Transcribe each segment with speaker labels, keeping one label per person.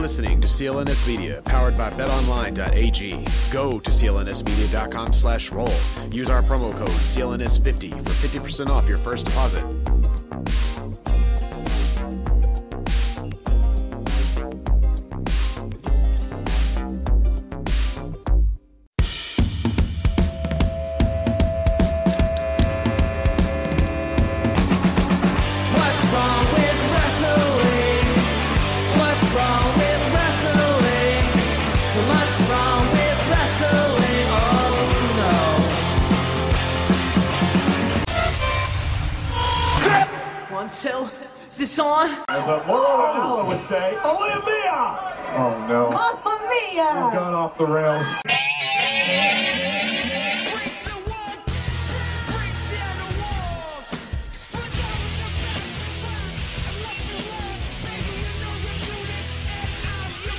Speaker 1: listening to CLNS Media, powered by betonline.ag. Go to clnsmedia.com slash roll. Use our promo code CLNS50 for 50% off your first deposit.
Speaker 2: What's wrong with wrestling? What's wrong with wrestling? So much wrong with wrestling. Oh no. One, two, is this on?
Speaker 3: As a Moro Allen would say, Aaliyah Oh no.
Speaker 2: Mamma mia!
Speaker 3: Got off the rails.
Speaker 4: Break the wall, break down the walls. Forget what you're meant to burn and what you want. Baby, you know your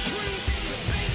Speaker 4: Judas and I'm your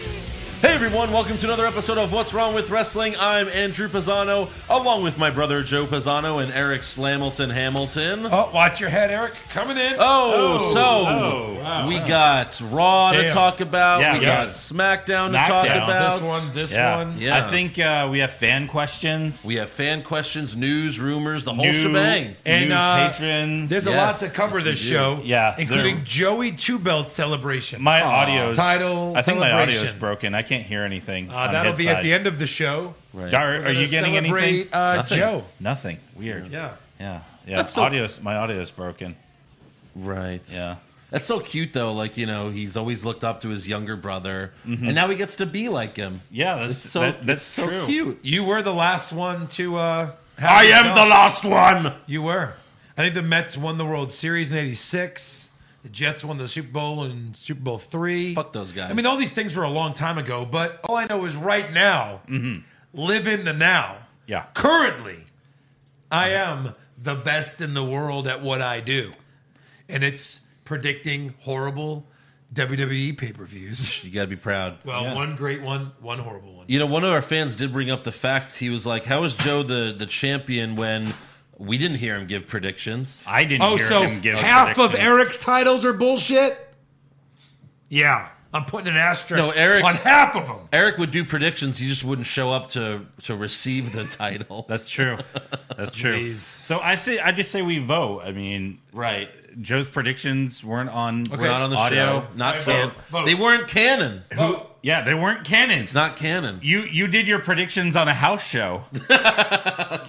Speaker 4: priest. Baby, what I got is not from the least.
Speaker 5: Hey everyone, welcome to another episode of What's Wrong with Wrestling. I'm Andrew Pisano, along with my brother Joe Pisano and Eric Slamilton Hamilton.
Speaker 6: Oh, watch your head, Eric. Coming in.
Speaker 5: Oh, so
Speaker 7: oh,
Speaker 6: wow.
Speaker 5: we got Raw to
Speaker 6: Damn.
Speaker 5: talk about.
Speaker 7: Yeah.
Speaker 5: we
Speaker 7: Yeah.
Speaker 5: got SmackDown, to talk
Speaker 7: SmackDown.
Speaker 5: about.
Speaker 6: this one, this
Speaker 7: yeah.
Speaker 6: one.
Speaker 5: Yeah.
Speaker 7: I think uh, we have fan questions.
Speaker 5: We have fan questions, news, rumors, the whole
Speaker 7: new,
Speaker 5: shebang.
Speaker 6: And,
Speaker 7: new
Speaker 6: uh,
Speaker 7: patrons.
Speaker 6: There's
Speaker 5: Yes,
Speaker 6: a lot to cover
Speaker 5: yes, we
Speaker 6: this
Speaker 5: do.
Speaker 6: show.
Speaker 7: Yeah,
Speaker 6: Including
Speaker 7: there-
Speaker 6: Joey Two Belt celebration.
Speaker 7: my audio's
Speaker 6: title
Speaker 7: I think my audio's
Speaker 6: celebration.
Speaker 7: broken. I can't hear anything.
Speaker 6: uh, that'll be at the end of the show.
Speaker 7: Are, are
Speaker 6: We're gonna
Speaker 7: you getting
Speaker 6: celebrate,
Speaker 7: anything?
Speaker 6: Uh,
Speaker 5: Nothing.
Speaker 6: Joe.
Speaker 7: Nothing. Weird.
Speaker 6: Yeah.
Speaker 7: Yeah. Yeah.
Speaker 5: That's so-
Speaker 7: audio's my audio's broken.
Speaker 5: Right.
Speaker 7: Yeah.
Speaker 5: That's so cute though. Like, you know, he's always looked up to his younger brother. And now he gets to be like him.
Speaker 7: Yeah. That's
Speaker 5: It's so
Speaker 7: that- that's
Speaker 5: it's so
Speaker 7: true.
Speaker 5: cute.
Speaker 6: You were the last one to. Uh, have
Speaker 7: I
Speaker 6: it
Speaker 7: am
Speaker 6: go.
Speaker 7: the last one.
Speaker 6: You were. I think the Mets won the World Series in '86. The Jets won the Super Bowl in Super Bowl three.
Speaker 5: Fuck those guys.
Speaker 6: I mean, all these things were a long time ago, but all I know is right now,
Speaker 7: Mm-hmm.
Speaker 6: live in the now.
Speaker 7: Yeah.
Speaker 6: Currently, I am the best in the world at what I do, and it's predicting horrible E WWE pay per views.
Speaker 5: you gotta be proud.
Speaker 6: Well, one great one, one horrible one.
Speaker 5: You know, one of our fans did bring up the fact he was like, "How is Joe the the champion when we didn't hear him give predictions?"
Speaker 7: I didn't
Speaker 6: Oh,
Speaker 7: hear
Speaker 6: so
Speaker 7: him give
Speaker 6: half of
Speaker 7: predictions.
Speaker 6: Eric's titles are bullshit. Yeah, I'm putting an asterisk
Speaker 5: No, Eric's-
Speaker 6: on half of them.
Speaker 5: Eric would do predictions; he just wouldn't show up to to receive the title.
Speaker 7: That's true. That's true.
Speaker 6: Please.
Speaker 7: So I say I just say we vote. I mean,
Speaker 5: right.
Speaker 7: Joe's predictions weren't on.
Speaker 5: We're not on the
Speaker 7: audio.
Speaker 5: show. Not
Speaker 6: Right,
Speaker 5: can-
Speaker 6: vote, vote.
Speaker 5: They weren't canon.
Speaker 7: Yeah, they weren't canon.
Speaker 5: It's not canon.
Speaker 7: You you did your predictions on a house show.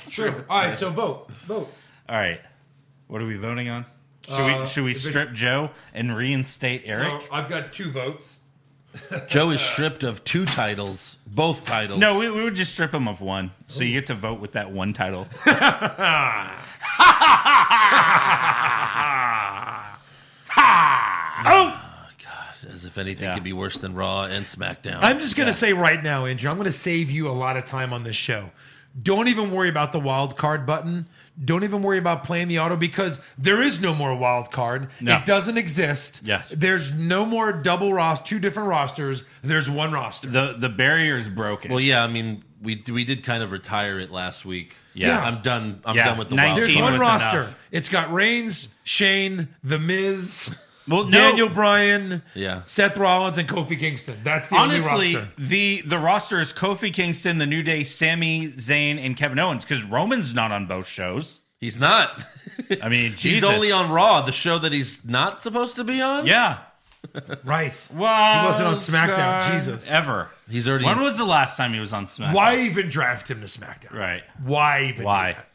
Speaker 6: True. All right, so vote, vote.
Speaker 7: All right, what are we voting on? Should we should we
Speaker 6: Uh, if it's-
Speaker 7: strip Joe and reinstate Eric?
Speaker 6: So I've got two votes.
Speaker 5: Joe is stripped of two titles, both titles.
Speaker 7: no, we, we would just strip him of one. So you get to vote with that one title.
Speaker 6: Oh!
Speaker 5: as if anything
Speaker 7: Yeah.
Speaker 5: could be worse than Raw and SmackDown.
Speaker 6: I'm just going to say right now, Andrew, I'm going to save you a lot of time on this show. Don't even worry about the wild card button. Don't even worry about playing the auto because there is no more wild card.
Speaker 7: No.
Speaker 6: It doesn't exist.
Speaker 7: Yes.
Speaker 6: There's no more double roster, two different rosters. There's one roster.
Speaker 7: the the barrier's broken.
Speaker 5: well, yeah, I mean, we we did kind of retire it last week.
Speaker 7: Yeah.
Speaker 5: I'm done. I'm
Speaker 7: Yeah.
Speaker 5: done with the
Speaker 7: Nineteen-
Speaker 5: wild
Speaker 6: There's
Speaker 7: team
Speaker 6: one
Speaker 7: was
Speaker 6: roster.
Speaker 7: enough.
Speaker 6: It's got Reigns, Shane, The Miz,
Speaker 7: Well, no.
Speaker 6: Daniel Bryan,
Speaker 5: Yeah.
Speaker 6: Seth Rollins, and Kofi Kingston. That's the only
Speaker 7: Honestly,
Speaker 6: roster.
Speaker 7: the the roster is Kofi Kingston, The New Day, Sammy Zayn, and Kevin Owens because Roman's not on both shows.
Speaker 5: He's not.
Speaker 7: I mean,
Speaker 5: He's
Speaker 7: Jesus.
Speaker 5: only on Raw, the show that he's not supposed to be on.
Speaker 7: Yeah.
Speaker 6: Right.
Speaker 7: Well,
Speaker 6: He wasn't on SmackDown, Jesus.
Speaker 7: Ever.
Speaker 5: He's already-
Speaker 7: When was the last time he was on SmackDown?
Speaker 6: Why even draft him to SmackDown?
Speaker 7: Right.
Speaker 6: Why even? do
Speaker 7: Why?
Speaker 6: that?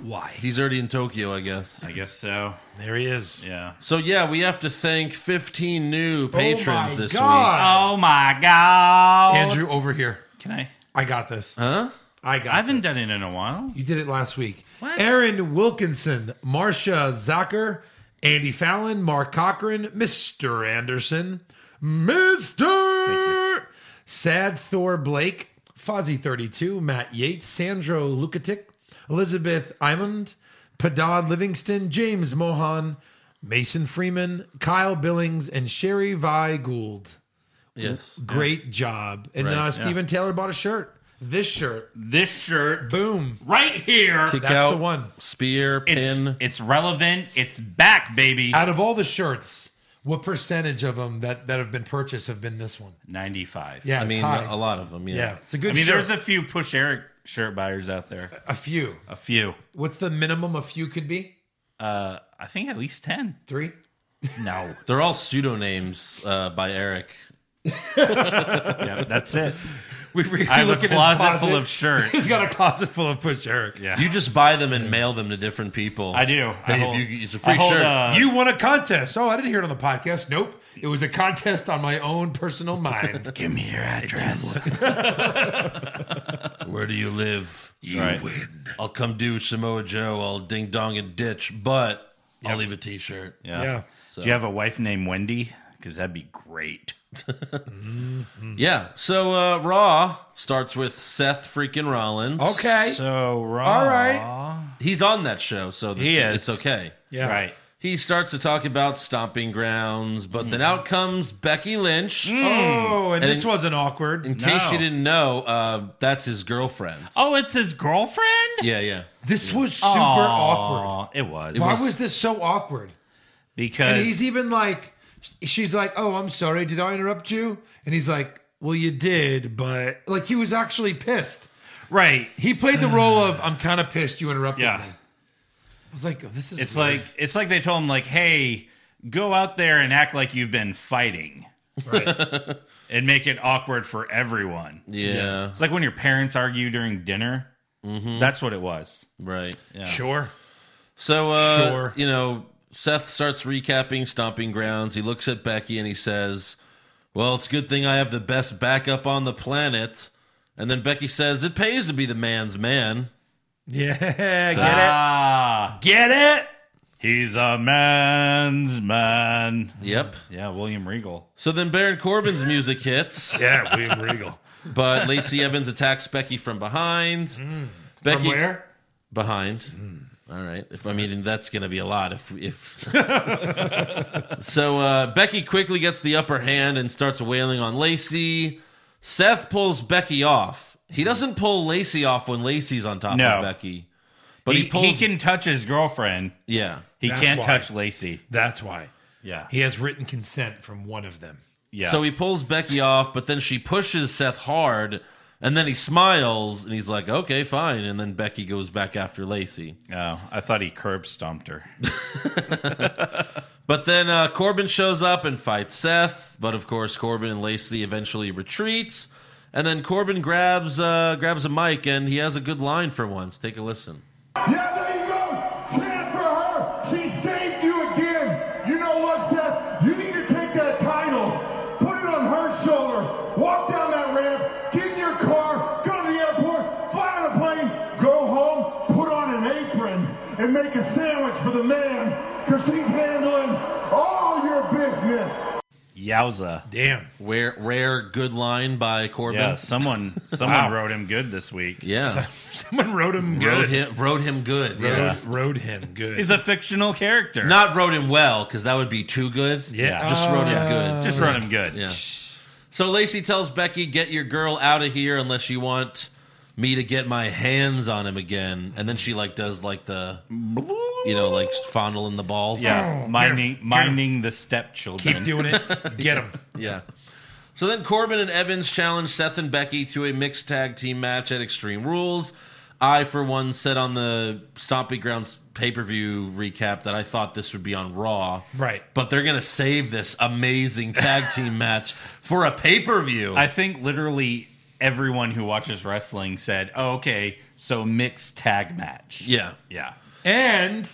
Speaker 6: Why?
Speaker 5: He's already in Tokyo, I guess.
Speaker 7: I guess so.
Speaker 6: There he is.
Speaker 7: Yeah.
Speaker 5: So yeah, we have to thank 15 new patrons
Speaker 6: Oh my
Speaker 5: this
Speaker 6: God. Oh.
Speaker 5: week.
Speaker 7: Oh my god.
Speaker 6: Uh, Andrew, over here.
Speaker 7: Can I?
Speaker 6: I got this.
Speaker 5: Huh?
Speaker 6: I got.
Speaker 7: I haven't
Speaker 6: this.
Speaker 7: done it in a while.
Speaker 6: You did it last week.
Speaker 7: What?
Speaker 6: Aaron Wilkinson, Marsha Zucker, Andy Fallon, Mark Cochran, Mr. Anderson, Mr. Sad Thor Blake, Fozzy32, Matt Yates, Sandro Lukatic, Elizabeth Imond, Padad Livingston, James Mohan, Mason Freeman, Kyle Billings, and Sherry Vi Gould.
Speaker 5: Yes.
Speaker 6: Great job. And
Speaker 5: Right,
Speaker 6: uh, Stephen Taylor bought a shirt. This shirt,
Speaker 7: This shirt
Speaker 6: boom,
Speaker 7: right here.
Speaker 5: Kick
Speaker 6: That's
Speaker 5: out,
Speaker 6: the one.
Speaker 5: Spear,
Speaker 7: It's
Speaker 5: pin.
Speaker 7: it's relevant. It's back, baby.
Speaker 6: out of all the shirts, what percentage of them that, that have been purchased have been this one?
Speaker 7: Ninety five.
Speaker 6: Yeah,
Speaker 5: I
Speaker 6: it's
Speaker 5: mean,
Speaker 6: high.
Speaker 5: a lot of them. Yeah.
Speaker 6: Yeah, it's a
Speaker 7: I
Speaker 6: good.
Speaker 7: mean,
Speaker 6: shirt.
Speaker 7: there's a few push Eric shirt buyers out there.
Speaker 6: a few.
Speaker 7: A few.
Speaker 6: What's the minimum a few could be?
Speaker 7: Uh, I think at least ten.
Speaker 6: Three.
Speaker 7: No.
Speaker 5: They're all pseudonyms uh, by Eric.
Speaker 7: yeah, that's it.
Speaker 6: We really
Speaker 7: I have a
Speaker 6: look at his
Speaker 7: closet, full of shirts.
Speaker 6: He's got a closet full of push Eric.
Speaker 7: Yeah.
Speaker 5: You just buy them and mail them to different people.
Speaker 7: I do. I
Speaker 5: Hey,
Speaker 7: hold-
Speaker 5: if you, it's a
Speaker 7: I
Speaker 5: free
Speaker 7: hold,
Speaker 5: shirt.
Speaker 7: uh,
Speaker 6: You won a contest. Oh, I didn't hear it on the podcast. Nope. It was a contest on my own personal mind.
Speaker 7: Give me your address.
Speaker 5: Where do you live?
Speaker 7: You Right.
Speaker 5: I'll come do Samoa Joe. I'll ding dong and ditch, but I'll leave a T-shirt.
Speaker 7: Yeah.
Speaker 6: Yeah.
Speaker 7: Do you have a wife named Wendy? Because that'd be great.
Speaker 5: Yeah. So uh, Raw starts with Seth freaking Rollins.
Speaker 6: Okay.
Speaker 7: So raw.
Speaker 6: All right.
Speaker 5: He's on that show, so that's,
Speaker 7: He is.
Speaker 5: it's okay.
Speaker 6: Yeah.
Speaker 7: Right.
Speaker 5: He starts to talk about stomping grounds, but then out comes Becky Lynch.
Speaker 6: Oh, and,
Speaker 5: And
Speaker 6: this
Speaker 5: in-
Speaker 6: wasn't awkward.
Speaker 5: In case
Speaker 7: Mm. No.
Speaker 5: you didn't know, uh, that's his girlfriend.
Speaker 7: Oh, it's his girlfriend.
Speaker 5: Yeah, yeah.
Speaker 6: this was super awkward.
Speaker 7: It was.
Speaker 6: Why was this so awkward?
Speaker 7: because
Speaker 6: And he's even like, she's like, "Oh, I'm sorry. Did I interrupt you?" And he's like, "Well, you did, but like he was actually pissed.
Speaker 7: right.
Speaker 6: He played the role of I'm kind of pissed. You interrupted
Speaker 7: Yeah.
Speaker 6: me. I was like, oh, "This is
Speaker 7: It's
Speaker 6: weird.
Speaker 7: like it's like they told him like, hey, go out there and act like you've been fighting, and make it awkward for everyone.
Speaker 5: Yeah.
Speaker 7: It's like when your parents argue during dinner. That's what it was.
Speaker 5: Right. Yeah.
Speaker 6: Mm-hmm. sure,
Speaker 5: So, uh,
Speaker 6: Sure.
Speaker 5: you know, Seth starts recapping Stomping Grounds. He looks at Becky and he says, Well, it's a good thing I have the best backup on the planet. And then Becky says, It pays to be the man's man.
Speaker 6: yeah, get
Speaker 7: Ah,
Speaker 6: it, get it."
Speaker 7: he's a man's man.
Speaker 5: Yep.
Speaker 7: Yeah, William Regal.
Speaker 5: So then Baron Corbin's music hits,
Speaker 6: Yeah, William Regal.
Speaker 5: but Lacey Evans attacks Becky from behind. Becky
Speaker 6: From where?
Speaker 5: behind. All right. If I mean that's going to be a lot. If if so, uh, Becky quickly gets the upper hand and starts wailing on Lacey. Seth pulls Becky off. He doesn't pull Lacey off when Lacey's on top
Speaker 7: No.
Speaker 5: of Becky, but
Speaker 7: He,
Speaker 5: he,
Speaker 7: he,
Speaker 5: pulls.
Speaker 7: can touch his girlfriend.
Speaker 5: yeah.
Speaker 7: He
Speaker 6: That's
Speaker 7: can't
Speaker 6: why.
Speaker 7: touch Lacey.
Speaker 6: That's why
Speaker 7: Yeah.
Speaker 6: he has written consent from one of them.
Speaker 7: yeah.
Speaker 5: So he pulls Becky off, but then she pushes Seth hard, and then he smiles and he's like, "Okay, fine." And then Becky goes back after Lacey.
Speaker 7: oh, I thought he curb stomped her.
Speaker 5: But then uh, Corbin shows up and fights Seth. But of course, Corbin and Lacey eventually retreat. And then Corbin grabs uh, grabs a mic and he has a good line for once. Take a listen.
Speaker 3: Yeah, there you go. Transfer her. She saved you again. You know what, Seth? You need to take that title, put it on her shoulder, walk down that ramp, get in your car, go to the airport, fly on a plane, go home, put on an apron, and make a sandwich for the man, because she's handling all your business.
Speaker 7: Yowza.
Speaker 6: Damn.
Speaker 5: Rare, rare good line by Corbin.
Speaker 7: Yeah, someone someone
Speaker 6: Wow.
Speaker 7: wrote him good this week.
Speaker 5: Yeah.
Speaker 6: Someone wrote him good.
Speaker 5: Wrote him, wrote him good.
Speaker 6: Wrote-
Speaker 5: Yes.
Speaker 6: wrote him good.
Speaker 7: He's a fictional character.
Speaker 5: Not wrote him well because that would be too good.
Speaker 7: Yeah.
Speaker 5: Just wrote him good.
Speaker 7: Just wrote him good.
Speaker 5: Yeah. So Lacey tells Becky, "Get your girl out of here unless you want me to get my hands on him again." And then she like does like the, you know, like fondling the balls.
Speaker 7: Yeah. Minding minding the stepchildren.
Speaker 6: Keep doing it. Get him.
Speaker 5: yeah. So then Corbin and Evans challenge Seth and Becky to a mixed tag team match at Extreme Rules. I, for one, said on the Stomping Grounds pay per view recap that I thought this would be on Raw.
Speaker 6: Right.
Speaker 5: But they're going to save this amazing tag team match for a pay per view.
Speaker 7: I think literally everyone who watches wrestling said, oh, okay, so mixed tag match.
Speaker 5: Yeah.
Speaker 7: Yeah.
Speaker 6: And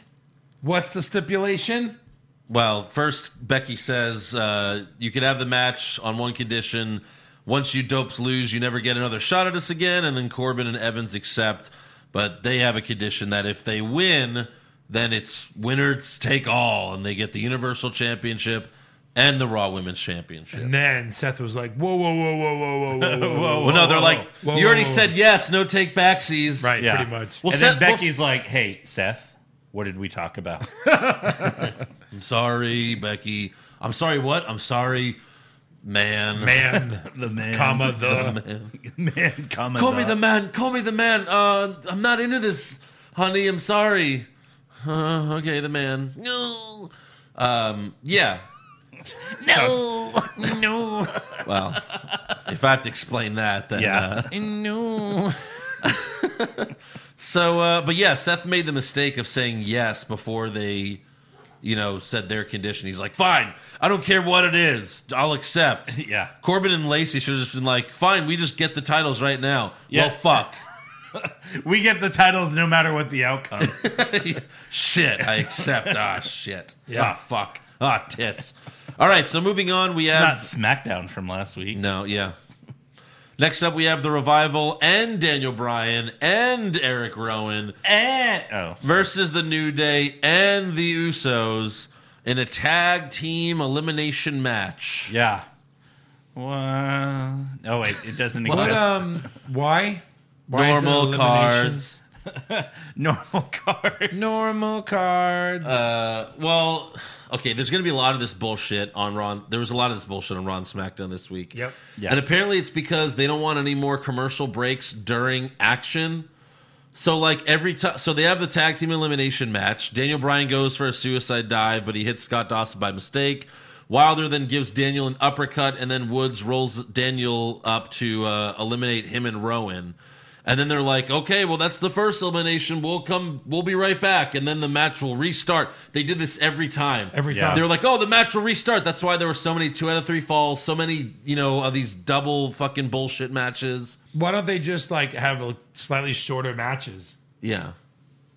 Speaker 6: what's the stipulation?
Speaker 5: Well, first Becky says uh, you could have the match on one condition. Once you dopes lose, you never get another shot at us again. And then Corbin and Evans accept, but they have a condition that if they win, then it's winners take all, and they get the Universal Championship and the Raw Women's Championship.
Speaker 6: And then Seth was like, whoa, whoa, whoa, whoa, whoa, whoa, whoa, whoa. whoa.
Speaker 5: well, no, they're like
Speaker 6: whoa,
Speaker 5: you already
Speaker 6: whoa, whoa."
Speaker 5: said yes, no take backsies.
Speaker 6: Right,
Speaker 7: Yeah.
Speaker 6: pretty much.
Speaker 5: Well,
Speaker 7: and
Speaker 5: Seth-
Speaker 7: then Becky's like, hey, Seth, what did we talk about?
Speaker 5: I'm sorry, Becky. I'm sorry. What? I'm sorry. man.
Speaker 6: man,
Speaker 7: The man,
Speaker 6: comma the.
Speaker 7: man, comma.
Speaker 5: Call me the man. Call me the man. Uh, I'm not into this, honey. I'm sorry. Uh, okay, the man. No. Um, yeah.
Speaker 7: no, no,
Speaker 5: Well, if I have to explain that, then
Speaker 7: yeah,
Speaker 5: uh,
Speaker 7: no.
Speaker 5: So, uh, but yeah, Seth made the mistake of saying yes before they, you know, said their condition. He's like, fine, I don't care what it is. I'll accept.
Speaker 7: Yeah.
Speaker 5: Corbin and Lacey should have just been like, fine, we just get the titles right now.
Speaker 7: Yeah.
Speaker 5: Well, fuck.
Speaker 7: We get the titles no matter what the outcome.
Speaker 5: shit, I accept. ah, shit.
Speaker 6: Yeah.
Speaker 5: Ah, fuck. Ah, tits. All right, so moving on, we
Speaker 7: Not
Speaker 5: have.
Speaker 7: SmackDown from last week.
Speaker 5: No, yeah. Next up, we have The Revival and Daniel Bryan and Eric Rowan
Speaker 7: Eh, oh,
Speaker 5: versus the New Day and the Usos in a tag team elimination match.
Speaker 7: yeah. Well, oh wait, it doesn't
Speaker 6: But,
Speaker 7: exist.
Speaker 6: um, why? Why is it
Speaker 5: Normal
Speaker 6: elimination?
Speaker 5: cards.
Speaker 7: Normal card.
Speaker 6: Normal cards.
Speaker 5: Uh, well, okay. There's going to be a lot of this bullshit on Ron. There was a lot of this bullshit on Ron SmackDown this week.
Speaker 6: Yep.
Speaker 7: Yeah.
Speaker 5: And apparently, it's because they don't want any more commercial breaks during action. So, like every time, so they have the tag team elimination match. Daniel Bryan goes for a suicide dive, but he hits Scott Dawson by mistake. Wilder then gives Daniel an uppercut, and then Woods rolls Daniel up to uh, eliminate him and Rowan. And then they're like, "Okay, well, that's the first elimination. We'll come. We'll be right back." And then the match will restart. They did this every time.
Speaker 6: Every
Speaker 7: Yeah.
Speaker 6: time.
Speaker 5: They were like, oh, the match will restart. That's why there were so many two out of three falls, so many, you know, of these double fucking bullshit matches.
Speaker 6: Why don't they just like have like, slightly shorter matches?
Speaker 5: Yeah.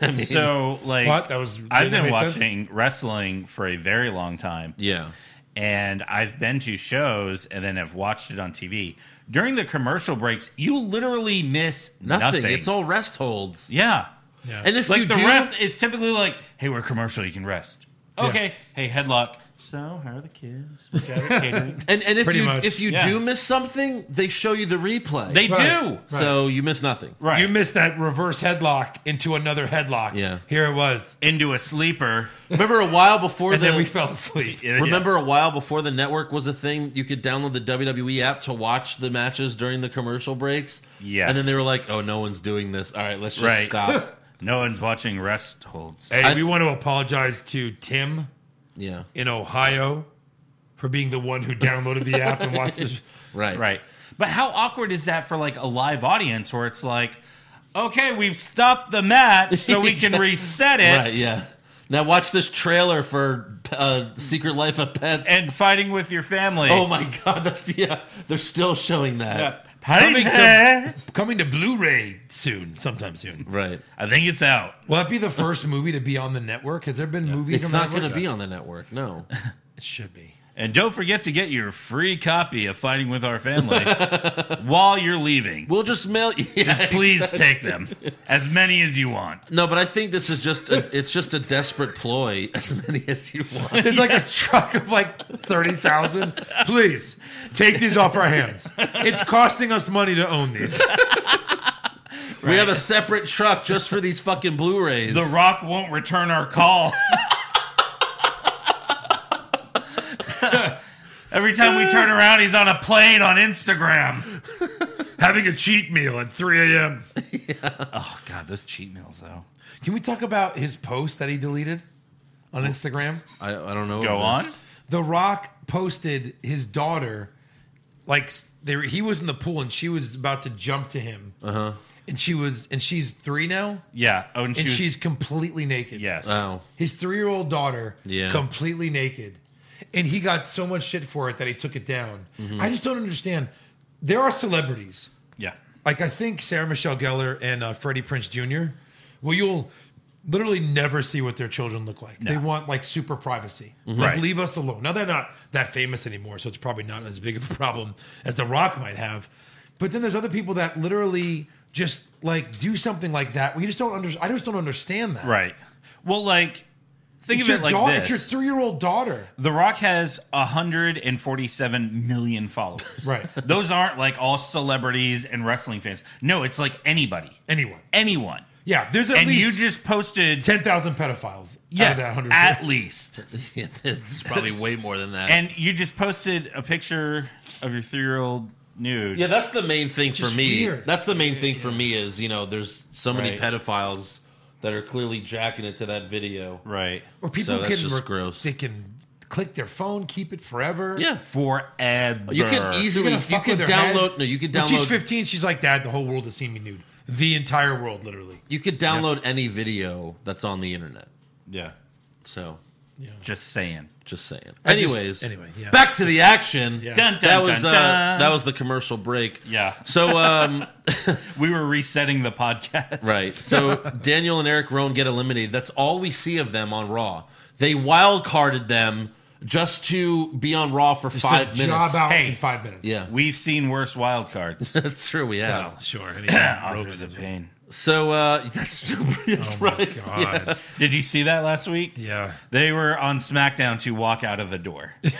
Speaker 5: I mean,
Speaker 7: So like,
Speaker 6: What? That was.
Speaker 7: I've
Speaker 6: didn't that
Speaker 7: been
Speaker 6: make sense?
Speaker 7: watching wrestling for a very long time.
Speaker 5: yeah.
Speaker 7: and I've been to shows and then have watched it on TV. During the commercial breaks, you literally miss
Speaker 5: Nothing.
Speaker 7: nothing.
Speaker 5: It's all rest holds.
Speaker 7: yeah.
Speaker 6: Yeah.
Speaker 5: And if you
Speaker 7: Like the
Speaker 5: do,
Speaker 7: ref is typically like, "Hey, we're commercial. You can rest." Okay. Hey, headlock. So, how are the kids? We got it catering.
Speaker 5: and, and if
Speaker 6: Pretty
Speaker 5: you
Speaker 6: much.
Speaker 5: if you
Speaker 7: Yeah.
Speaker 5: do miss something, they show you the replay.
Speaker 7: they
Speaker 6: Right.
Speaker 7: do.
Speaker 5: so you miss nothing.
Speaker 7: Right.
Speaker 6: You missed that reverse headlock into another headlock.
Speaker 5: Yeah.
Speaker 6: Here it was.
Speaker 7: into a sleeper.
Speaker 5: Remember a while before
Speaker 6: And
Speaker 5: the
Speaker 6: then we fell asleep.
Speaker 7: Yeah.
Speaker 5: remember a while before the network was a thing, you could download the WWE app to watch the matches during the commercial breaks.
Speaker 7: Yes.
Speaker 5: And then they were like, "Oh, no one's doing this. All right, let's just
Speaker 7: Right.
Speaker 5: stop."
Speaker 7: No one's watching rest holds.
Speaker 6: Hey,
Speaker 5: I-
Speaker 6: we want to apologize to Tim
Speaker 5: yeah.
Speaker 6: in Ohio for being the one who downloaded the app and watched the
Speaker 5: Right.
Speaker 7: Right. But how awkward is that for like a live audience where it's like, okay, we've stopped the match so we can reset it.
Speaker 5: Right, yeah. Now watch this trailer for uh, Secret Life of Pets.
Speaker 7: and fighting with your family.
Speaker 5: oh my god, that's yeah. They're still showing that.
Speaker 6: Coming
Speaker 7: Hey,
Speaker 6: coming to Blu-ray soon, sometime soon.
Speaker 5: Right.
Speaker 7: I think it's out.
Speaker 6: Will that be the first movie to be on the network? Has there been movies?
Speaker 5: It's
Speaker 6: on
Speaker 5: not
Speaker 6: going to
Speaker 5: be on the network. No.
Speaker 6: It should be.
Speaker 7: And don't forget to get your free copy of Fighting with Our Family while you're leaving.
Speaker 5: We'll just mail yeah.
Speaker 7: Please take them, as many as you want.
Speaker 5: No, but I think this is just a, it's just a desperate ploy as many as you want.
Speaker 6: There's like a truck of like thirty thousand. Please take these off our hands. It's costing us money to own these.
Speaker 5: We have a separate truck just for these fucking Blu-rays.
Speaker 7: The Rock won't return our calls. Every time we turn around, he's on a plane on Instagram.
Speaker 6: Having a cheat meal at three a.m.
Speaker 7: Oh, God, those cheat meals, though.
Speaker 6: Can we talk about his post that he deleted on Instagram?
Speaker 5: I, I don't know.
Speaker 7: Go
Speaker 5: of
Speaker 7: on.
Speaker 5: this.
Speaker 6: The Rock posted his daughter, like they were, he was in the pool and she was about to jump to him, uh-huh. and she was and she's three now,
Speaker 7: Yeah. Oh, and, Oh. she
Speaker 6: and
Speaker 7: was-
Speaker 6: she's completely naked.
Speaker 7: Yes.
Speaker 5: Wow.
Speaker 6: his three-year-old daughter,
Speaker 5: Yeah.
Speaker 6: completely naked, and he got so much shit for it that he took it down.
Speaker 7: Mm-hmm.
Speaker 6: I just don't understand. There are celebrities
Speaker 7: Yeah.
Speaker 6: like I think Sarah Michelle Gellar and uh, Freddie Prince Jr. Well, you'll literally never see what their children look like. They want like super privacy. Like
Speaker 7: Mm-hmm. Right.
Speaker 6: leave us alone. Now they're not that famous anymore, so it's probably not as big of a problem as The Rock might have. But then there's other people that literally just like do something like that. We just don't under- I just don't understand that.
Speaker 7: Right. Well, like, think
Speaker 6: It's
Speaker 7: of
Speaker 6: your,
Speaker 7: it like
Speaker 6: daughter,
Speaker 7: this.
Speaker 6: it's your three-year-old daughter.
Speaker 7: The Rock has 147 million followers.
Speaker 6: Right.
Speaker 7: Those aren't like all celebrities and wrestling fans. No, it's like anybody,
Speaker 6: Anyone.
Speaker 7: anyone.
Speaker 6: Yeah, there's at
Speaker 7: and
Speaker 6: least
Speaker 7: you just posted.
Speaker 6: ten thousand pedophiles
Speaker 7: Yes,
Speaker 6: that 100.
Speaker 7: at least.
Speaker 5: Yeah, it's probably way more than that.
Speaker 7: And you just posted a picture of your three-year-old nude.
Speaker 5: yeah, that's the main thing for
Speaker 6: just
Speaker 5: me.
Speaker 6: weird.
Speaker 5: That's the main thing for me is you know there's so many
Speaker 7: Right.
Speaker 5: pedophiles that are clearly jacking it to that video.
Speaker 7: Right.
Speaker 6: Or people
Speaker 5: So that's
Speaker 6: can
Speaker 5: just
Speaker 6: rec-
Speaker 5: gross.
Speaker 6: They can click their phone, keep it forever.
Speaker 5: Yeah,
Speaker 7: Forever.
Speaker 5: you can easily
Speaker 6: gonna
Speaker 5: you
Speaker 6: fuck
Speaker 5: could
Speaker 6: with her head?
Speaker 5: download no you could
Speaker 6: When she's
Speaker 5: download
Speaker 6: 15, she's like, Dad, the whole world has seen me nude. The entire world, literally.
Speaker 5: you could download any video that's on the internet.
Speaker 7: Yeah.
Speaker 5: So
Speaker 7: Just saying.
Speaker 5: Just saying.
Speaker 6: I just-
Speaker 5: Anyways,
Speaker 6: anyway, yeah.
Speaker 5: back to the action.
Speaker 6: Yeah.
Speaker 7: Dun, dun,
Speaker 5: that was
Speaker 7: dun,
Speaker 5: uh,
Speaker 7: dun.
Speaker 5: that was the commercial break.
Speaker 7: Yeah.
Speaker 5: So um,
Speaker 7: We were resetting the podcast.
Speaker 5: right. So Daniel and Eric Rowan get eliminated. That's all we see of them on Raw. They wild carded them just to be on Raw for
Speaker 6: Just
Speaker 5: five
Speaker 6: a
Speaker 5: minutes.
Speaker 6: Job out
Speaker 7: Hey.
Speaker 6: in five minutes.
Speaker 5: Yeah,
Speaker 7: We've seen worse wild cards. Oh,
Speaker 5: that's true. We have.
Speaker 6: Sure.
Speaker 7: Authors of pain.
Speaker 5: So uh, that's, that's
Speaker 6: Oh my
Speaker 5: right.
Speaker 6: God.
Speaker 5: Yeah.
Speaker 7: Did you see that last week?
Speaker 6: Yeah.
Speaker 7: They were on SmackDown to walk out of the door.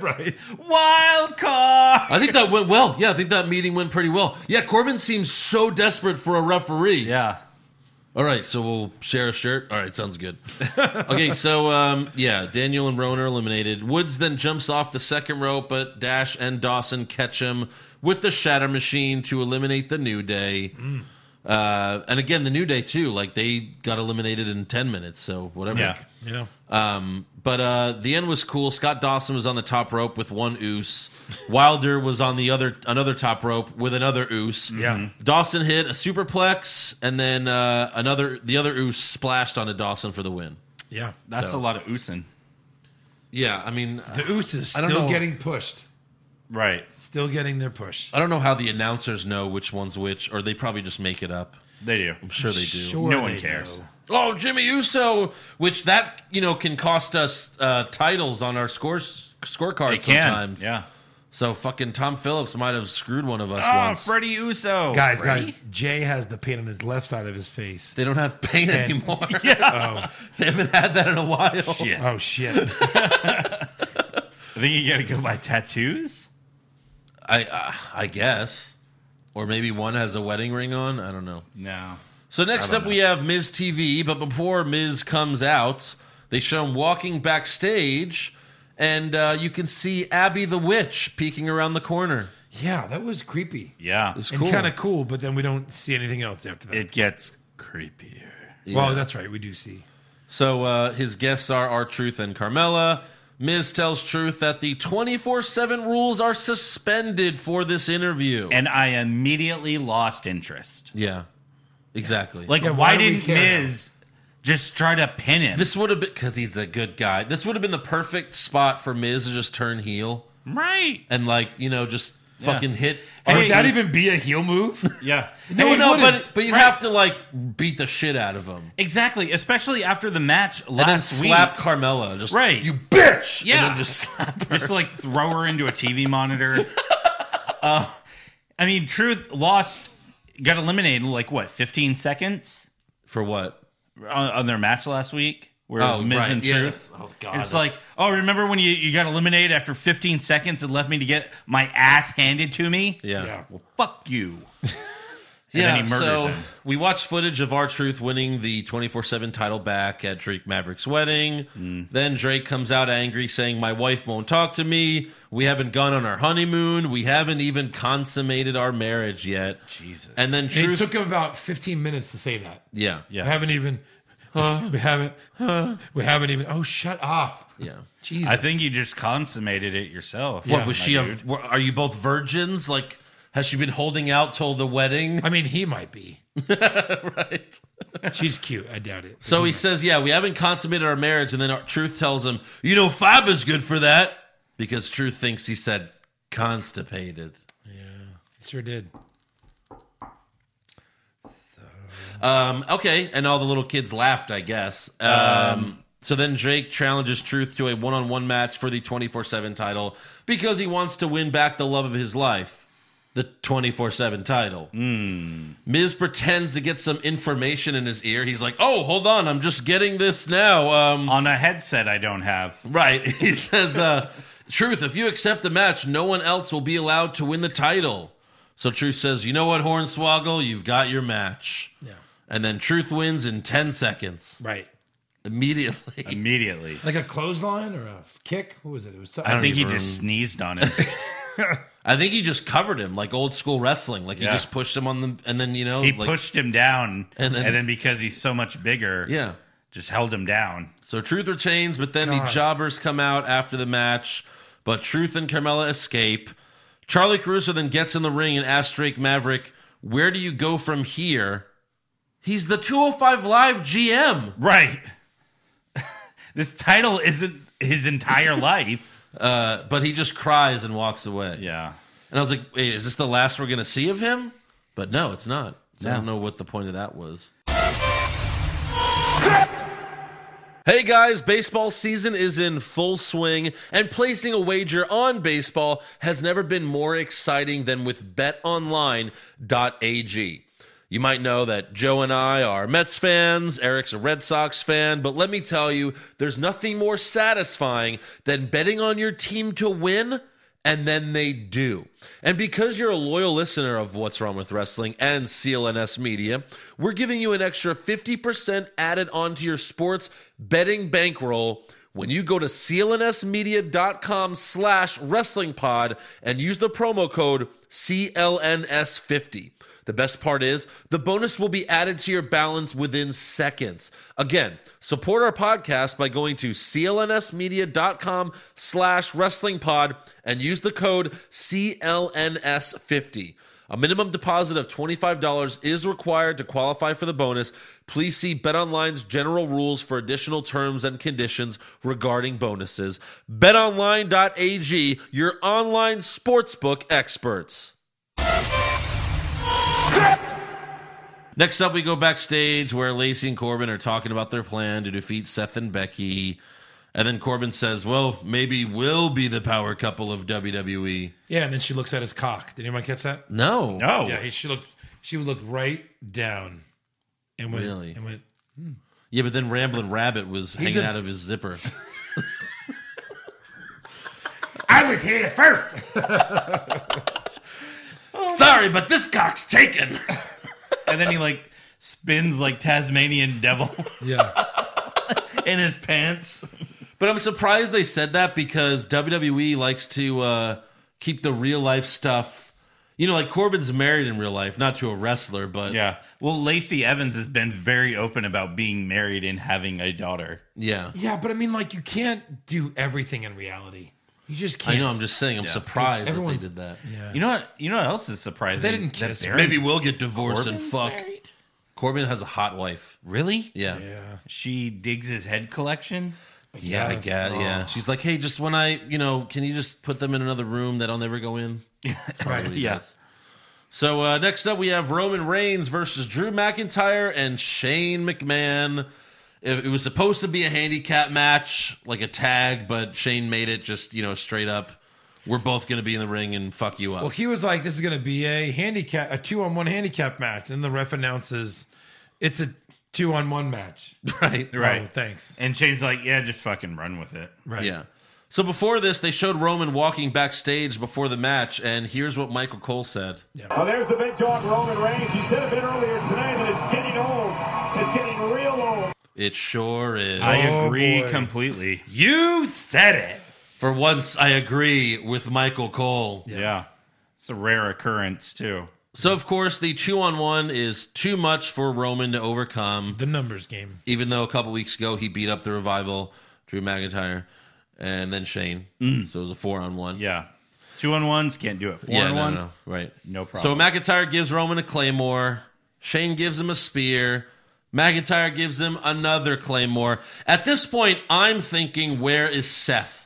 Speaker 6: right.
Speaker 7: wild card.
Speaker 5: I think that went well. Yeah, I think that meeting went pretty well. Yeah, Corbin seems so desperate for a referee.
Speaker 7: Yeah.
Speaker 5: All right, so we'll share a shirt. All right, sounds good. okay, so um, yeah, Daniel and Roan are eliminated. Woods then jumps off the second rope, but Dash and Dawson catch him with the Shatter Machine to eliminate the New Day. Uh, and again, the New Day too. Like they got eliminated in ten minutes, so whatever.
Speaker 7: Yeah.
Speaker 6: Yeah.
Speaker 5: Um, but uh, the end was cool. Scott Dawson was on the top rope with one oos. Wilder was on the other another top rope with another oos.
Speaker 6: Yeah.
Speaker 5: Dawson hit a superplex, and then uh, another the other oos splashed onto Dawson for the win.
Speaker 6: Yeah.
Speaker 7: That's
Speaker 5: So-
Speaker 7: a lot of oosing.
Speaker 5: Yeah, I mean,
Speaker 6: The Oos is
Speaker 5: I don't
Speaker 6: still
Speaker 5: know.
Speaker 6: getting pushed.
Speaker 7: Right.
Speaker 6: Still getting their push.
Speaker 5: I don't know how the announcers know which one's which, or they probably just make it up.
Speaker 7: They do.
Speaker 5: I'm sure they do.
Speaker 6: Sure
Speaker 7: No one
Speaker 6: they
Speaker 7: cares.
Speaker 6: know.
Speaker 5: Oh, Jimmy Uso, which that you know can cost us uh, titles on our scores
Speaker 7: They
Speaker 5: scorecard
Speaker 7: can.
Speaker 5: sometimes.
Speaker 7: Yeah.
Speaker 5: So fucking Tom Phillips might have screwed one of us
Speaker 7: Oh,
Speaker 5: once.
Speaker 7: Freddie Uso.
Speaker 6: Guys,
Speaker 7: Freddie?
Speaker 6: guys, Jay has the pain on his left side of his face.
Speaker 5: They don't have pain anymore.
Speaker 6: Oh,
Speaker 5: they haven't had that in a while.
Speaker 7: Shit.
Speaker 6: oh shit.
Speaker 7: I think you gotta go by tattoos.
Speaker 5: I uh, I guess, or maybe one has a wedding ring on. I don't know.
Speaker 7: No.
Speaker 5: So next up, we have Miz TV. But before Miz comes out, they show him walking backstage, and uh, you can see Abby the witch peeking around the corner.
Speaker 6: yeah, that was creepy.
Speaker 7: Yeah.
Speaker 5: It's
Speaker 6: And
Speaker 5: cool.
Speaker 6: kind of cool, but then we don't see anything else after that.
Speaker 7: It gets creepier.
Speaker 6: Well, that's right. We do see.
Speaker 5: So uh, his guests are R Truth and Carmella. Miz tells Truth that the 24 7 rules are suspended for this interview.
Speaker 7: And I immediately lost interest.
Speaker 5: yeah, exactly.
Speaker 7: Like,
Speaker 6: Yeah,
Speaker 7: why,
Speaker 6: why do we
Speaker 7: didn't
Speaker 6: care now?
Speaker 7: Miz just try to pin him?
Speaker 5: This would have been because he's a good guy. This would have been the perfect spot for Miz to just turn heel
Speaker 7: right.
Speaker 5: and like you know just fucking hit.
Speaker 7: Hey,
Speaker 5: Archie.
Speaker 7: Would that
Speaker 6: even be a heel move?
Speaker 7: Yeah.
Speaker 5: no,
Speaker 6: it
Speaker 5: no,
Speaker 6: wouldn't.
Speaker 5: but but you
Speaker 7: Right.
Speaker 5: have to like beat the shit out of him
Speaker 7: Exactly. Especially after the match
Speaker 5: and then
Speaker 7: last week.
Speaker 5: slap Carmella. Just
Speaker 7: Right.
Speaker 5: you bitch.
Speaker 7: Yeah.
Speaker 5: and then just slap her.
Speaker 7: just like throw her into a TV monitor. Uh, I mean, Truth lost, got eliminated in like what, 15 seconds
Speaker 5: for what?
Speaker 7: on, on their match last week? Where it was Miz and
Speaker 5: Yeah, that's-
Speaker 7: Truth.
Speaker 5: oh god,
Speaker 7: it's
Speaker 5: that's-
Speaker 7: like, oh, remember when you, you got eliminated after 15 seconds and left me to get my ass handed to me?
Speaker 5: yeah.
Speaker 6: yeah.
Speaker 7: Well, fuck you.
Speaker 5: Yeah,
Speaker 7: then he murders
Speaker 5: so
Speaker 7: him.
Speaker 5: we watched footage of our Truth winning the 24 7 title back at Drake Maverick's wedding.
Speaker 7: Mm.
Speaker 5: Then Drake comes out angry, saying, My wife won't talk to me. We haven't gone on our honeymoon. We haven't even consummated our marriage yet.
Speaker 7: Jesus.
Speaker 5: And then
Speaker 6: It
Speaker 5: Truth.
Speaker 6: took him about 15 minutes to say that.
Speaker 5: yeah.
Speaker 7: Yeah.
Speaker 6: We haven't even. Huh? We haven't. Huh? We haven't even. Oh, shut up.
Speaker 5: Yeah.
Speaker 6: Jesus.
Speaker 7: I think you just consummated it yourself.
Speaker 5: What
Speaker 6: Yeah,
Speaker 5: was
Speaker 7: my
Speaker 5: she? A,
Speaker 7: dude.
Speaker 5: were- are you both virgins? Like, has she been holding out till the wedding?
Speaker 6: I mean, he might be.
Speaker 5: right.
Speaker 6: She's cute. I doubt it.
Speaker 5: So he says, Yeah, we haven't consummated our marriage. And then our- Truth tells him, You know, Faba's good for that because Truth thinks he said constipated.
Speaker 6: sure did.
Speaker 5: Um, okay, and all the little kids laughed, I guess. Um, so then Drake challenges Truth to a one on one match for the 24 7 title because he wants to win back the love of his life, the 24 7 title. Miz pretends to get some information in his ear. He's like, Oh, hold on, I'm just getting this now. Um,
Speaker 7: On a headset I don't have.
Speaker 5: Right. He says, uh, Truth, if you accept the match, no one else will be allowed to win the title. So Truth says, You know what, Hornswoggle? You've got your match.
Speaker 6: Yeah.
Speaker 5: And then Truth wins in 10 seconds.
Speaker 6: Right.
Speaker 5: immediately.
Speaker 7: immediately.
Speaker 6: Like a clothesline or a kick? What was it? It was something.
Speaker 7: I think he
Speaker 5: even-
Speaker 7: just sneezed on it.
Speaker 5: I think he just covered him like old school wrestling. Like he
Speaker 7: Yeah.
Speaker 5: just pushed him on the, and then you know,
Speaker 7: He
Speaker 5: like,
Speaker 7: pushed him down,
Speaker 5: And
Speaker 7: and
Speaker 5: then-
Speaker 7: then, because he's so much bigger,
Speaker 5: Yeah.
Speaker 7: just held him down.
Speaker 5: So Truth or Chains, but then the
Speaker 6: God.
Speaker 5: jobbers come out after the match, but Truth and Carmella escape. Charlie Caruso then gets in the ring and asks Drake Maverick, where do you go from here? He's the 205 Live GM.
Speaker 7: Right. this title isn't his entire life.
Speaker 5: Uh, but he just cries and walks away.
Speaker 7: Yeah.
Speaker 5: And I was like, wait, is this the last we're going to see of him? But no, it's not. So I
Speaker 7: No.
Speaker 5: don't know what the point of that was. Hey guys, baseball season is in full swing, and placing a wager on baseball has never been more exciting than with betonline.ag. You might know that Joe and I are Mets fans, Eric's a Red Sox fan, but let me tell you, there's nothing more satisfying than betting on your team to win and then they do. And because you're a loyal listener of What's Wrong with Wrestling and CLNS Media, we're giving you an extra 50% added onto your sports betting bankroll when you go to clnsmedia.com slash wrestling pod and use the promo code CLNS50. The best part is the bonus will be added to your balance within seconds. Again, support our podcast by going to clnsmedia.com slash wrestling pod and use the code CLNS50. A minimum deposit of $25 is required to qualify for the bonus. Please see BetOnline's general rules for additional terms and conditions regarding bonuses. BetOnline.ag, your online sportsbook experts. Next up, we go backstage where Lacey and Corbin are talking about their plan to defeat Seth and Becky. And then Corbin says, Well, maybe we'll be the power couple of WWE.
Speaker 6: Yeah, and then she looks at his cock. Did anyone catch that?
Speaker 5: No.
Speaker 7: No.
Speaker 6: Yeah, he, she looked. She would look right down, and went.
Speaker 5: Really?
Speaker 6: And went.
Speaker 5: Yeah, but then Ramblin' Rabbit was
Speaker 6: He's
Speaker 5: hanging
Speaker 6: a-
Speaker 5: out of his zipper.
Speaker 6: I was here first.
Speaker 5: Sorry, but this cock's taken.
Speaker 7: Oh And then he like spins like Tasmanian devil
Speaker 6: Yeah.
Speaker 7: in his pants.
Speaker 5: But I'm surprised they said that because WWE likes to uh, keep the real life stuff. You know, like Corbin's married in real life, not to a wrestler, but
Speaker 7: Yeah. Well, Lacey Evans has been very open about being married and having a daughter.
Speaker 5: yeah.
Speaker 6: Yeah, but I mean, like, you can't do everything in reality. You just can't.
Speaker 5: I know. I'm just saying. I'm
Speaker 7: Yeah.
Speaker 5: surprised that they
Speaker 6: Everyone's-
Speaker 5: did that.
Speaker 6: Yeah.
Speaker 7: You know what? You know what else is surprising?
Speaker 6: They didn't
Speaker 7: That
Speaker 6: kiss.
Speaker 7: Baron-
Speaker 5: Maybe we'll get divorced and fuck.
Speaker 6: married?
Speaker 5: Corbin has a hot wife.
Speaker 7: Really?
Speaker 5: Yeah. Yeah,
Speaker 6: Yeah.
Speaker 7: She digs his head collection.
Speaker 5: I
Speaker 6: Yes.
Speaker 5: get. Yeah. She's like, hey, just when I, you know, can you just put them in another room that I'll never go in?
Speaker 6: Right.
Speaker 5: Nobody
Speaker 7: Yeah.
Speaker 5: does. So uh, next up, we have Roman Reigns versus Drew McIntyre and Shane McMahon. It, it was supposed to be a handicap match, like a tag, but Shane made it just you know straight up. We're both going to be in the ring and fuck you up.
Speaker 6: Well, he was like, "This is going to be a handicap, a two-on-one handicap match," and the ref announces, "It's a two-on-one match."
Speaker 5: right.
Speaker 6: Oh,
Speaker 7: Right.
Speaker 6: thanks.
Speaker 7: And Shane's like, yeah, just fucking run with it.
Speaker 6: Right.
Speaker 5: Yeah. So before this, they showed Roman walking backstage before the match, and here's what Michael Cole said.
Speaker 8: Well, there's the big dog Roman Reigns. He said a bit earlier tonight that it's getting old. It's getting real old.
Speaker 5: It sure is.
Speaker 7: I
Speaker 6: Oh,
Speaker 7: agree
Speaker 6: boy.
Speaker 7: completely.
Speaker 6: You said it.
Speaker 5: For once, I agree with Michael Cole.
Speaker 7: Yeah. It's a rare occurrence, too.
Speaker 5: So, of course, the two on one is too much for Roman to overcome,
Speaker 6: The numbers game.
Speaker 5: even though a couple weeks ago he beat up the revival, Drew McIntyre, and then Shane. So it was a four on one.
Speaker 7: Mm. Yeah. Two on ones can't do it. Four
Speaker 5: yeah,
Speaker 7: on
Speaker 5: no,
Speaker 7: one.
Speaker 5: no, no. right.
Speaker 7: No
Speaker 5: So
Speaker 7: problem.
Speaker 5: McIntyre gives Roman a claymore. Shane gives him a spear. McIntyre gives him another claymore. At this point, I'm thinking, where is Seth?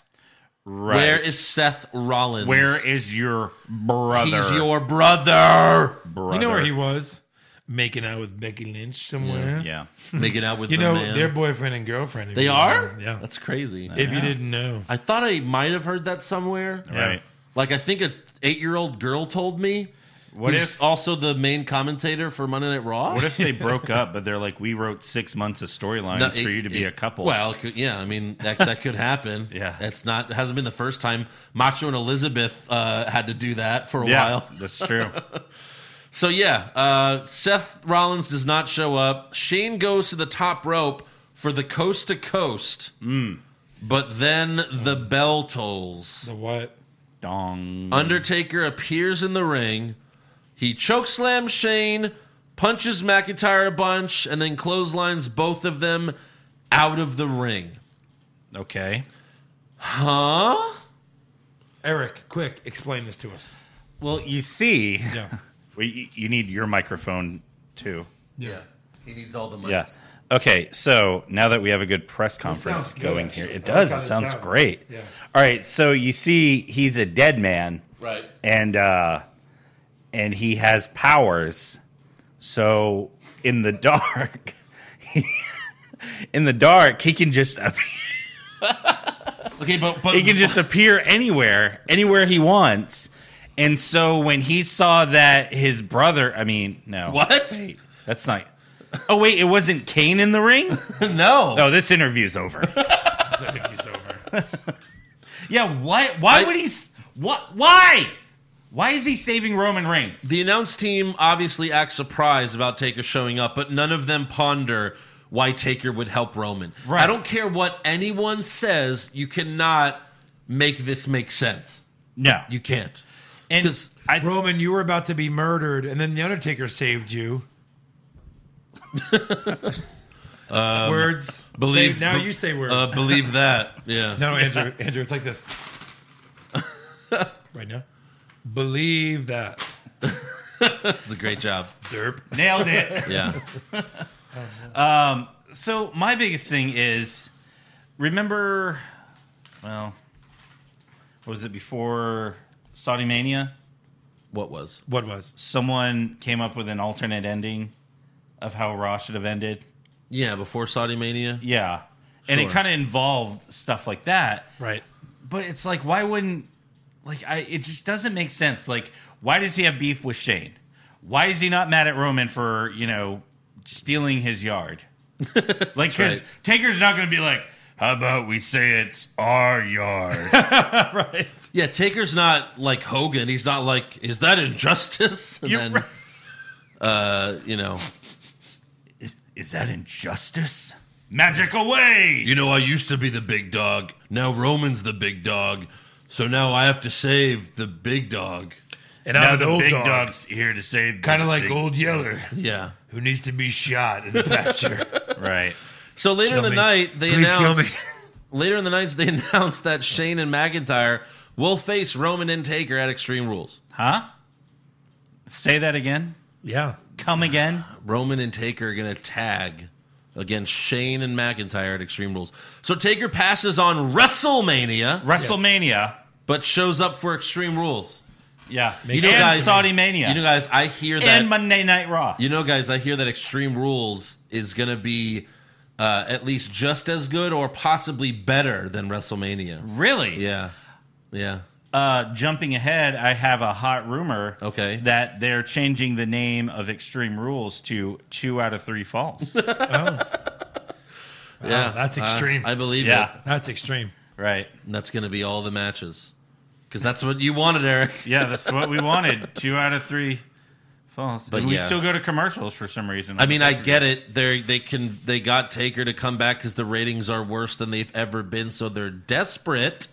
Speaker 7: Right.
Speaker 5: Where is Seth Rollins?
Speaker 7: Where is your brother?
Speaker 5: He's your brother.
Speaker 7: brother.
Speaker 6: You know where he was? Making out with Becky Lynch somewhere.
Speaker 7: Yeah.
Speaker 5: Mm-hmm. Making out with
Speaker 6: You
Speaker 5: the
Speaker 6: know,
Speaker 5: man.
Speaker 6: their boyfriend and girlfriend. if
Speaker 5: They
Speaker 6: you
Speaker 5: are?
Speaker 6: know. Yeah.
Speaker 5: That's crazy.
Speaker 6: if you didn't know.
Speaker 5: I thought I might have heard that somewhere.
Speaker 7: Right.
Speaker 5: Like I think a eight year old girl told me.
Speaker 7: What
Speaker 5: who's
Speaker 7: if-
Speaker 5: also the main commentator for Monday Night Raw?
Speaker 7: What if they broke up, but they're like, we wrote six months of storylines
Speaker 5: No,
Speaker 7: for
Speaker 5: it-
Speaker 7: you to be
Speaker 5: it-
Speaker 7: a couple?
Speaker 5: Well, it could- yeah, I mean that that could happen.
Speaker 7: Yeah.
Speaker 5: it's not it hasn't been the first time Macho and Elizabeth uh, had to do that for a
Speaker 7: yeah,
Speaker 5: while.
Speaker 7: that's true.
Speaker 5: So yeah, uh, Seth Rollins does not show up. Shane goes to the top rope for the coast to coast. But then the bell tolls.
Speaker 6: The what?
Speaker 7: Dong.
Speaker 5: Undertaker appears in the ring. He chokeslams Shane, punches McIntyre a bunch, and then clotheslines both of them out of the ring.
Speaker 7: Okay.
Speaker 5: Huh?
Speaker 6: Eric, quick, explain this to us.
Speaker 7: Well, you see,
Speaker 6: Yeah.
Speaker 7: Well, you, you need your microphone too.
Speaker 5: Yeah. He needs all the money.
Speaker 7: Yes. Okay, so now that we have a good press
Speaker 6: sounds
Speaker 7: conference
Speaker 6: good,
Speaker 7: going
Speaker 6: actually.
Speaker 7: here, it
Speaker 6: I like
Speaker 7: does.
Speaker 6: how
Speaker 7: It
Speaker 6: this
Speaker 7: sounds
Speaker 6: sounds.
Speaker 7: great.
Speaker 6: Yeah.
Speaker 7: All right, so you see, he's a dead man,
Speaker 5: Right.
Speaker 7: and uh, and he has powers. So in the dark, in the dark, he can just appear,
Speaker 5: Okay, but but
Speaker 7: he can just appear anywhere, anywhere he wants. And so when he saw that his brother, I mean, no,
Speaker 5: what?
Speaker 7: Wait, that's not. Oh wait, it wasn't Kane in the ring.
Speaker 5: no.
Speaker 7: Oh, this interview's over.
Speaker 6: Interview's over.
Speaker 7: yeah, why? Why
Speaker 5: I-
Speaker 7: would he? s- What? Why? Why is he saving Roman Reigns?
Speaker 5: The announce team obviously acts surprised about Taker showing up, but none of them ponder why Taker would help Roman.
Speaker 7: Right.
Speaker 5: I don't care what anyone says, you cannot make this make sense.
Speaker 7: no,
Speaker 5: You can't.
Speaker 7: and
Speaker 5: 'cause-
Speaker 7: I,
Speaker 6: Roman, you were about to be murdered, and then the Undertaker saved you.
Speaker 7: Um,
Speaker 6: words.
Speaker 5: Believe
Speaker 6: Say- now
Speaker 5: be-
Speaker 6: you say words.
Speaker 5: Uh, believe that. Yeah.
Speaker 6: no, no, Andrew, Andrew, it's like this. right now, believe that
Speaker 5: It's a great job.
Speaker 6: derp.
Speaker 7: nailed it.
Speaker 5: Yeah.
Speaker 7: so my biggest thing is remember well what was it before saudi mania
Speaker 5: What was?
Speaker 6: What was?
Speaker 7: someone came up with an alternate ending of how raw should have ended
Speaker 5: Yeah, before Saudi Mania.
Speaker 7: yeah and it
Speaker 5: Sure.
Speaker 7: kind of involved stuff like that
Speaker 6: Right.
Speaker 7: but it's like why wouldn't like i it just doesn't make sense like why does he have beef with shane why is he not mad at roman for you know stealing his yard like because
Speaker 5: right.
Speaker 7: taker's not gonna be like how about we say it's our yard
Speaker 5: Yeah, Taker's not like Hogan. He's not like, is that injustice? And
Speaker 7: You're
Speaker 5: then,
Speaker 7: right.
Speaker 5: uh, you know,
Speaker 7: is, is that injustice magic away
Speaker 5: You know, I used to be the big dog. Now Roman's the big dog. So now I have to save the big dog.
Speaker 6: And
Speaker 7: now
Speaker 6: I'm an
Speaker 7: the
Speaker 6: old
Speaker 7: big
Speaker 6: dog,
Speaker 7: dog's here to save
Speaker 6: kind of
Speaker 7: the
Speaker 6: like
Speaker 7: big-
Speaker 6: Old Yeller,
Speaker 5: Yeah.
Speaker 6: who needs to be shot in the pasture.
Speaker 7: right
Speaker 5: So later in the
Speaker 6: me.
Speaker 5: night, they
Speaker 6: Please kill
Speaker 5: announced.
Speaker 6: me.
Speaker 5: later in the night, they announced that Shane and McIntyre will face Roman and Taker at Extreme Rules.
Speaker 7: huh say that again
Speaker 6: yeah.
Speaker 7: come again
Speaker 5: Roman and Taker are going to tag against Shane and McIntyre at Extreme Rules. So Taker passes on WrestleMania,
Speaker 7: wrestlemania
Speaker 5: but shows up for Extreme Rules.
Speaker 7: yeah
Speaker 5: You
Speaker 7: and
Speaker 5: guys-
Speaker 7: saudi mania
Speaker 5: You know, guys, I hear that.
Speaker 7: and Monday Night Raw.
Speaker 5: You know, guys, I hear that Extreme Rules is going to be uh, at least just as good or possibly better than WrestleMania.
Speaker 7: really?
Speaker 5: Yeah. Yeah.
Speaker 7: Uh, jumping ahead, I have a hot rumor.
Speaker 5: Okay.
Speaker 7: That they're changing the name of Extreme Rules to Two Out of Three Falls.
Speaker 6: Oh,
Speaker 5: yeah.
Speaker 6: that's
Speaker 5: Uh,
Speaker 6: extreme.
Speaker 5: I believe
Speaker 7: Yeah.
Speaker 5: it.
Speaker 6: That's extreme.
Speaker 7: right.
Speaker 5: And that's going to be all the matches. Because that's what you wanted, Eric.
Speaker 7: Yeah, that's what we wanted. Two out of three falls.
Speaker 5: But
Speaker 7: But we
Speaker 5: yeah.
Speaker 7: still go to commercials for some reason.
Speaker 5: I mean, I get it. They they can they got Taker to come back because the ratings are worse than they've ever been, so they're desperate.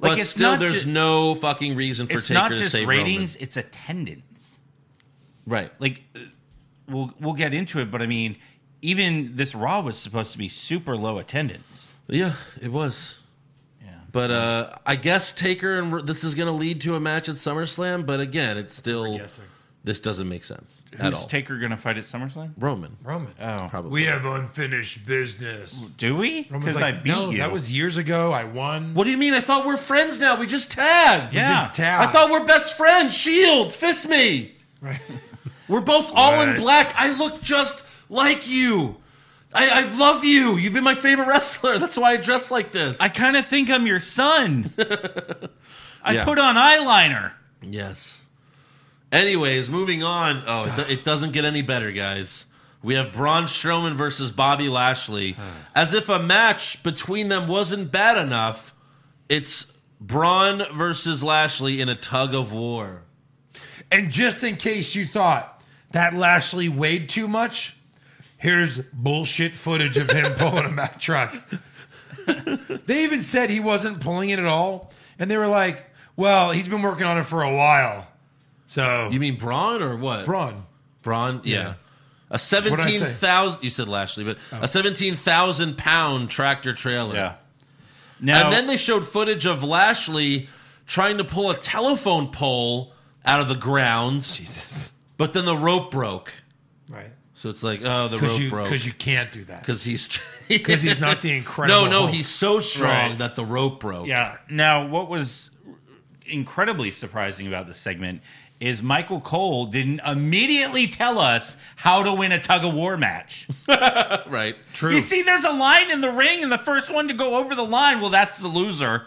Speaker 7: Like,
Speaker 5: but
Speaker 7: it's
Speaker 5: still,
Speaker 7: not
Speaker 5: there's
Speaker 7: ju-
Speaker 5: no fucking reason for
Speaker 7: It's
Speaker 5: Taker
Speaker 7: not
Speaker 5: to
Speaker 7: just
Speaker 5: save
Speaker 7: ratings; it's attendance.
Speaker 5: Roman. right?
Speaker 7: Like, uh, we'll we'll get into it, but I mean, even this Raw was supposed to be super low attendance.
Speaker 5: Yeah, it was.
Speaker 7: Yeah.
Speaker 5: But uh, I guess Taker and R- this is going to lead to a match at SummerSlam. But again, it's still
Speaker 6: guessing.
Speaker 5: this doesn't make sense at
Speaker 7: Who's
Speaker 5: all.
Speaker 7: Taker going to fight at SummerSlam?
Speaker 5: Roman,
Speaker 6: Roman.
Speaker 7: Oh,
Speaker 5: probably.
Speaker 6: We have unfinished business.
Speaker 7: do we?
Speaker 6: Roman's
Speaker 7: Because
Speaker 6: like,
Speaker 7: I beat
Speaker 6: no,
Speaker 7: you.
Speaker 6: that was years ago. I won.
Speaker 5: what do you mean? I thought we're friends now. We just tagged.
Speaker 7: Yeah.
Speaker 6: Just tap.
Speaker 5: I thought we're best friends. Shield, fist me.
Speaker 6: Right.
Speaker 5: We're both all in
Speaker 7: Right.
Speaker 5: black. I look just like you. I, I love you. You've been my favorite wrestler. That's why I dress like this.
Speaker 7: I kind of think I'm your son. I
Speaker 5: Yeah.
Speaker 7: put on eyeliner.
Speaker 5: Yes. Anyways, moving on. Oh, it, do- it doesn't get any better, guys. We have Braun Strowman versus Bobby Lashley. As if a match between them wasn't bad enough, it's Braun versus Lashley in a tug of war.
Speaker 6: And just in case you thought that Lashley weighed too much, here's bullshit footage of him pulling a Mack truck. they even said he wasn't pulling it at all, and they were like, "Well, he's been working on it for a while." So
Speaker 5: You mean Braun or what?
Speaker 6: Braun,
Speaker 5: Braun, yeah.
Speaker 6: Yeah.
Speaker 5: A
Speaker 6: I say? Oh.
Speaker 5: seventeen thousand. You said Lashley, but a seventeen thousand pound tractor trailer.
Speaker 7: Yeah. Now,
Speaker 5: and then they showed footage of Lashley trying to pull a telephone pole out of the ground. Jesus. But then the rope broke.
Speaker 6: right?
Speaker 5: So it's like, oh, the
Speaker 6: Because
Speaker 5: rope
Speaker 6: you
Speaker 5: broke.
Speaker 6: because you can't do that.
Speaker 5: Because he's
Speaker 6: Because he's not the Incredible
Speaker 5: No, no,
Speaker 6: Hulk.
Speaker 5: he's so strong
Speaker 7: Right.
Speaker 5: that the rope broke.
Speaker 7: yeah. Now, what was incredibly surprising about this segment is Michael Cole didn't immediately tell us how to win a tug of war match.
Speaker 5: Right.
Speaker 6: True.
Speaker 7: You see, there's a line in the ring, and the first one to go over the line, well, that's the loser.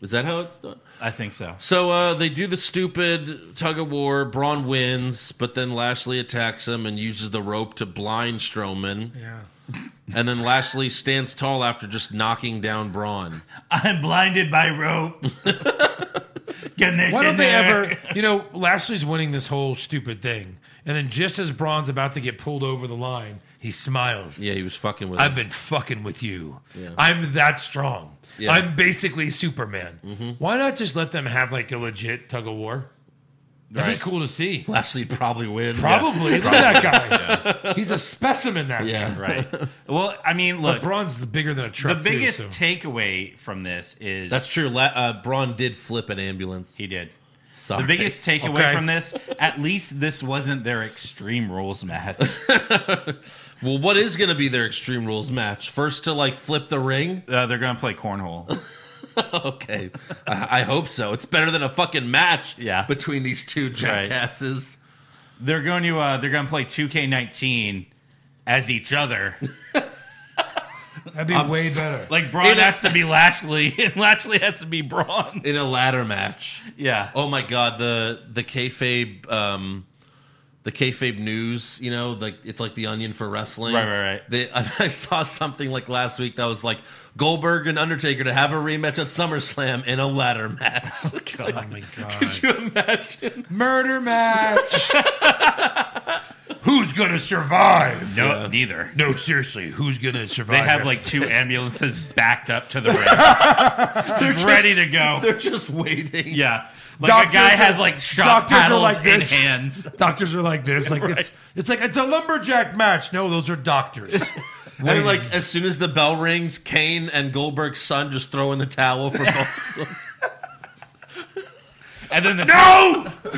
Speaker 5: Is that how it's done?
Speaker 7: I think so.
Speaker 5: So uh, they do the stupid tug of war. Braun wins, but then Lashley attacks him and uses the rope to blind Strowman.
Speaker 6: yeah.
Speaker 5: And then Lashley stands tall after just knocking down Braun.
Speaker 7: I'm blinded by rope. Get Nick
Speaker 6: Why
Speaker 7: in
Speaker 6: don't they
Speaker 7: there.
Speaker 6: ever? You know, Lashley's winning this whole stupid thing, and then just as Braun's about to get pulled over the line, he smiles.
Speaker 5: Yeah, he was fucking with
Speaker 6: I've
Speaker 5: him.
Speaker 6: been fucking with you. I'm that strong.
Speaker 5: Yeah.
Speaker 6: I'm basically Superman.
Speaker 7: Mm-hmm.
Speaker 6: Why not just let them have like a legit tug of war? That'd be cool to see.
Speaker 5: Lashley'd probably win.
Speaker 6: Probably. Look at that guy. He's a specimen, that
Speaker 5: Yeah.
Speaker 6: yeah.
Speaker 5: Yeah.
Speaker 7: Right. Well, I mean, look,
Speaker 6: Braun's the bigger than a truck.
Speaker 7: the biggest
Speaker 6: Too, so-
Speaker 7: takeaway from this is
Speaker 5: That's true. La- uh, Braun did flip an ambulance.
Speaker 7: he did.
Speaker 5: Sorry.
Speaker 7: The biggest takeaway
Speaker 6: Okay.
Speaker 7: from this, at least this wasn't their extreme rules match.
Speaker 5: Well, what is going to be their Extreme Rules match? First to like flip the ring?
Speaker 7: Uh, they're gonna play cornhole.
Speaker 5: okay. I-, I hope so. It's better than a fucking match
Speaker 7: Yeah.
Speaker 5: between these two jackasses.
Speaker 7: They're going to uh, they're gonna play 2K19 as each other.
Speaker 6: That'd be way better.
Speaker 7: Like Braun
Speaker 5: In a-
Speaker 7: has to be Lashley, and Lashley has to be Braun.
Speaker 5: In a ladder match.
Speaker 7: Yeah.
Speaker 5: Oh my god, the the kayfabe um the kayfabe news, you know, like it's like the onion for wrestling.
Speaker 7: Right, right, right.
Speaker 5: They, I, I saw something like last week that was like Goldberg and Undertaker to have a rematch at SummerSlam in a ladder match.
Speaker 6: oh my God.
Speaker 5: Could you imagine?
Speaker 6: Murder match. who's going to survive?
Speaker 7: No, neither.
Speaker 6: No, seriously, who's going to survive?
Speaker 7: They have
Speaker 6: after
Speaker 7: like
Speaker 6: this?
Speaker 7: two ambulances backed up to the ring, ready to go.
Speaker 5: They're just waiting.
Speaker 7: Yeah, like a
Speaker 6: Doctors
Speaker 7: guy
Speaker 6: are-
Speaker 7: has like shot
Speaker 6: doctors are
Speaker 7: paddles
Speaker 6: like
Speaker 7: in
Speaker 6: this.
Speaker 7: hands.
Speaker 6: Doctors are like this. Like it's it's like it's a lumberjack match. No, those are doctors.
Speaker 5: And like as soon as the bell rings, Kane and Goldberg's son just throw in the towel for both. of them.
Speaker 7: And then the no,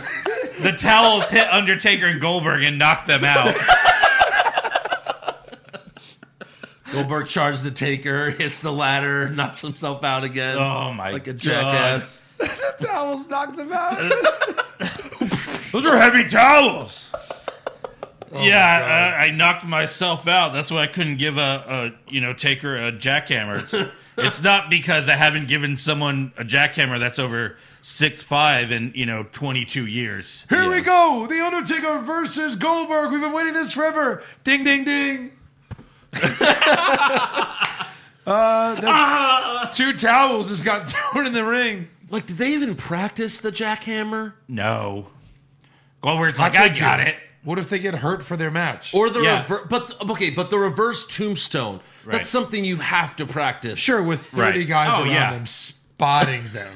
Speaker 7: the towels hit Undertaker and Goldberg and knock them out.
Speaker 5: Goldberg charges the taker, hits the ladder, knocks himself out again.
Speaker 7: Oh my
Speaker 5: like a
Speaker 7: God.
Speaker 5: jackass.
Speaker 6: towels knock them
Speaker 7: Uh,
Speaker 6: out. those are heavy towels. Oh
Speaker 7: yeah, I, I knocked myself out. That's why I couldn't give a, a you know Taker a jackhammer. It's, it's not because I haven't given someone a jackhammer that's over six five in you know twenty two years.
Speaker 6: Here we go. The Undertaker versus Goldberg. We've been waiting this forever. Ding ding ding. uh,
Speaker 7: Ah!
Speaker 6: that's- two towels just got thrown in the ring.
Speaker 5: Like, did they even practice the jackhammer?
Speaker 7: No. Goldberg's
Speaker 6: How
Speaker 7: like, I
Speaker 6: could
Speaker 7: got
Speaker 6: you?
Speaker 7: it.
Speaker 6: What if they get hurt for their match?
Speaker 5: Or the
Speaker 7: Yeah.
Speaker 5: rever- but the- okay, but the reverse tombstone.
Speaker 7: Right.
Speaker 5: That's something you have to practice.
Speaker 6: Sure, with 30
Speaker 7: Right.
Speaker 6: guys
Speaker 7: Oh,
Speaker 6: around
Speaker 7: yeah.
Speaker 6: them spotting them.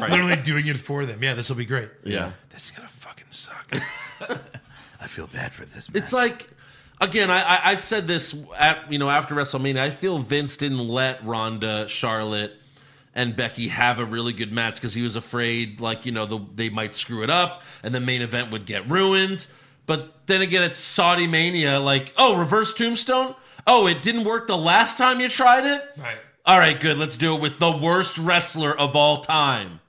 Speaker 6: Literally doing it for them. Yeah, this will be great.
Speaker 5: Yeah.
Speaker 6: This is going to fucking suck.
Speaker 7: I feel bad for this man.
Speaker 5: It's like again, I, I I've said this at you know after WrestleMania. I feel Vince didn't let Ronda, Charlotte, and Becky have a really good match because he was afraid like you know the, they might screw it up and the main event would get ruined. But then again, it's Saudi Mania. Like, oh, reverse tombstone. Oh, it didn't work the last time you tried it.
Speaker 6: Right.
Speaker 5: All right, good. Let's do it with the worst wrestler of all time.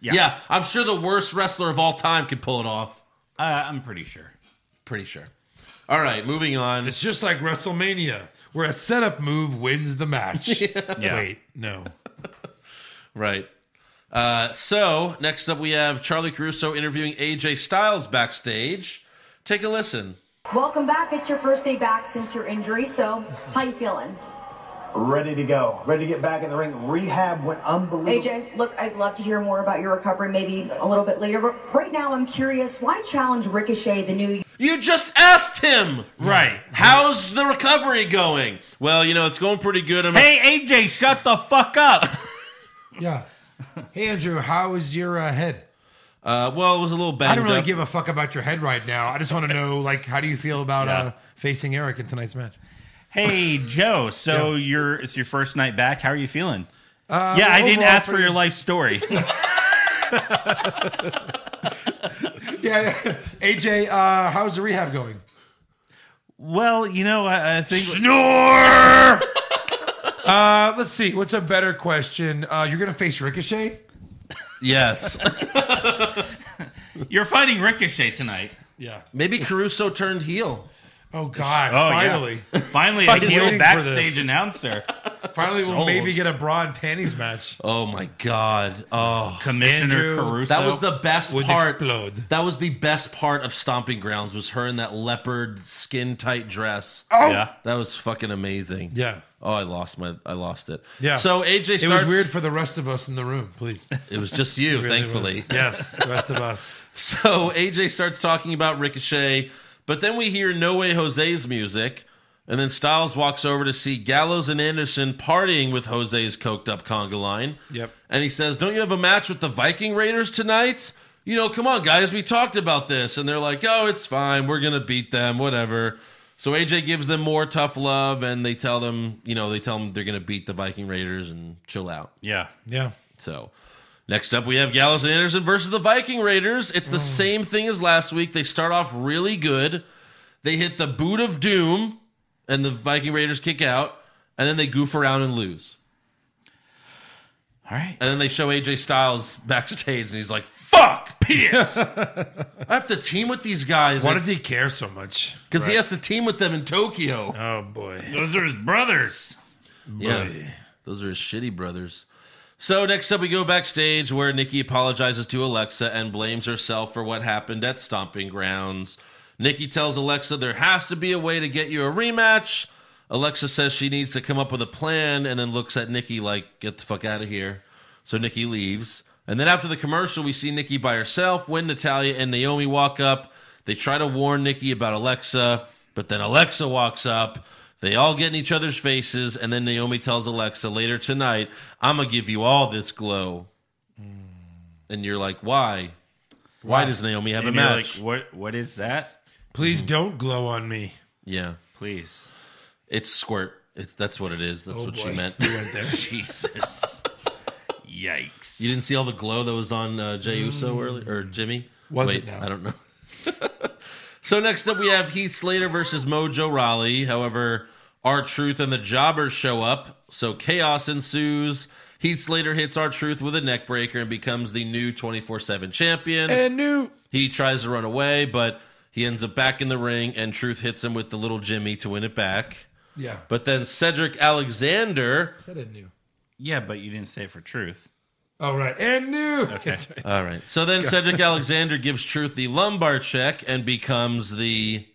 Speaker 5: Yeah, I'm sure the worst wrestler of all time could pull it off.
Speaker 7: Uh, I'm pretty sure.
Speaker 5: Pretty sure. All right, moving on.
Speaker 6: It's just like WrestleMania, where a setup move wins the match. Wait, no.
Speaker 5: Right. Uh, so next up, we have Charlie Caruso interviewing AJ Styles backstage. Take a listen.
Speaker 9: Welcome back. It's your first day back since your injury. So, how you feeling?
Speaker 10: Ready to go. Ready to get back in the ring. Rehab went unbelievable.
Speaker 9: AJ, look, I'd love to hear more about your recovery maybe a little bit later, but right now I'm curious why challenge Ricochet, the new
Speaker 5: You just asked him.
Speaker 7: Right.
Speaker 5: How's the recovery going? Well, you know, it's going pretty good. I'm
Speaker 7: Hey, AJ, shut the fuck up.
Speaker 6: Yeah. Hey, Andrew, how is your uh, head?
Speaker 5: uh, well, it was a little bad.
Speaker 6: I don't really give a fuck about your head right now. I just want to know, like, how do you feel about
Speaker 7: Yeah.
Speaker 6: uh, facing Eric in tonight's match?
Speaker 7: Hey Joe, so you're it's your first night back. How are you feeling?
Speaker 6: Uh,
Speaker 7: yeah, I didn't
Speaker 6: overall
Speaker 7: ask for
Speaker 6: pretty-
Speaker 7: your life story.
Speaker 6: Yeah, yeah. AJ, uh, how's the rehab going?
Speaker 7: well, you know, I, I think
Speaker 6: Snore. uh, let's see. What's a better question? Uh, you're gonna face Ricochet.
Speaker 5: Yes.
Speaker 7: you're fighting Ricochet tonight.
Speaker 6: Yeah.
Speaker 5: Maybe Caruso turned heel.
Speaker 6: Oh God!
Speaker 7: Oh, yeah.
Speaker 6: finally,
Speaker 7: Finally, a
Speaker 6: Fucking waiting
Speaker 7: heel
Speaker 6: for
Speaker 7: backstage
Speaker 6: this.
Speaker 7: announcer.
Speaker 6: finally, we'll
Speaker 7: Sold.
Speaker 6: maybe get a broad panties match.
Speaker 5: Oh my god. Oh,
Speaker 7: Commissioner
Speaker 6: Andrew,
Speaker 7: Caruso.
Speaker 5: that was the best
Speaker 6: Would
Speaker 5: part.
Speaker 6: explode.
Speaker 5: That was the best part of Stomping Grounds was her in that leopard skin tight dress.
Speaker 7: yeah.
Speaker 5: That was fucking amazing.
Speaker 6: Yeah.
Speaker 5: Oh, I lost my, I lost it.
Speaker 6: Yeah.
Speaker 5: So AJ
Speaker 6: It
Speaker 5: starts.
Speaker 6: was weird for the rest of us in the room. Please, It
Speaker 5: It was just you,
Speaker 6: really
Speaker 5: thankfully.
Speaker 6: was. yes, the rest of us.
Speaker 5: So AJ starts talking about Ricochet, but then we hear No Way Jose's music, and then Styles walks over to see Gallows and Anderson partying with Jose's coked up conga line.
Speaker 6: Yep.
Speaker 5: And he says, Don't you have a match with the Viking Raiders tonight? You know, come on, guys, we talked about this. And they're like, Oh, it's fine. We're going to beat them, whatever. So AJ gives them more tough love, and they tell them, you know, they tell them they're going to beat the Viking Raiders and chill out.
Speaker 7: Yeah.
Speaker 6: Yeah.
Speaker 5: So, next up, we have Gallows and Anderson versus the Viking Raiders. It's the
Speaker 6: Mm.
Speaker 5: same thing as last week. They start off really good. They hit the boot of doom, and the Viking Raiders kick out, and then they goof around and lose.
Speaker 7: All right.
Speaker 5: And then they show AJ Styles backstage, and he's like, "Fuck, piss! I have to team with these guys
Speaker 6: Why
Speaker 5: because
Speaker 6: does he care so much?
Speaker 5: he has to team with them in Tokyo."
Speaker 6: Oh boy.
Speaker 7: Those are his brothers.
Speaker 5: Yeah. Those are his shitty brothers. So next up, we go backstage where Nikki apologizes to Alexa and blames herself for what happened at Stomping Grounds. Nikki tells Alexa there has to be a way to get you a rematch. Alexa says she needs to come up with a plan and then looks at Nikki like, get the fuck out of here. So Nikki leaves. And then after the commercial, we see Nikki by herself when Natalia and Naomi walk up. They try to warn Nikki about Alexa, but then Alexa walks up. They all get in each other's faces, and then Naomi tells Alexa later tonight, I'm going to give you all this glow.
Speaker 7: Hmm.
Speaker 5: And you're like, why? Why does Naomi have
Speaker 7: And
Speaker 5: a
Speaker 7: you're
Speaker 5: match?
Speaker 7: like, what? What is that?
Speaker 6: Please don't glow on me.
Speaker 5: yeah.
Speaker 7: Please.
Speaker 5: It's squirt. It's, that's what it is. That's
Speaker 7: Oh,
Speaker 5: what she
Speaker 6: boy.
Speaker 5: meant.
Speaker 6: We went there.
Speaker 7: Jesus. Yikes.
Speaker 5: You didn't see all the glow that was on uh, Jey Uso earlier or Jimmy?
Speaker 6: Mm. Was
Speaker 5: Wait,
Speaker 6: it now?
Speaker 5: I don't know. so next up, we have Heath Slater versus Mojo Raleigh. However, our Truth and the Jobbers show up, so chaos ensues. Heath Slater hits our Truth with a neckbreaker and becomes the new twenty four seven champion.
Speaker 6: And new.
Speaker 5: He tries to run away, but he ends up back in the ring, and Truth hits him with the little Jimmy to win it back.
Speaker 6: Yeah.
Speaker 5: But then Cedric Alexander.
Speaker 6: Is that a new?
Speaker 7: Yeah, but you didn't say it for truth.
Speaker 6: All right. And new.
Speaker 7: Okay.
Speaker 5: All right. So then Cedric Alexander gives Truth the lumbar check and becomes the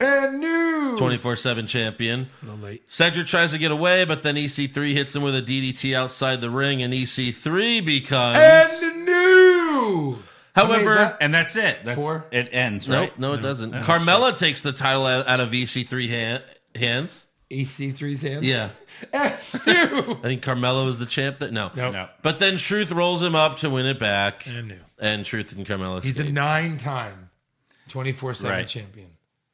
Speaker 6: And new.
Speaker 5: 24 7 champion.
Speaker 6: A little late.
Speaker 5: Cedric tries to get away, but then EC3 hits him with a DDT outside the ring, and EC3 becomes.
Speaker 6: And new. How many is
Speaker 5: However,
Speaker 6: that?
Speaker 7: And that's it. That's,
Speaker 6: Four?
Speaker 7: It ends,
Speaker 5: no,
Speaker 7: right?
Speaker 5: no, it doesn't. Carmella takes the title out out of E EC3 hand, hands.
Speaker 6: E EC3's hands.
Speaker 5: Yeah.
Speaker 6: And new.
Speaker 5: I think Carmella is the champ. That no.
Speaker 6: No.
Speaker 7: No.
Speaker 5: But then Truth rolls him up to win it back,
Speaker 6: And new.
Speaker 5: and Truth and Carmella.
Speaker 6: He's the
Speaker 5: escape.
Speaker 6: nine time 24 7
Speaker 7: Right.
Speaker 6: champion.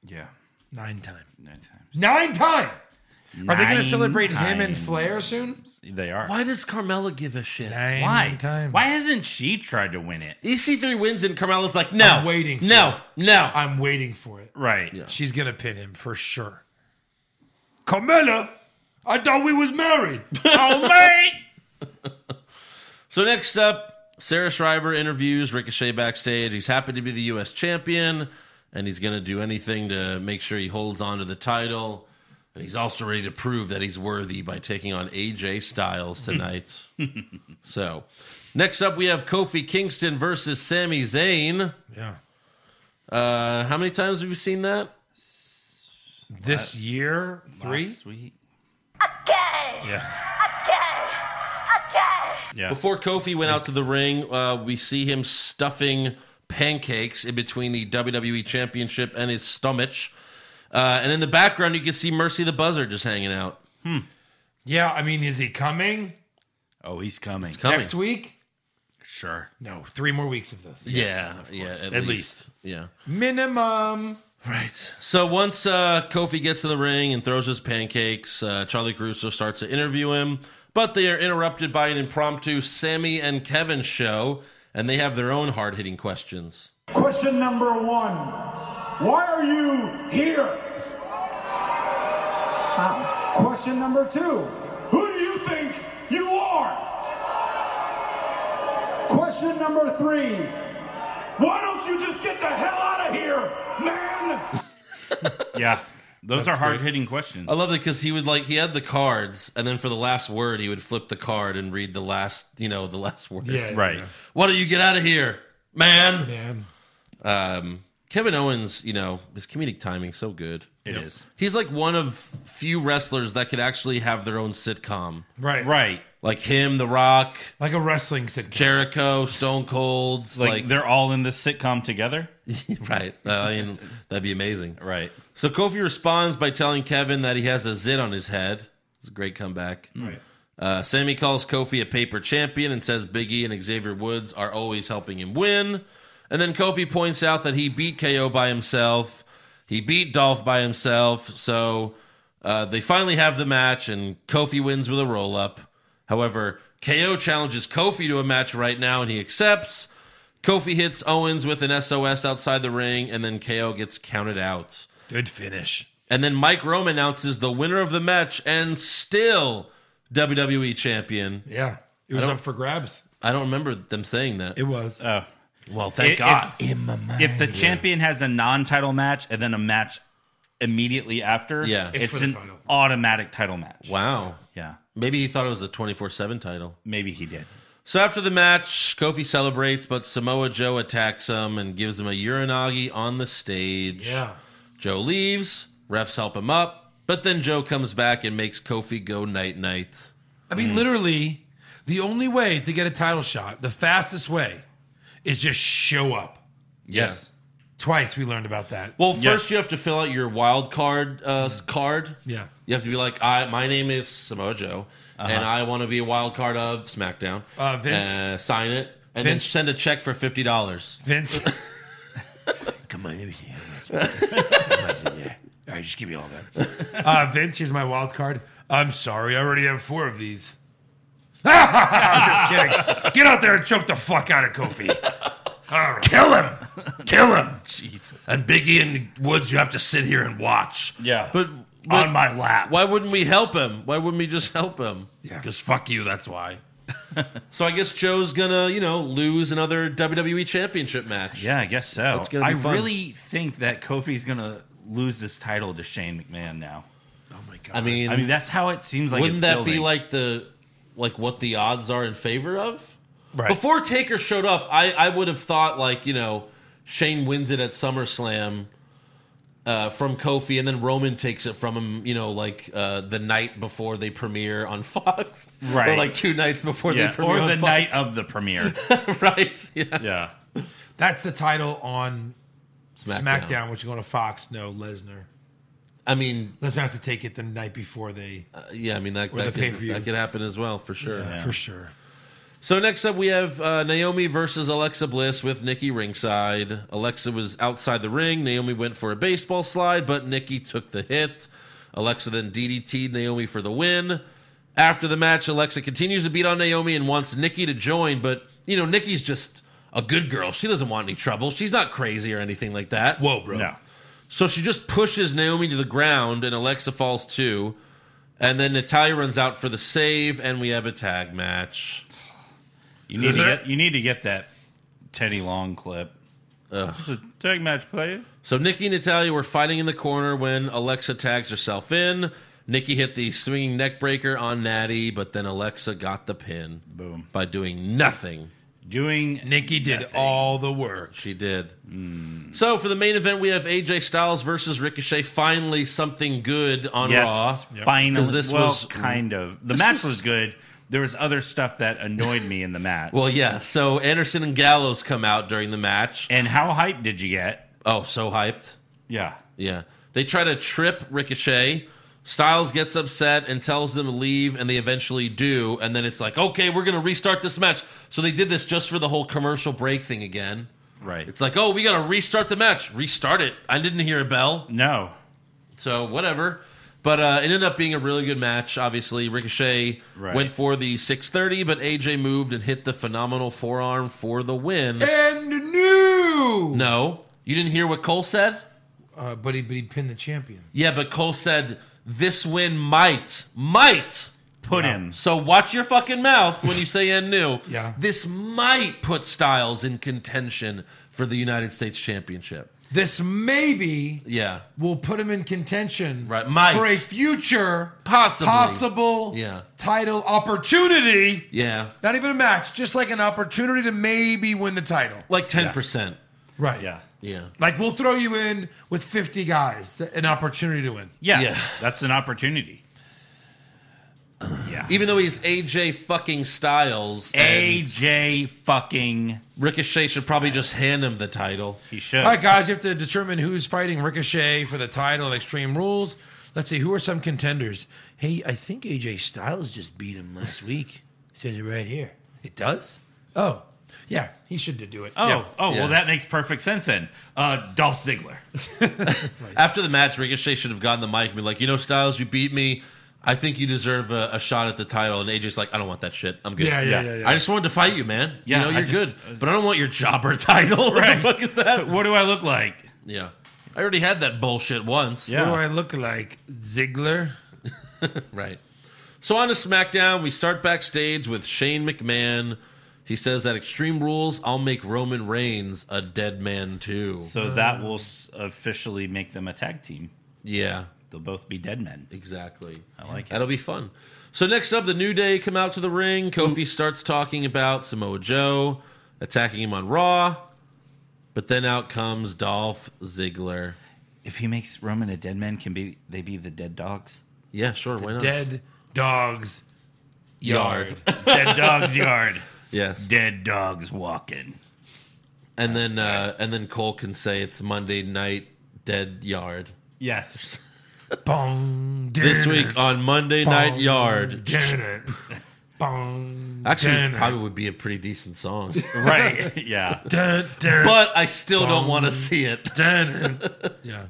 Speaker 7: Yeah.
Speaker 6: Nine time.
Speaker 7: No times.
Speaker 6: Nine time. Are they going to
Speaker 7: Nine
Speaker 6: celebrate him and
Speaker 7: times.
Speaker 6: Flair soon?
Speaker 7: They are.
Speaker 5: Why does Carmella give a shit?
Speaker 6: Nine
Speaker 7: Why?
Speaker 6: times.
Speaker 7: Why hasn't she tried to win it?
Speaker 5: EC3 E wins, and Carmella's like, no.
Speaker 6: I'm waiting for
Speaker 5: No, no.
Speaker 6: I'm waiting for it.
Speaker 7: Right.
Speaker 6: She's going to pin him for sure. Carmella, I thought we was married.
Speaker 7: Oh, mate!
Speaker 5: So next up, Sarah Shriver interviews Ricochet backstage. He's happy to be the U.S. champion, and he's going to do anything to make sure he holds on to the title. And he's also ready to prove that he's worthy by taking on AJ Styles tonight. so, next up, we have Kofi Kingston versus Sami Zayn.
Speaker 6: yeah.
Speaker 5: Uh, how many times have you seen that?
Speaker 6: This year, three.
Speaker 7: Last week.
Speaker 6: Yeah.
Speaker 7: Yeah.
Speaker 5: Before Kofi went out to the ring, uh, we see him stuffing pancakes in between the WWE Championship and his stomach. Uh, and in the background, you can see Mercy the Buzzer just hanging out.
Speaker 6: Yeah, I mean, is he coming,
Speaker 7: Oh, he's coming.
Speaker 5: Coming.
Speaker 6: next week?
Speaker 7: Sure.
Speaker 6: No, three more weeks of this.
Speaker 5: yeah, yeah, at,
Speaker 6: At
Speaker 5: least. Yeah.
Speaker 6: Minimum.
Speaker 5: Right. So once uh, Kofi gets to the ring and throws his pancakes, uh, Charlie Caruso starts to interview him, but they are interrupted by an impromptu Sammy and Kevin show, and they have their own hard hitting questions.
Speaker 3: Question number one Why are you here?
Speaker 10: Ah, question number two.
Speaker 3: Who do you think you are?
Speaker 10: Question number three.
Speaker 3: Why don't you just get the hell out of here, man?
Speaker 7: Yeah. Those are hard hitting questions.
Speaker 5: I love it because he would like he had the cards, and then for the last word, he would flip the card and read the last, you know, the last word.
Speaker 6: Yeah,
Speaker 7: Right.
Speaker 5: Why don't you get out of here, man?
Speaker 6: man.
Speaker 5: Um, Kevin Owens, you know, his comedic timing so good.
Speaker 7: It is
Speaker 5: He's like one of few wrestlers that could actually have their own sitcom.
Speaker 6: Right,
Speaker 7: Right.
Speaker 5: like him, The Rock,
Speaker 6: Like a wrestling sitcom.
Speaker 5: Jericho, Stone Cold.
Speaker 7: Like,
Speaker 5: Like,
Speaker 7: they're all in this sitcom together.
Speaker 5: right? Uh, I mean, that'd be amazing.
Speaker 7: Right.
Speaker 5: So Kofi responds by telling Kevin that he has a zit on his head. It's a great comeback. Right. Uh, Sammy calls Kofi a paper champion and says Biggie and Xavier Woods are always helping him win. And then Kofi points out that he beat KO by himself. He beat Dolph by himself. So uh, they finally have the match, and Kofi wins with a roll up. However, KO challenges Kofi to a match right now, and he accepts. Kofi hits Owens with an SOS outside the ring, and then KO gets counted out.
Speaker 6: Good finish.
Speaker 5: And then Mike Rome announces the winner of the match and still WWE champion.
Speaker 6: Yeah, it was up for grabs.
Speaker 5: I don't remember them saying that.
Speaker 6: It was.
Speaker 7: Oh.
Speaker 5: well, thank
Speaker 7: If-
Speaker 5: God.
Speaker 7: If, if the champion has a non title match and then a match immediately after,
Speaker 5: Yeah. It's
Speaker 7: it's,
Speaker 6: for the
Speaker 7: an
Speaker 6: title.
Speaker 7: automatic title match.
Speaker 5: wow.
Speaker 7: Yeah.
Speaker 5: Maybe he thought it was the 24 7 title.
Speaker 7: Maybe he did.
Speaker 5: So after the match, Kofi celebrates, but Samoa Joe attacks him and gives him a uranagi on the stage.
Speaker 6: yeah.
Speaker 5: Joe leaves, refs help him up, but then Joe comes back and makes Kofi go night night.
Speaker 6: I
Speaker 7: Mm.
Speaker 6: mean, literally, the only way to get a title shot, the fastest way, is just show up.
Speaker 5: Yes.
Speaker 6: Twice we learned about that.
Speaker 5: Well, first you have to fill out your wild card uh,
Speaker 7: Mm-hmm.
Speaker 5: card.
Speaker 6: Yeah.
Speaker 5: You have to be like, I my name is Samoa Joe,
Speaker 7: Uh-huh.
Speaker 5: and I want to be a wild card of SmackDown.
Speaker 6: Uh, Vince.
Speaker 5: Uh, sign it, and then
Speaker 6: Vince.
Speaker 5: send a check for fifty dollars.
Speaker 6: Vince,
Speaker 2: Come on, over here. All right, just give me all that.
Speaker 6: uh, Vince, here's my wild card. I'm sorry, I already have four of these. I'm just kidding. Get out there and choke the fuck out of Kofi. All right.
Speaker 2: Kill him! Kill him!
Speaker 7: Jesus.
Speaker 2: And Biggie and Woods, you have to sit here and watch
Speaker 7: Yeah.
Speaker 5: But, but
Speaker 2: on my lap.
Speaker 5: why wouldn't we help him? Why wouldn't we just help him?
Speaker 6: Yeah.
Speaker 2: Because fuck you, that's why.
Speaker 5: So I guess Joe's gonna, you know, lose another WWE Championship match.
Speaker 7: yeah, I guess so.
Speaker 5: It's gonna be
Speaker 7: I
Speaker 5: fun.
Speaker 7: really think that Kofi's going to lose this title to Shane McMahon now.
Speaker 5: I mean,
Speaker 7: I mean, that's how it seems like.
Speaker 5: wouldn't
Speaker 7: it's
Speaker 5: that be
Speaker 7: building.
Speaker 5: like the like what the odds are in favor of?
Speaker 6: Right.
Speaker 5: Before Taker showed up, I, I would have thought like you know Shane wins it at SummerSlam uh, from Kofi, and then Roman takes it from him. You know, like uh, the night before they premiere on Fox, Or
Speaker 7: Right.
Speaker 5: like two nights before
Speaker 7: Yeah,
Speaker 5: they premiere,
Speaker 7: or
Speaker 5: on
Speaker 7: the
Speaker 5: Fox.
Speaker 7: night of the premiere?
Speaker 5: right? Yeah,
Speaker 7: yeah,
Speaker 6: That's the title on SmackDown, which is going to Fox. No, Lesnar.
Speaker 5: I mean,
Speaker 6: Lesnar has to take it the night before they,
Speaker 5: uh, yeah, I mean that
Speaker 6: Or
Speaker 5: that
Speaker 6: the
Speaker 5: could,
Speaker 6: pay-per-view.
Speaker 5: that could happen as well for sure.
Speaker 6: for sure.
Speaker 5: So next up, we have uh, Naomi versus Alexa Bliss with Nikki ringside. Alexa was outside the ring. Naomi went for a baseball slide, but Nikki took the hit. Alexa then DDT'd Naomi for the win. After the match, Alexa continues to beat on Naomi and wants Nikki to join, but you know Nikki's just a good girl. She doesn't want any trouble. She's not crazy or anything like that.
Speaker 6: Whoa, bro.
Speaker 7: no,
Speaker 5: So she just pushes Naomi to the ground, and Alexa falls too. And then Natalia runs out for the save, and we have a tag match.
Speaker 7: you need to get you need to get that Teddy Long clip. It's a tag match player.
Speaker 5: So Nikki and Natalia were fighting in the corner when Alexa tags herself in. Nikki hit the swinging neck breaker on Natty, but then Alexa got the pin. Boom. By doing nothing.
Speaker 7: Doing
Speaker 6: Nikki did all the work.
Speaker 5: She did.
Speaker 7: Hmm.
Speaker 5: So for the main event, we have AJ Styles versus Ricochet. Finally, something good on
Speaker 7: yes,
Speaker 5: Raw.
Speaker 7: finally.
Speaker 5: 'Cause this
Speaker 7: well,
Speaker 5: was-
Speaker 7: kind of the
Speaker 5: this
Speaker 7: match
Speaker 5: was-
Speaker 7: was, good. there was other stuff that annoyed me in the match.
Speaker 5: Well, yeah. So Anderson and Gallows come out during the match.
Speaker 7: and how hyped did you get?
Speaker 5: Oh, so hyped.
Speaker 7: Yeah.
Speaker 5: Yeah. They try to trip Ricochet. Styles gets upset and tells them to leave, and they eventually do. And then it's like, okay, we're going to restart this match. So they did this just for the whole commercial break thing again.
Speaker 7: Right.
Speaker 5: It's like, oh, we got to restart the match. Restart it. I didn't hear a bell.
Speaker 7: no.
Speaker 5: So whatever. But uh, it ended up being a really good match. Obviously, Ricochet
Speaker 7: Right.
Speaker 5: went for the 630, but AJ moved and hit the phenomenal forearm for the win.
Speaker 6: And new.
Speaker 5: No, you didn't hear what Cole said.
Speaker 6: Uh, but he but he pinned the champion.
Speaker 5: Yeah, but Cole said this win might might.
Speaker 7: Put him.
Speaker 5: So watch your fucking mouth when you say "and new."
Speaker 6: Yeah.
Speaker 5: this might put Styles in contention for the United States Championship.
Speaker 6: This maybe
Speaker 5: Yeah,
Speaker 6: will put him in contention
Speaker 5: Right, might.
Speaker 6: for a future
Speaker 5: Possibly.
Speaker 6: possible
Speaker 5: Yeah.
Speaker 6: title opportunity.
Speaker 5: yeah,
Speaker 6: Not even a match, just like an opportunity to maybe win the title.
Speaker 5: like ten percent.
Speaker 6: Right.
Speaker 7: Yeah.
Speaker 5: Yeah,
Speaker 6: Like we'll throw you in with 50 guys, an opportunity to win.
Speaker 7: yeah.
Speaker 5: Yeah.
Speaker 7: That's an opportunity. Yeah.
Speaker 5: even though he's AJ fucking Styles, and
Speaker 7: AJ fucking
Speaker 5: Ricochet should probably just hand him the title.
Speaker 7: he should.
Speaker 6: All right, guys, you have to determine who's fighting Ricochet for the title of Extreme Rules. Let's see, who are some contenders? Hey, I think AJ Styles just beat him last week. It says it right here. It does? Oh, yeah, he should do it.
Speaker 7: Oh,
Speaker 6: Yeah.
Speaker 7: oh,
Speaker 5: Yeah.
Speaker 7: well, that makes perfect sense then. Uh, Dolph Ziggler.
Speaker 5: After the match, Ricochet should have gotten the mic and be like, "You know, Styles, you beat me. I think you deserve a, a shot at the title." And AJ's like, "I don't want that shit. I'm good.
Speaker 6: Yeah, yeah, yeah, yeah.
Speaker 5: I just wanted to fight you, man. you
Speaker 7: Yeah,
Speaker 5: know,
Speaker 7: I
Speaker 5: you're
Speaker 7: just- uh,
Speaker 5: good, but I don't want your jobber title. what the fuck is that?
Speaker 7: What do I look like?
Speaker 5: Yeah, I already had that bullshit once.
Speaker 7: Yeah.
Speaker 6: What do I look like? Ziggler?
Speaker 5: right. So on to SmackDown, we start backstage with Shane McMahon. He says that Extreme Rules, I'll make Roman Reigns a dead man too.
Speaker 7: So that will s- officially make them a tag team.
Speaker 5: Yeah,
Speaker 7: They'll both be dead men.
Speaker 5: Exactly. I
Speaker 7: like it.
Speaker 5: That'll be fun. So next up, the New Day come out to the ring. Kofi starts talking about Samoa Joe attacking him on Raw, but then out comes Dolph Ziggler.
Speaker 7: If he makes Roman a dead man, can be they be the dead dogs?
Speaker 5: Yeah, sure. Why not?
Speaker 6: Dead dogs.
Speaker 5: Yard.
Speaker 7: dead dogs yard.
Speaker 5: Yes.
Speaker 7: Dead dogs walking.
Speaker 5: And then uh, and then Cole can say it's Monday night dead yard.
Speaker 7: Yes.
Speaker 6: Bong.
Speaker 5: This week on Monday night yard.
Speaker 6: Dinner. Bong.
Speaker 5: Actually,
Speaker 6: dinner.
Speaker 5: probably would be a pretty decent song,
Speaker 7: Right. Yeah.
Speaker 6: Dun, dun,
Speaker 5: but I still don't want to see it.
Speaker 6: dun. yeah.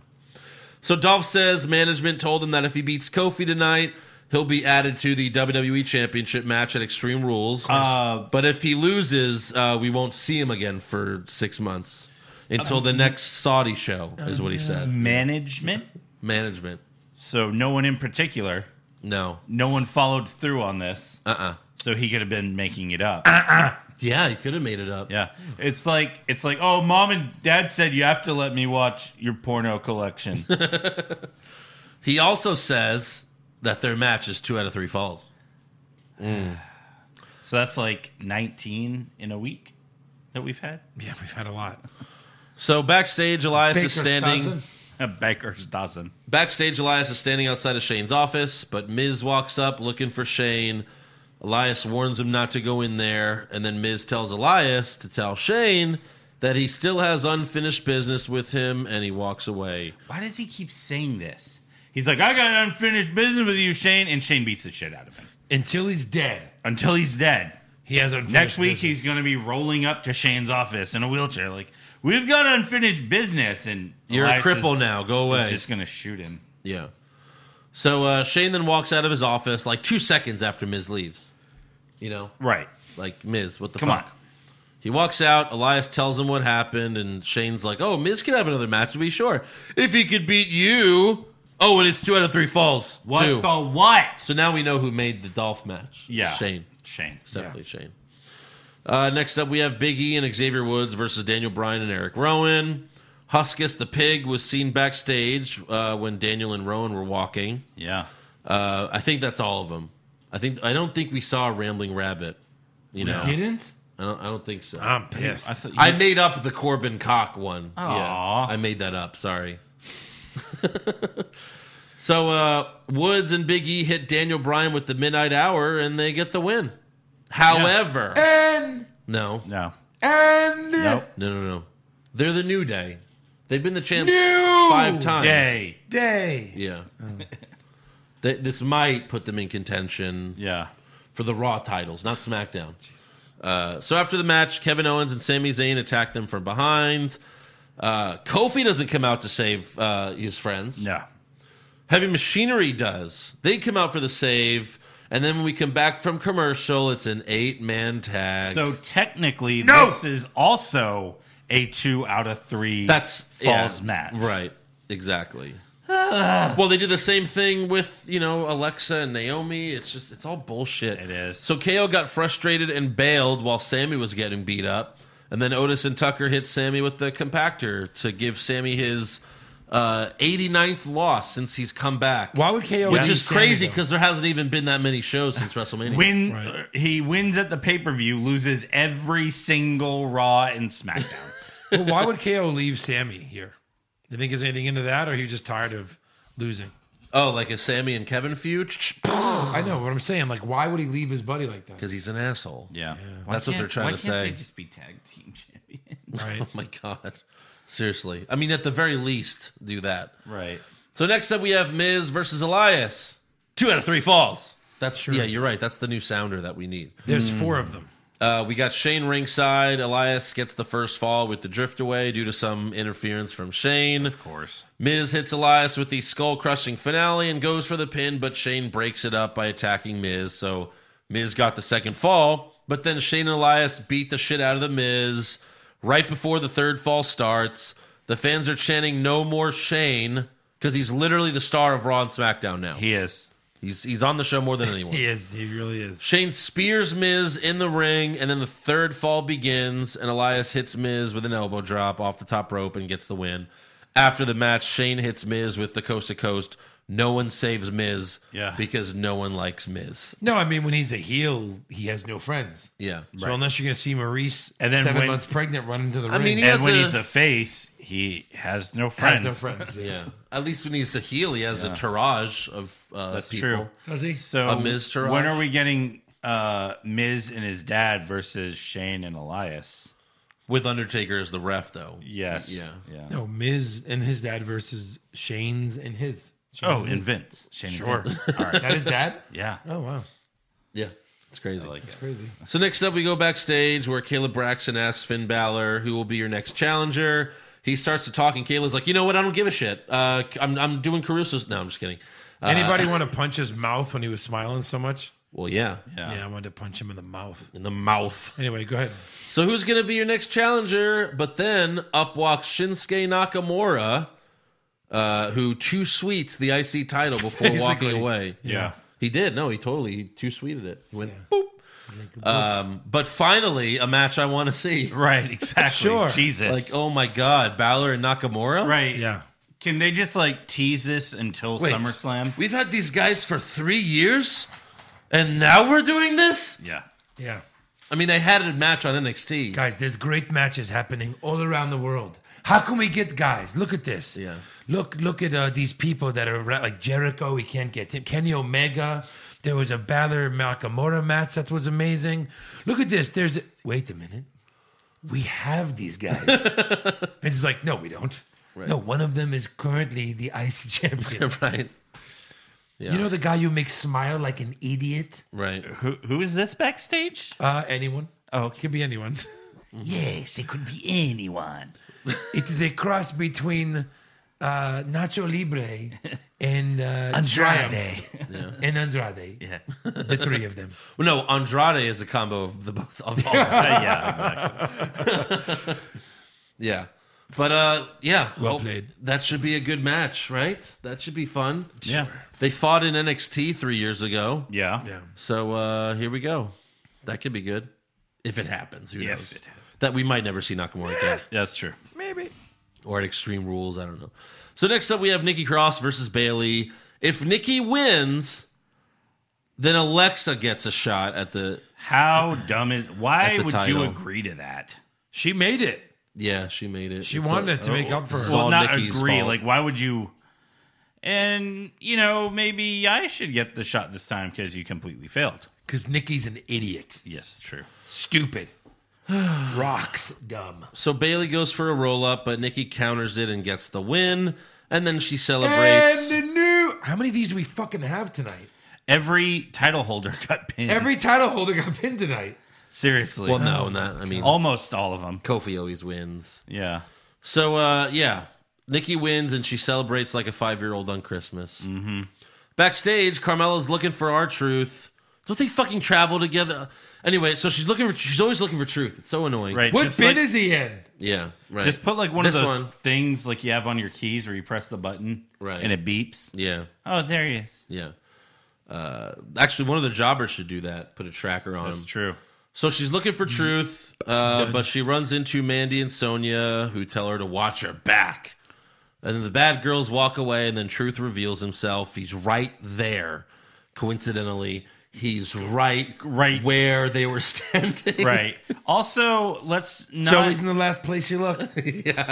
Speaker 5: So Dolph says management told him that if he beats Kofi tonight, he'll be added to the WWE Championship match at Extreme Rules.
Speaker 7: Uh,
Speaker 5: but if he loses, uh, we won't see him again for six months until the next Saudi show, is
Speaker 7: Uh,
Speaker 5: what he said.
Speaker 7: Management.
Speaker 5: Management,
Speaker 7: So no one in particular.
Speaker 5: no,
Speaker 7: No one followed through on this.
Speaker 5: uh, uh
Speaker 7: So he could have been making it up.
Speaker 5: yeah, he could have made it up.
Speaker 7: Yeah. It's like it's like, oh mom and dad said you have to let me watch your porno collection.
Speaker 5: He also says that their match is two out of three falls.
Speaker 7: so that's like nineteen in a week that we've had.
Speaker 6: Yeah, we've had a lot.
Speaker 5: So backstage, Elias
Speaker 6: Baker
Speaker 5: is standing.
Speaker 6: dozen.
Speaker 7: A baker's dozen.
Speaker 5: Backstage, Elias is standing outside of Shane's office, but Miz walks up looking for Shane. Elias warns him not to go in there, and then Miz tells Elias to tell Shane that he still has unfinished business with him, and he walks away.
Speaker 7: Why does he keep saying this? He's like, I got unfinished business with you, Shane, and Shane beats the shit out of him
Speaker 6: Until he's dead.
Speaker 7: until he's dead.
Speaker 6: He has unfinished
Speaker 7: Next week,
Speaker 6: business.
Speaker 7: he's going to be rolling up to Shane's office in a wheelchair, like, we've got unfinished business, and
Speaker 5: You're
Speaker 7: Elias
Speaker 5: a cripple
Speaker 7: is-
Speaker 5: now. Go
Speaker 7: He's
Speaker 5: away.
Speaker 7: just going to shoot him.
Speaker 5: yeah. So uh, Shane then walks out of his office like two seconds after Miz leaves. You know,
Speaker 7: Right.
Speaker 5: like Miz, what the
Speaker 7: Come
Speaker 5: fuck?
Speaker 7: on.
Speaker 5: He walks out. Elias tells him what happened, and Shane's like, "Oh, Miz can have another match to be sure if he could beat you." Oh, and it's two out of three falls.
Speaker 7: What
Speaker 5: Two.
Speaker 7: the what?
Speaker 5: so now we know who made the Dolph match.
Speaker 7: Yeah.
Speaker 5: Shane.
Speaker 7: Shane.
Speaker 5: It's definitely Shane. Uh, next up, we have Big E and Xavier Woods versus Daniel Bryan and Eric Rowan. Huskus the pig was seen backstage uh, when Daniel and Rowan were walking.
Speaker 7: Yeah.
Speaker 5: Uh, I think that's all of them. I think I don't think we saw a rambling rabbit. You know,
Speaker 6: Didn't?
Speaker 5: I don't. I don't think so.
Speaker 6: I'm pissed.
Speaker 7: I thought you-
Speaker 5: I made up the Corbin cock one.
Speaker 7: Aw.
Speaker 5: I made that up. Sorry. So uh, Woods and Big E hit Daniel Bryan with the midnight hour, and they get the win. However,
Speaker 6: And
Speaker 5: no, no,
Speaker 7: No.
Speaker 6: and
Speaker 7: Nope.
Speaker 5: no, no, they're the New Day. They've been the champs
Speaker 6: New
Speaker 5: five times.
Speaker 7: Day.
Speaker 6: day.
Speaker 5: Yeah. Th- this might put them in contention
Speaker 7: Yeah.
Speaker 5: for the Raw titles, not SmackDown. Uh, so after the match, Kevin Owens and Sami Zayn attack them from behind. Uh, Kofi doesn't come out to save uh, his friends.
Speaker 7: No.
Speaker 5: Heavy Machinery does. They come out for the save, and then when we come back from commercial, it's an eight-man tag.
Speaker 7: So technically,
Speaker 6: No!
Speaker 7: this is also a two out of three
Speaker 5: that's
Speaker 7: falls
Speaker 5: yeah,
Speaker 7: match. Ah.
Speaker 5: right? Exactly. well, they do the same thing with you know Alexa and Naomi. It's just it's all bullshit.
Speaker 7: It is.
Speaker 5: So KO got frustrated and bailed while Sammy was getting beat up, and then Otis and Tucker hit Sammy with the compactor to give Sammy his uh, 89th loss since he's come back.
Speaker 6: Why would KO?
Speaker 5: Which
Speaker 6: beat
Speaker 5: is
Speaker 6: Sammy,
Speaker 5: crazy
Speaker 6: though?
Speaker 5: because there hasn't even been that many shows since WrestleMania.
Speaker 7: Win.
Speaker 6: Right.
Speaker 7: uh, He wins at the pay per view, loses every single Raw and SmackDown.
Speaker 6: But why would KO leave Sammy here? Do you think there's anything into that, or are you just tired of losing?
Speaker 5: Oh, like a Sammy and Kevin feud?
Speaker 6: I know what I'm saying. Like, why would he leave his buddy like that?
Speaker 5: Because he's an asshole.
Speaker 7: yeah.
Speaker 5: That's what they're trying
Speaker 7: why
Speaker 5: to
Speaker 7: can't
Speaker 5: say.
Speaker 7: They just be tag team champions.
Speaker 6: Right?
Speaker 5: Oh my god. Seriously. I mean, at the very least, do that.
Speaker 7: right.
Speaker 5: So next up, we have Miz versus Elias. Two out of three falls. That's yeah, you're right. That's the new sounder that we need.
Speaker 6: There's four of them.
Speaker 5: Uh, we got Shane ringside. Elias gets the first fall with the drift away due to some interference from Shane.
Speaker 7: Of course.
Speaker 5: Miz hits Elias with the skull crushing finale and goes for the pin, but Shane breaks it up by attacking Miz. So Miz got the second fall, but then Shane and Elias beat the shit out of the Miz right before the third fall starts. The fans are chanting "No more Shane" because he's literally the star of Raw and SmackDown now.
Speaker 7: He is.
Speaker 5: He's he's on the show more than anyone.
Speaker 6: He is. He really is.
Speaker 5: Shane spears Miz in the ring, and then the third fall begins, and Elias hits Miz with an elbow drop off the top rope and gets the win. After the match, Shane hits Miz with the coast to coast. No one saves Miz
Speaker 7: Yeah.
Speaker 5: because no one likes Miz.
Speaker 6: No, I mean when he's a heel, he has no friends.
Speaker 5: Yeah.
Speaker 6: So unless you're going to see Maurice
Speaker 7: And then
Speaker 6: seven
Speaker 7: when-
Speaker 6: months pregnant run into the
Speaker 5: I
Speaker 6: ring,
Speaker 5: mean, he
Speaker 7: and
Speaker 5: has
Speaker 7: when
Speaker 5: a-
Speaker 7: he's a face, he has no friends.
Speaker 6: has no friends. Yeah.
Speaker 5: Yeah. At least when he's a heel, he has a tirage of uh,
Speaker 7: That's
Speaker 5: people.
Speaker 7: true.
Speaker 6: Does he?
Speaker 7: So
Speaker 5: A Miz Taraj?
Speaker 7: when are we getting uh, Miz and his dad versus Shane and Elias?
Speaker 5: With Undertaker as the ref, though.
Speaker 7: Yes.
Speaker 5: Yeah.
Speaker 7: Yeah.
Speaker 6: No, Miz and his dad versus Shane's and his. Shane
Speaker 7: Oh,
Speaker 6: Miz.
Speaker 7: and Vince. Shane. and
Speaker 6: Sure.
Speaker 7: Vince. All right.
Speaker 6: that is dad.
Speaker 7: Yeah.
Speaker 6: Oh wow,
Speaker 5: Yeah. It's crazy.
Speaker 7: I like it.
Speaker 6: crazy.
Speaker 5: So next up, we go backstage where Caleb Braxton asks Finn Balor who will be your next challenger. He starts to talk, and Caleb's like, "You know what? I don't give a shit. Uh, I'm I'm doing Caruso's. No, I'm just kidding. Uh,
Speaker 6: Anybody want to punch his mouth when he was smiling so much?
Speaker 5: Well, yeah,
Speaker 7: Yeah.
Speaker 6: Yeah, I wanted to punch him in the mouth.
Speaker 5: in the mouth.
Speaker 6: Anyway, go ahead.
Speaker 5: So who's gonna be your next challenger? But then up walks Shinsuke Nakamura, uh, who two sweets the IC title before
Speaker 6: Basically.
Speaker 5: walking away.
Speaker 7: Yeah.
Speaker 5: He did. No, he totally he two sweeted it. He went boop. Um, but finally, a match I want to see.
Speaker 7: Right. Exactly.
Speaker 6: Sure.
Speaker 5: Like,
Speaker 7: Jesus.
Speaker 5: oh my God, Balor and Nakamura.
Speaker 7: right.
Speaker 6: Yeah.
Speaker 7: Can they just like tease this until
Speaker 5: Wait.
Speaker 7: SummerSlam?
Speaker 5: We've had these guys for three years, and now we're doing this.
Speaker 7: Yeah.
Speaker 6: Yeah.
Speaker 5: I mean, they had a match on NXT.
Speaker 6: Guys, there's great matches happening all around the world. How can we get guys? Look at this.
Speaker 5: Yeah.
Speaker 6: Look, look at uh, these people that are ra- like Jericho. We can't get him. Kenny Omega. There was a Balor Nakamura match that was amazing. Look at this. There's. A- Wait a minute. We have these guys. Vince is like, no, we don't. No, one of them is currently the IC champion.
Speaker 5: right? Yeah.
Speaker 6: You know the guy you make smile like an idiot?
Speaker 5: right?
Speaker 7: Who Who is this backstage?
Speaker 6: Uh, anyone?
Speaker 7: Oh,
Speaker 6: It could be anyone.
Speaker 7: yes, it could be anyone.
Speaker 6: It is a cross between uh, Nacho Libre and uh, Triumph. and Andrade.
Speaker 7: Yeah.
Speaker 6: The three of them.
Speaker 5: Well, no, Andrade is a combo of the both of all. of them.
Speaker 7: yeah. Exactly.
Speaker 5: yeah, but uh, yeah,
Speaker 6: Well
Speaker 5: hope-
Speaker 6: played.
Speaker 5: That should be a good match, right? That should be fun.
Speaker 7: Yeah.
Speaker 5: They fought in NXT three years ago,
Speaker 7: Yeah.
Speaker 6: Yeah.
Speaker 5: so uh, here we go. That could be good if it happens. Who
Speaker 7: If
Speaker 5: knows?
Speaker 7: it happens.
Speaker 5: That we might never see Nakamura again.
Speaker 7: That's true.
Speaker 5: or at Extreme Rules. I don't know. So next up, we have Nikki Cross versus Bailey. If Nikki wins, then Alexa gets a shot at the.
Speaker 7: How dumb is? Why
Speaker 5: At the
Speaker 7: would
Speaker 5: title.
Speaker 7: you agree to that?
Speaker 6: She made it. Oh.
Speaker 5: Yeah, she made it.
Speaker 6: She wanted to make up for her.
Speaker 5: all
Speaker 7: Well, not
Speaker 5: Nikki's
Speaker 7: agree.
Speaker 5: fault.
Speaker 7: Like, why would you? And, you know, maybe I should get the shot this time because you completely failed.
Speaker 6: Because Nikki's an idiot.
Speaker 7: Yes, true.
Speaker 6: Stupid. Rocks dumb.
Speaker 5: So Bailey goes for a roll up, but Nikki counters it and gets the win. And then she celebrates.
Speaker 6: And the new. How many of these do we fucking have tonight?
Speaker 7: Every title holder got pinned.
Speaker 6: Every title holder got pinned tonight.
Speaker 7: Seriously.
Speaker 5: well, no, not. I mean,
Speaker 7: Almost all of them.
Speaker 5: Kofi always wins.
Speaker 7: Yeah.
Speaker 5: So uh, yeah, Nikki wins and she celebrates like a five year old on Christmas. Mm-hmm. Backstage, Carmella's looking for our truth. Don't they fucking travel together? Anyway, so she's looking for. She's always looking for truth. It's so annoying.
Speaker 7: Right.
Speaker 6: What
Speaker 7: just
Speaker 6: bit
Speaker 7: like-
Speaker 6: is he in?
Speaker 5: Yeah. Right.
Speaker 7: Just put like one
Speaker 5: This
Speaker 7: of those
Speaker 5: one.
Speaker 7: things like you have on your keys where you press the button
Speaker 5: Right.
Speaker 7: and it beeps.
Speaker 5: Yeah.
Speaker 7: Oh, there he is.
Speaker 5: Yeah. Uh, actually, one of the jobbers should do that. Put a tracker on
Speaker 7: That's
Speaker 5: him.
Speaker 7: true.
Speaker 5: So she's looking for truth, uh, but she runs into Mandy and Sonia, who tell her to watch her back. And then the bad girls walk away, and then Truth reveals himself. He's right there. Coincidentally, he's right,
Speaker 7: Right.
Speaker 5: where they were standing.
Speaker 7: Right. also,
Speaker 6: So
Speaker 7: let's not
Speaker 6: he's in the last place you look.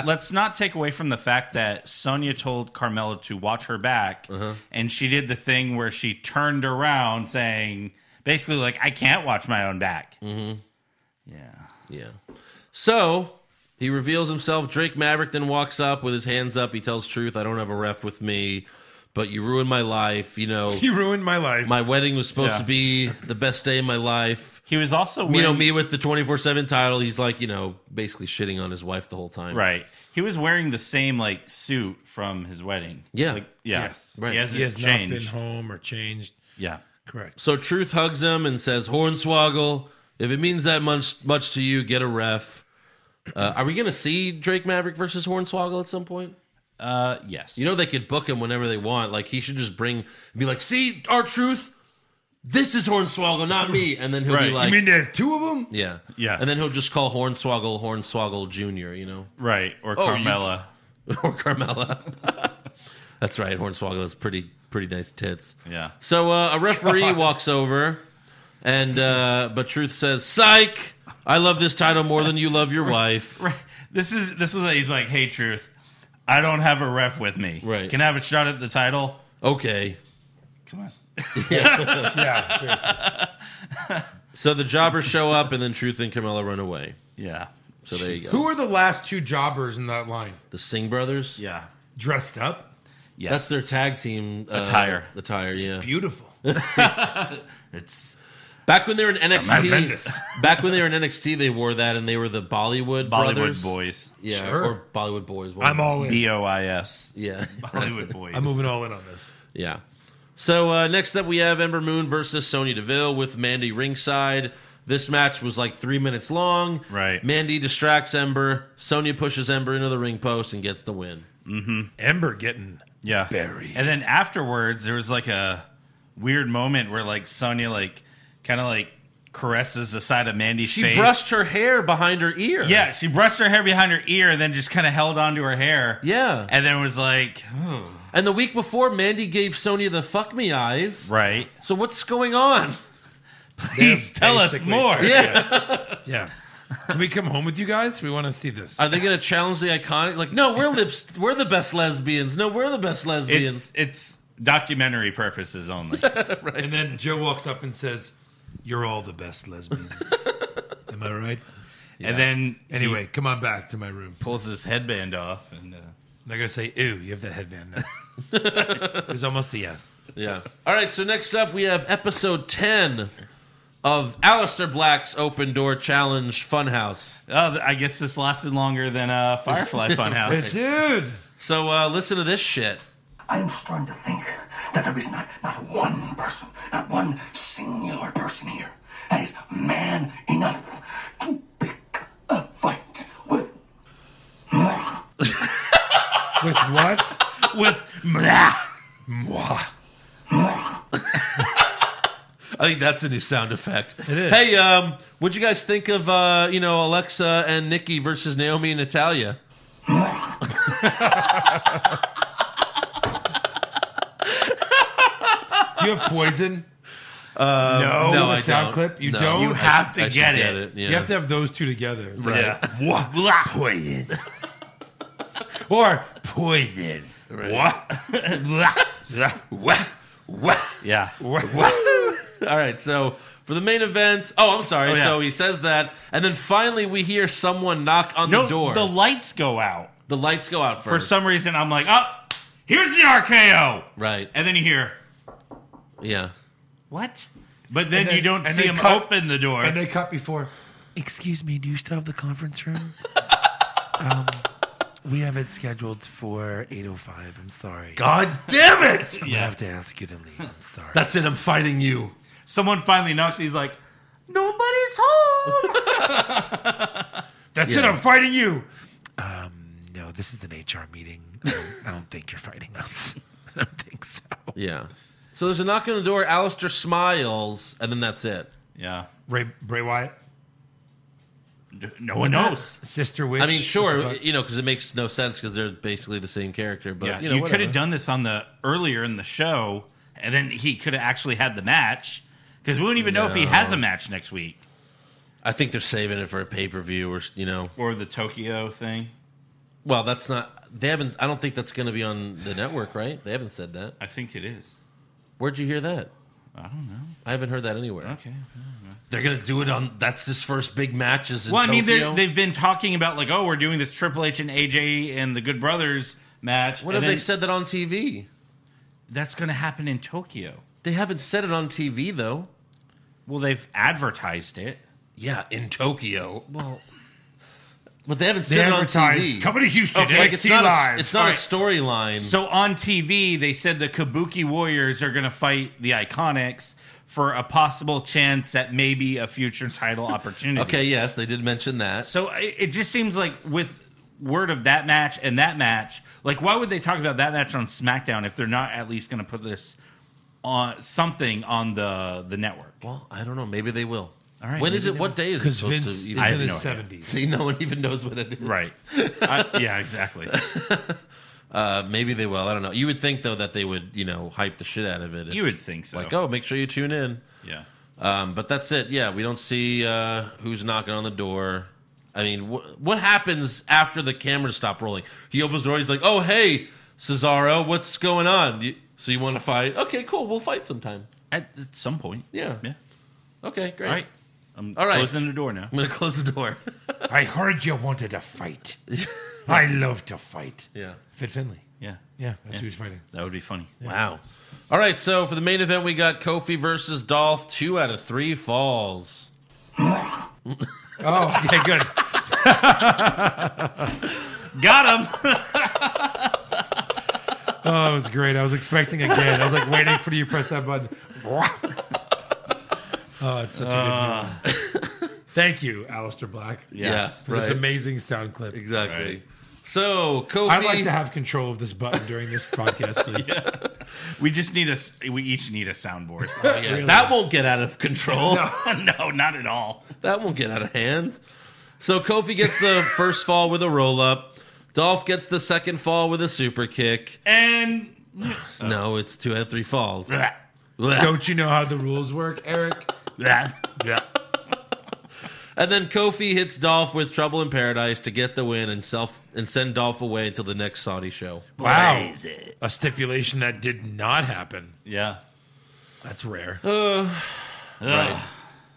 Speaker 7: let's not take away from the fact that Sonia told Carmella to watch her back,
Speaker 5: Uh-huh.
Speaker 7: and she did the thing where she turned around, saying basically like, "I can't watch my own back." Mm-hmm. Yeah.
Speaker 5: Yeah. So he reveals himself. Drake Maverick then walks up with his hands up. He tells Truth, "I don't have a ref with me, but you ruined my life. You know,
Speaker 6: you ruined my life.
Speaker 5: my wedding was supposed
Speaker 7: Yeah.
Speaker 5: to be the best day of my life."
Speaker 7: He was also
Speaker 5: you know
Speaker 7: wearing-
Speaker 5: me with the 24-7 title he's like you know basically shitting on his wife the whole time
Speaker 7: Right. He was wearing the same like suit from his wedding.
Speaker 5: Yeah.
Speaker 7: Like, yeah.
Speaker 6: Yes.
Speaker 5: Right.
Speaker 7: He hasn't
Speaker 6: he has
Speaker 7: changed.
Speaker 6: not been home or changed.
Speaker 7: Yeah.
Speaker 6: Correct.
Speaker 5: so truth hugs him and says hornswoggle if it means that much much to you get a ref uh, are we gonna see drake maverick versus hornswoggle at some point
Speaker 7: Uh, yes.
Speaker 5: you know they could book him whenever they want like he should just bring be like see our truth this is hornswoggle not me and then he'll
Speaker 7: Right.
Speaker 5: be
Speaker 7: You
Speaker 5: like
Speaker 6: there's two of them?
Speaker 5: yeah
Speaker 7: Yeah.
Speaker 5: and then he'll just call hornswoggle hornswoggle junior you know
Speaker 7: right. Or
Speaker 5: Oh, you-
Speaker 7: Carmella.
Speaker 5: or Carmella. That's right. Hornswoggle has pretty pretty nice tits.
Speaker 7: Yeah.
Speaker 5: So uh, a referee walks over, and uh, but Truth says, "Psych! I love this title more than you love your wife."
Speaker 7: Right. This is this was he's like, hey, truth, I don't have a ref with me.
Speaker 5: Right.
Speaker 7: Can I have a shot at the title?
Speaker 5: Okay.
Speaker 7: Come on.
Speaker 6: Yeah, seriously.
Speaker 5: So the jobbers show up, and then Truth and Carmella run away.
Speaker 7: Yeah.
Speaker 5: So there you go.
Speaker 6: Who are the last two jobbers in that line?
Speaker 5: The Singh brothers.
Speaker 7: Yeah.
Speaker 6: Dressed up?
Speaker 7: Yeah.
Speaker 5: That's their tag team uh,
Speaker 7: Attire.
Speaker 5: Attire, yeah.
Speaker 6: Beautiful.
Speaker 7: it's
Speaker 5: Back when they were in NXT,
Speaker 6: Tremendous.
Speaker 5: back when they were in NXT, they wore that, and they were the Bollywood
Speaker 7: Bollywood
Speaker 5: brothers.
Speaker 7: Boys.
Speaker 5: yeah,
Speaker 6: Sure.
Speaker 5: or Bollywood boys. one
Speaker 6: I'm
Speaker 5: of
Speaker 6: all in.
Speaker 7: B O I S.
Speaker 5: them. yeah,
Speaker 7: Bollywood Boys.
Speaker 6: I'm moving all in on this.
Speaker 5: Yeah. So uh, next up, we have Ember Moon versus Sonya Deville with Mandy ringside. This match was like three minutes long.
Speaker 7: Right.
Speaker 5: Mandy distracts Ember. Sonya pushes Ember into the ring post and gets the win.
Speaker 6: Ember getting
Speaker 7: Yeah.
Speaker 6: Buried.
Speaker 7: And then afterwards, there was like a weird moment where like Sonya like kind of like caresses the side of Mandy's
Speaker 5: She
Speaker 7: face.
Speaker 5: brushed her hair behind her ear.
Speaker 7: Yeah, she brushed her hair behind her ear and then just kind of held onto her hair.
Speaker 5: Yeah.
Speaker 7: And then was like,
Speaker 5: And the week before, Mandy gave Sonya the fuck me eyes.
Speaker 7: right.
Speaker 5: So what's going on?
Speaker 7: Please
Speaker 6: They're
Speaker 7: tell us
Speaker 6: basically-
Speaker 7: more.
Speaker 5: Yeah.
Speaker 6: Yeah. Can we come home with you guys? We want to see this.
Speaker 5: Are they going to challenge the iconic? Like, no, we're lips. We're the best lesbians. No, we're the best lesbians.
Speaker 7: It's it's documentary purposes only.
Speaker 6: And then Joe walks up and says, You're all the best lesbians. Am I right?
Speaker 7: And then
Speaker 6: Anyway, come on back to my room.
Speaker 7: he pulls his headband off and uh,
Speaker 6: They're going to say, Ew, you have that headband now. it was almost a yes.
Speaker 5: Yeah. All right. So next up, we have episode ten of Aleister Black's Open Door Challenge Funhouse.
Speaker 7: oh, th- I guess this lasted longer than uh, Firefly Funhouse.
Speaker 6: Dude.
Speaker 5: So uh, listen to this shit.
Speaker 2: I am starting to think that there is not, not one person, not one singular person here that is man enough to pick a fight with. Mwah.
Speaker 6: With what?
Speaker 7: With blah.
Speaker 6: Mwah.
Speaker 2: Mwah.
Speaker 5: I think that's a new sound effect. It
Speaker 6: is.
Speaker 5: Hey, um, what'd you guys think of uh, you know Alexa and Nikki versus Naomi and Natalia?
Speaker 2: Mwah.
Speaker 6: You have poison?
Speaker 7: no,
Speaker 5: no,
Speaker 6: a
Speaker 5: I
Speaker 6: sound
Speaker 5: don't.
Speaker 6: clip? You
Speaker 5: No.
Speaker 6: don't?
Speaker 7: you have to
Speaker 5: I should
Speaker 7: get,
Speaker 5: get
Speaker 7: it.
Speaker 5: it. Yeah.
Speaker 6: You have to have those two together.
Speaker 7: Yeah.
Speaker 6: Or poison.
Speaker 7: Yeah.
Speaker 5: All right, so for the main event, oh, I'm sorry.
Speaker 7: Oh, yeah.
Speaker 5: So he says that, and then finally we hear someone knock on
Speaker 7: No,
Speaker 5: the door.
Speaker 7: the lights go out.
Speaker 5: the lights go out first.
Speaker 7: For some reason, I'm like, oh, here's the RKO.
Speaker 5: right?
Speaker 7: And then you hear,
Speaker 5: Yeah.
Speaker 7: what? But then,
Speaker 6: then-
Speaker 7: you don't
Speaker 6: and
Speaker 7: see
Speaker 6: they
Speaker 7: him
Speaker 6: cut-
Speaker 7: open the door.
Speaker 6: And they cut before.
Speaker 11: Excuse me, do you still have the conference room? um, we have it scheduled for 8.05. I'm sorry.
Speaker 5: God damn it!
Speaker 11: I have to ask you to leave. I'm sorry.
Speaker 5: That's it. I'm fighting you.
Speaker 7: Someone finally knocks. He's like, nobody's home.
Speaker 6: That's it. I'm fighting you.
Speaker 11: um, no, this is an HR meeting. I don't, I don't think you're fighting us. I don't think so.
Speaker 5: Yeah. So there's a knock on the door. Alistair smiles, and then that's it.
Speaker 7: yeah.
Speaker 6: Ray, Bray Wyatt,
Speaker 7: No one knows.
Speaker 6: Sister Witch.
Speaker 5: I mean,
Speaker 6: What the
Speaker 5: sure,
Speaker 6: fuck?
Speaker 5: you know, because it makes no sense because they're basically the same character. But
Speaker 7: Yeah,
Speaker 5: you
Speaker 7: you,
Speaker 5: know,
Speaker 7: could
Speaker 5: whatever.
Speaker 7: have done this on the earlier in the show, and then he could have actually had the match because we wouldn't even know if he has a match next week
Speaker 5: I think they're saving it for a pay per view, or you know,
Speaker 7: or the Tokyo thing.
Speaker 5: well, that's not. They haven't. I don't think that's going to be on the network, right? They haven't said that.
Speaker 7: I think it is.
Speaker 5: Where'd you hear that?
Speaker 7: I don't know.
Speaker 5: I haven't heard that anywhere.
Speaker 7: Okay.
Speaker 5: They're gonna do it on. That's his first big match. Is in
Speaker 7: Well, I mean,
Speaker 5: Tokyo.
Speaker 7: they're- they've been talking about like, oh, we're doing this Triple H and AJ and the Good Brothers match.
Speaker 5: what
Speaker 7: and
Speaker 5: have
Speaker 7: then
Speaker 5: they said that on TV?
Speaker 7: That's going to happen in Tokyo.
Speaker 5: They haven't said it on TV though.
Speaker 7: Well, they've advertised it.
Speaker 5: Yeah, in Tokyo. Well, but they haven't
Speaker 6: They
Speaker 5: said it on
Speaker 6: advertise,
Speaker 5: TV.
Speaker 6: "Come to Houston, NXT
Speaker 5: it's not
Speaker 6: Live."
Speaker 5: A, it's not a storyline.
Speaker 7: Mm-hmm. So on TV, they said the Kabuki Warriors are going to fight the Iconics for a possible chance at maybe a future title opportunity.
Speaker 5: okay, yes, they did mention that.
Speaker 7: So it, it just seems like with word of that match and that match, like why would they talk about that match on SmackDown if they're not at least going to put this on something on the the network?
Speaker 5: Well, I don't know. Maybe they will.
Speaker 7: All right,
Speaker 5: When is
Speaker 7: maybe
Speaker 5: it?
Speaker 7: they
Speaker 5: What day is it
Speaker 6: because
Speaker 5: supposed
Speaker 6: Vince is
Speaker 5: to?
Speaker 6: in
Speaker 5: Even,
Speaker 7: have
Speaker 6: his
Speaker 7: no
Speaker 6: seventies.
Speaker 5: see, no one even knows what it is.
Speaker 7: Right. I- yeah, exactly.
Speaker 5: Uh, maybe they will. I don't know. You would think though that they would, you know, hype the shit out of it. if-
Speaker 7: You would think so.
Speaker 5: Like, oh, make sure you tune in.
Speaker 7: yeah.
Speaker 5: Um, but that's it. Yeah, we don't see uh, who's knocking on the door. I mean, wh- what happens after the cameras stop rolling? He opens the door. He's like, "Oh, hey, Cesaro, what's going on? You, so you want to fight? Okay, cool. We'll fight sometime.
Speaker 7: At, at some point.
Speaker 5: Yeah.
Speaker 7: Yeah.
Speaker 5: Okay, great.
Speaker 7: All right. I'm
Speaker 5: All right.
Speaker 7: closing the door now.
Speaker 5: I'm gonna close the door.
Speaker 6: I heard you wanted to fight. I love to fight.
Speaker 5: yeah.
Speaker 6: Fit Finley.
Speaker 7: Yeah.
Speaker 6: Yeah, that's
Speaker 7: Yeah.
Speaker 6: who he's fighting.
Speaker 7: That would be funny.
Speaker 5: Wow. All right. So for the main event, we got Kofi versus Dolph. Two out of three falls.
Speaker 6: Oh, okay, good.
Speaker 7: Got him.
Speaker 6: Oh, it was great. I was expecting again. I was like waiting for you to press that button. Oh, it's such a
Speaker 5: Ah.
Speaker 6: good movie. Thank you, Alistair Black,
Speaker 7: Yes.
Speaker 6: for this amazing sound clip.
Speaker 5: Exactly.
Speaker 7: Right.
Speaker 5: So Kofi.
Speaker 6: I'd like to have control of this button during this podcast, please.
Speaker 7: We just need a. s- We each need a soundboard.
Speaker 5: Yeah, That won't get out of control.
Speaker 7: no, not at all.
Speaker 5: That won't get out of hand. So Kofi gets the first fall with a roll up. Dolph gets the second fall with a super kick.
Speaker 7: And
Speaker 5: No, it's two out of three falls.
Speaker 7: that.
Speaker 6: Don't you know how the rules work, Eric?
Speaker 7: Yeah.
Speaker 5: And then Kofi hits Dolph with Trouble in Paradise to get the win and self and send Dolph away until the next Saudi show.
Speaker 6: Wow. A stipulation that did not happen.
Speaker 7: Yeah.
Speaker 6: That's rare.
Speaker 5: Oh, Right.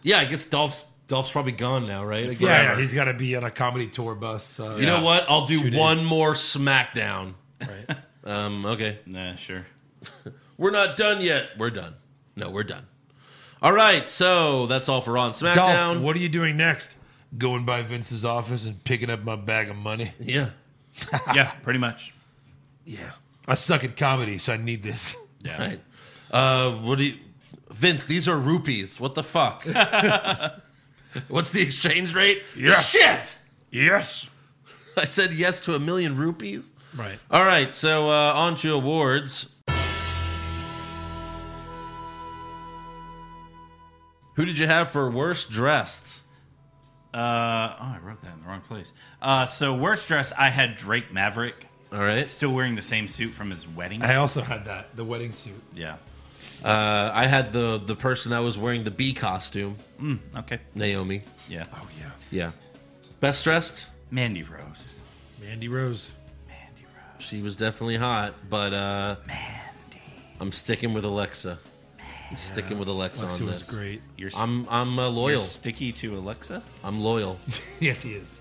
Speaker 5: Yeah, I guess Dolph's Dolph's probably gone now, right? Like,
Speaker 6: yeah, yeah,
Speaker 5: whatever.
Speaker 6: he's got to be on a comedy tour bus. Uh,
Speaker 5: You know what? I'll do
Speaker 6: days.
Speaker 5: one more SmackDown.
Speaker 6: Right.
Speaker 5: Um, okay.
Speaker 7: Nah, sure.
Speaker 5: We're not done yet. We're done. No, we're done. All right, so that's all for on SmackDown.
Speaker 6: Dolph, what are you doing next? Going by Vince's office and picking up my bag of money.
Speaker 5: yeah.
Speaker 7: yeah, pretty much.
Speaker 6: Yeah. I suck at comedy, so I need this.
Speaker 7: Yeah.
Speaker 5: All right. Uh, what do you, Vince? These are rupees. What the fuck? What's the exchange rate?
Speaker 6: Yeah.
Speaker 5: Shit!
Speaker 6: Yes.
Speaker 5: I said yes to a million rupees.
Speaker 6: Right.
Speaker 5: All right, so uh, on to awards. Who did you have for worst dressed?
Speaker 7: Uh, oh, I wrote that in the wrong place. Uh, so worst dress, I had Drake Maverick
Speaker 5: All right,
Speaker 7: still wearing the same suit from his wedding.
Speaker 6: I also had that, the wedding suit.
Speaker 7: yeah.
Speaker 5: uh, I had the the person that was wearing the bee costume,
Speaker 7: Okay.
Speaker 5: Naomi.
Speaker 7: Yeah.
Speaker 6: Oh, yeah.
Speaker 5: Yeah, best dressed.
Speaker 7: Mandy Rose.
Speaker 6: Mandy Rose.
Speaker 7: Mandy Rose.
Speaker 5: She was definitely hot, but uh, I'm sticking with Alexa. I'm sticking with Alexa,
Speaker 11: Alexa
Speaker 5: on
Speaker 11: was
Speaker 5: this.
Speaker 11: great.
Speaker 7: You're, s-
Speaker 5: I'm I'm uh,
Speaker 7: you're
Speaker 5: loyal.
Speaker 7: sticky to Alexa.
Speaker 5: I'm loyal.
Speaker 6: yes, he is.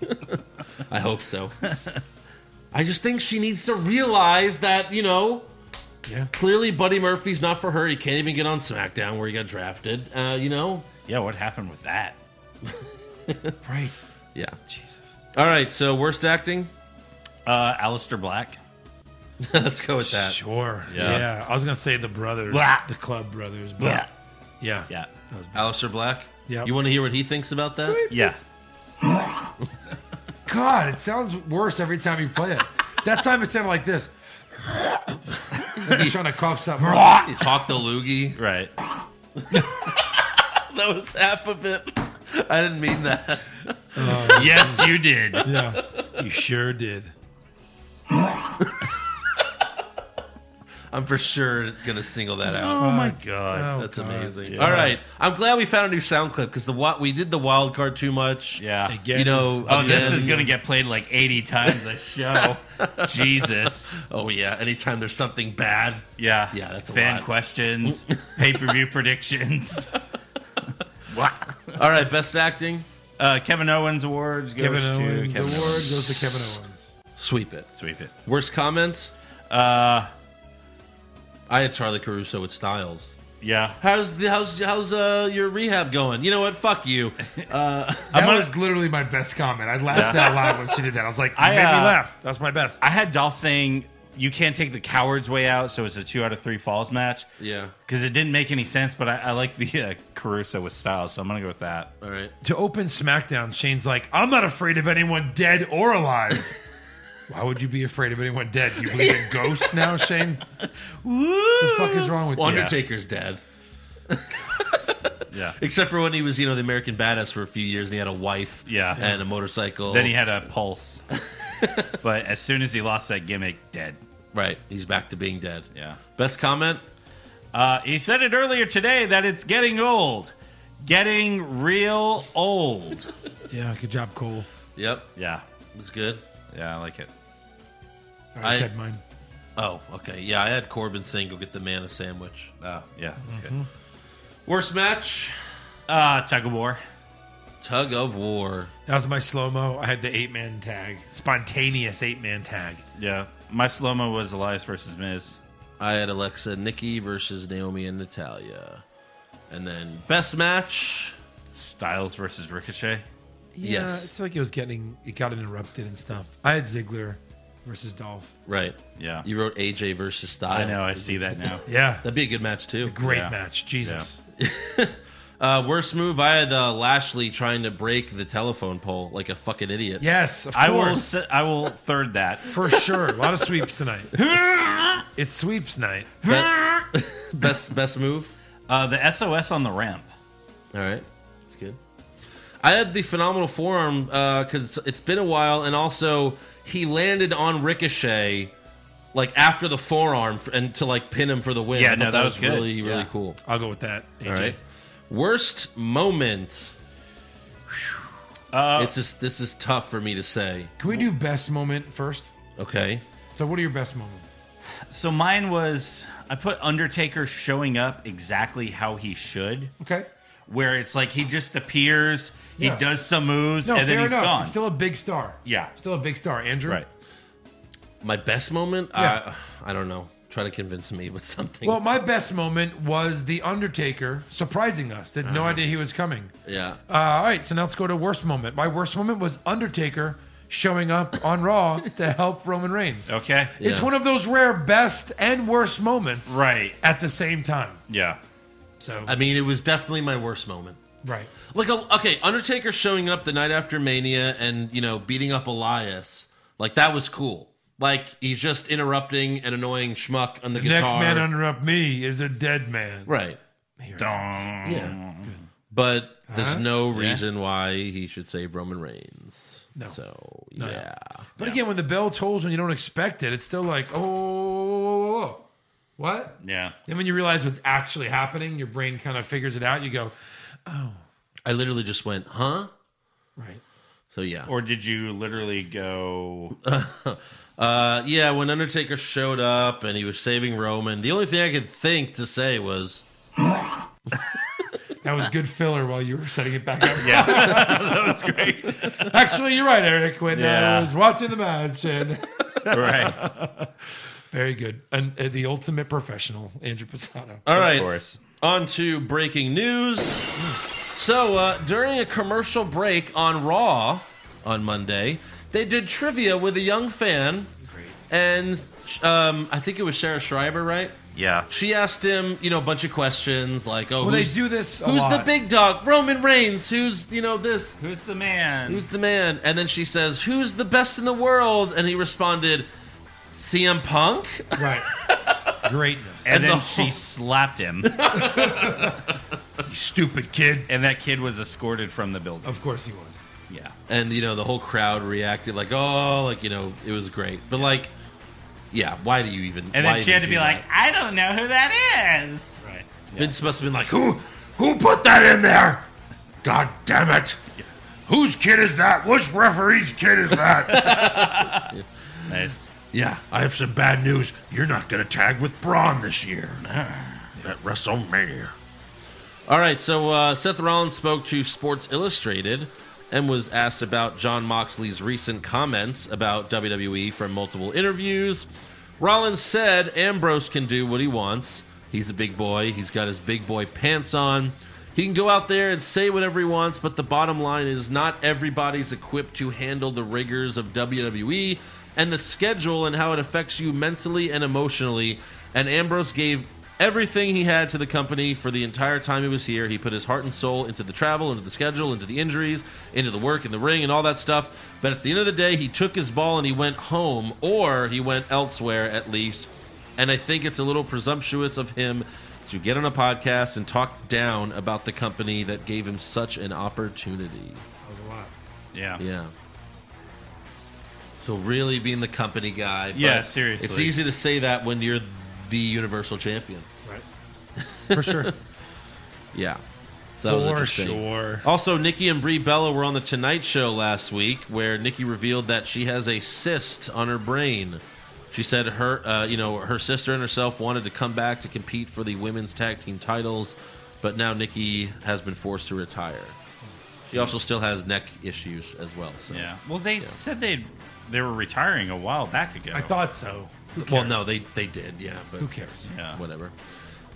Speaker 5: I hope so. I just think she needs to realize that you know
Speaker 6: Yeah.
Speaker 5: clearly Buddy Murphy's not for her. He can't even get on SmackDown where he got drafted. Uh, you know.
Speaker 7: Yeah, what happened with that?
Speaker 6: Right.
Speaker 5: Yeah. Jesus. All right. So worst acting.
Speaker 7: Uh, Alistair Black.
Speaker 5: Let's go with that.
Speaker 6: Sure.
Speaker 7: Yeah.
Speaker 6: Yeah. I was gonna say the brothers,
Speaker 7: Blah.
Speaker 6: the club brothers. But
Speaker 7: Yeah,
Speaker 6: Yeah.
Speaker 7: yeah,
Speaker 6: That was bad.
Speaker 5: Alistair Black.
Speaker 6: Yep.
Speaker 5: You want to hear what he thinks about that?
Speaker 7: yeah.
Speaker 6: God, it sounds worse every time you play it. that time it sounded like this. I'm just trying to cough something.
Speaker 5: He hawked the loogie.
Speaker 7: Right.
Speaker 5: That was half of it. I didn't mean that.
Speaker 7: yes, you did.
Speaker 6: Uh, yeah. You sure did.
Speaker 5: I'm for sure gonna single that out.
Speaker 7: Oh my god.
Speaker 6: Oh,
Speaker 5: That's
Speaker 6: God.
Speaker 5: amazing. All right, I'm glad we found a new sound clip because the wa- we did the wild card too much.
Speaker 7: Yeah.
Speaker 6: Again,
Speaker 5: you know.
Speaker 7: Oh, this
Speaker 5: again.
Speaker 7: is gonna get played like 80 times a show. Jesus.
Speaker 5: Oh yeah. Anytime there's something bad.
Speaker 7: Yeah.
Speaker 5: Yeah, that's a
Speaker 7: fan
Speaker 5: lot.
Speaker 7: questions, pay per view predictions. what?
Speaker 5: All right, best acting.
Speaker 7: Uh, Kevin Owens awards goes
Speaker 6: Kevin
Speaker 7: to
Speaker 6: Owens.
Speaker 7: Kevin
Speaker 6: The award
Speaker 7: Owens.
Speaker 6: goes to Kevin Owens.
Speaker 5: Sweep it.
Speaker 7: Sweep it.
Speaker 5: Worst comments.
Speaker 7: Uh,
Speaker 5: I had Charlie Caruso with Styles.
Speaker 7: yeah.
Speaker 5: How's the how's how's uh your rehab going? You know what? Fuck you.
Speaker 6: That
Speaker 7: gonna-
Speaker 6: was literally my best comment. I laughed out loud when she did that. I was like, you
Speaker 7: I,
Speaker 6: made me
Speaker 7: uh,
Speaker 6: laugh. That was my best.
Speaker 7: I had Dolph saying you can't take the coward's way out, so it's a two out of three falls match.
Speaker 5: Yeah.
Speaker 7: Because it didn't make any sense, but I, I like the uh, Caruso with Styles, so I'm gonna go with that.
Speaker 5: All right.
Speaker 6: to open SmackDown, Shane's like, I'm not afraid of anyone dead or alive. Why would you be afraid of anyone dead? You believe in ghosts now, Shane? What the fuck is wrong with
Speaker 5: Well,
Speaker 6: you?
Speaker 5: Undertaker's dead.
Speaker 7: Yeah.
Speaker 5: Except for when he was, you know, the American Badass for a few years, and he had a wife,
Speaker 7: Yeah.
Speaker 5: and a motorcycle.
Speaker 7: Then he had a pulse, but as soon as he lost that gimmick, dead.
Speaker 5: right. He's back to being dead.
Speaker 7: Yeah.
Speaker 5: Best comment.
Speaker 7: Uh, he said it earlier today that it's getting old, getting real old.
Speaker 6: Yeah, good job, Cole.
Speaker 5: Yep,
Speaker 7: yeah.
Speaker 5: it's good.
Speaker 7: Yeah, I like it.
Speaker 6: All right, I
Speaker 5: I-
Speaker 6: said mine.
Speaker 5: Oh, okay. Yeah, I had Corbin saying, "Go get the man a sandwich." Ah.
Speaker 7: Oh, yeah, that's good.
Speaker 5: Worst match.
Speaker 7: Uh, tug of war.
Speaker 5: Tug of war.
Speaker 6: That was my slow mo. I had the eight man tag, spontaneous eight man tag.
Speaker 7: Yeah. My slow mo was Elias versus Miz.
Speaker 5: I had Alexa, Nikki versus Naomi and Natalia, and then best match.
Speaker 7: Styles versus Ricochet.
Speaker 6: Yeah,
Speaker 5: Yes.
Speaker 6: it's like it was getting it got interrupted and stuff. I had Ziggler versus Dolph.
Speaker 5: Right.
Speaker 7: Yeah.
Speaker 5: You wrote AJ versus
Speaker 7: I
Speaker 5: Styles.
Speaker 7: know. I see that now.
Speaker 6: Yeah,
Speaker 5: That'd be a good match too.
Speaker 6: great
Speaker 7: Yeah.
Speaker 6: match. Jesus,
Speaker 5: Uh, worst move. I had uh, Lashley trying to break the telephone pole like a fucking idiot.
Speaker 6: yes, of
Speaker 7: I will.
Speaker 6: course,
Speaker 7: s- I will third that.
Speaker 6: for sure. A lot of sweeps tonight. it's sweeps night.
Speaker 5: Be- best best move.
Speaker 7: Uh, the SOS on the ramp.
Speaker 5: All right, that's good. I had the phenomenal forearm because it's been a while, and also he landed on Ricochet like after the forearm f- and to like pin him for the win.
Speaker 7: Yeah,
Speaker 5: I thought
Speaker 7: no,
Speaker 5: that,
Speaker 7: that
Speaker 5: was,
Speaker 7: was good.
Speaker 5: really really
Speaker 7: Yeah.
Speaker 5: cool.
Speaker 6: I'll go with that. AJ.
Speaker 5: All right, worst moment.
Speaker 7: Uh,
Speaker 5: It's just this is tough for me to say.
Speaker 6: Can we do best moment first?
Speaker 5: Okay,
Speaker 6: So, what are your best moments?
Speaker 7: so mine was I put Undertaker showing up exactly how he should,
Speaker 6: Okay.
Speaker 7: where it's like he just appears, he
Speaker 6: Yeah.
Speaker 7: does some moves,
Speaker 6: No,
Speaker 7: and
Speaker 6: fair
Speaker 7: then he's
Speaker 6: enough.
Speaker 7: gone.
Speaker 6: It's still a big star.
Speaker 7: Yeah.
Speaker 6: Still a big star. Andrew.
Speaker 7: right.
Speaker 5: my best moment.
Speaker 6: Yeah.
Speaker 5: I I don't know. Try to convince me with something.
Speaker 6: Well, my best moment was the Undertaker surprising us. Had
Speaker 7: Uh-huh.
Speaker 6: no idea he was coming.
Speaker 5: yeah.
Speaker 6: Uh, all right, so now let's go to worst moment. My worst moment was Undertaker showing up on Raw to help Roman Reigns.
Speaker 7: Okay.
Speaker 6: It's
Speaker 5: Yeah.
Speaker 6: one of those rare best and worst moments,
Speaker 7: Right.
Speaker 6: At the same time.
Speaker 7: Yeah.
Speaker 6: So
Speaker 5: I mean, it was definitely my worst moment.
Speaker 6: right,
Speaker 5: Like, a- okay, Undertaker showing up the night after Mania and, you know, beating up Elias. Like, that was cool. Like, he's just interrupting an annoying schmuck on the, guitar.
Speaker 6: next man under up me is a dead man.
Speaker 5: Right.
Speaker 7: Dong.
Speaker 5: Yeah. But
Speaker 6: Uh-huh.
Speaker 5: there's no reason why he should save Roman Reigns.
Speaker 6: No.
Speaker 5: So,
Speaker 6: No.
Speaker 5: yeah.
Speaker 6: But again, when the bell tolls when you don't expect it, it's still like, oh, whoa, whoa, whoa. what?
Speaker 7: Yeah.
Speaker 6: Then when you realize what's actually happening, your brain kind of figures it out. You go,
Speaker 5: I literally just went, huh?
Speaker 6: right.
Speaker 5: So, yeah.
Speaker 7: Or did you literally go?
Speaker 5: Uh, yeah, when Undertaker showed up and he was saving Roman, the only thing I could think to say was,
Speaker 6: That was good filler while you were setting it back up.
Speaker 7: Yeah, that was great.
Speaker 6: Actually, you're right, Eric. When I
Speaker 7: Yeah.
Speaker 6: was watching the match, and
Speaker 7: Right.
Speaker 6: very good, and uh, the ultimate professional, Andrew Pisano.
Speaker 5: "All right,
Speaker 7: Of course.
Speaker 5: On to breaking news. So, uh, during a commercial break on Raw on Monday, they did trivia with a young fan. And um, I think it was Sarah Schreiber, right?
Speaker 7: Yeah.
Speaker 5: She asked him, you know, a bunch of questions like, oh,
Speaker 6: Well, they
Speaker 5: who's,
Speaker 6: do this. a
Speaker 5: who's the
Speaker 6: lot.
Speaker 5: big dog? Roman Reigns. Who's, you know, this?
Speaker 7: Who's the man?
Speaker 5: Who's the man? And then she says, who's the best in the world? And he responded, CM Punk?
Speaker 6: right? Greatness.
Speaker 5: and
Speaker 7: and, then
Speaker 5: the
Speaker 7: she slapped him,
Speaker 6: Stupid kid.
Speaker 7: and that kid was escorted from the building.
Speaker 6: Of course he was.
Speaker 7: Yeah.
Speaker 5: and you know the whole crowd reacted like oh like you know it was great but like yeah why do you even
Speaker 7: And
Speaker 5: why
Speaker 7: then she had
Speaker 5: do
Speaker 7: to
Speaker 5: you
Speaker 7: be
Speaker 5: do
Speaker 7: like,
Speaker 5: that?
Speaker 7: I don't know who that is.
Speaker 6: Right.
Speaker 5: vince must have been like who
Speaker 6: Who put that in there? God damn it! Whose kid is that? Which referee's kid is that?
Speaker 7: Nice.
Speaker 5: yeah
Speaker 6: I have some bad news. You're not gonna tag with Braun this year. At WrestleMania.
Speaker 5: all right so uh, seth rollins spoke to sports illustrated and was asked about john moxley's recent comments about wwe from multiple interviews rollins said ambrose can do what he wants he's a big boy he's got his big boy pants on He can go out there and say whatever he wants, but the bottom line is not everybody's equipped to handle the rigors of WWE and the schedule and how it affects you mentally and emotionally. And Ambrose gave everything he had to the company for the entire time he was here. He put his heart and soul into the travel, into the schedule, into the injuries, into the work in the ring, and all that stuff. But at the end of the day, he took his ball and he went home, or he went elsewhere at least. And I think it's a little presumptuous of him to get on a podcast and talk down about the company that gave him such an opportunity.
Speaker 6: That was a lot.
Speaker 7: Yeah.
Speaker 5: Yeah. So really being the company guy. but
Speaker 7: Yeah, seriously.
Speaker 5: It's easy to say that when you're the universal champion.
Speaker 6: Right. For sure.
Speaker 5: Yeah. So that was
Speaker 6: For
Speaker 5: interesting.
Speaker 6: sure.
Speaker 5: Also, Nikki and Brie Bella were on the Tonight Show last week, where Nikki revealed that she has a cyst on her brain. She said her, uh, you know, her sister and herself wanted to come back to compete for the women's tag team titles, but now Nikki has been forced to retire. She
Speaker 6: Hmm.
Speaker 5: also still has neck issues as well. So.
Speaker 7: Yeah. Well, they said they they were retiring a while back ago.
Speaker 6: I thought so. Who
Speaker 5: Well,
Speaker 6: cares?
Speaker 5: no, they they did. Yeah. But
Speaker 6: Who cares?
Speaker 7: Yeah.
Speaker 5: whatever.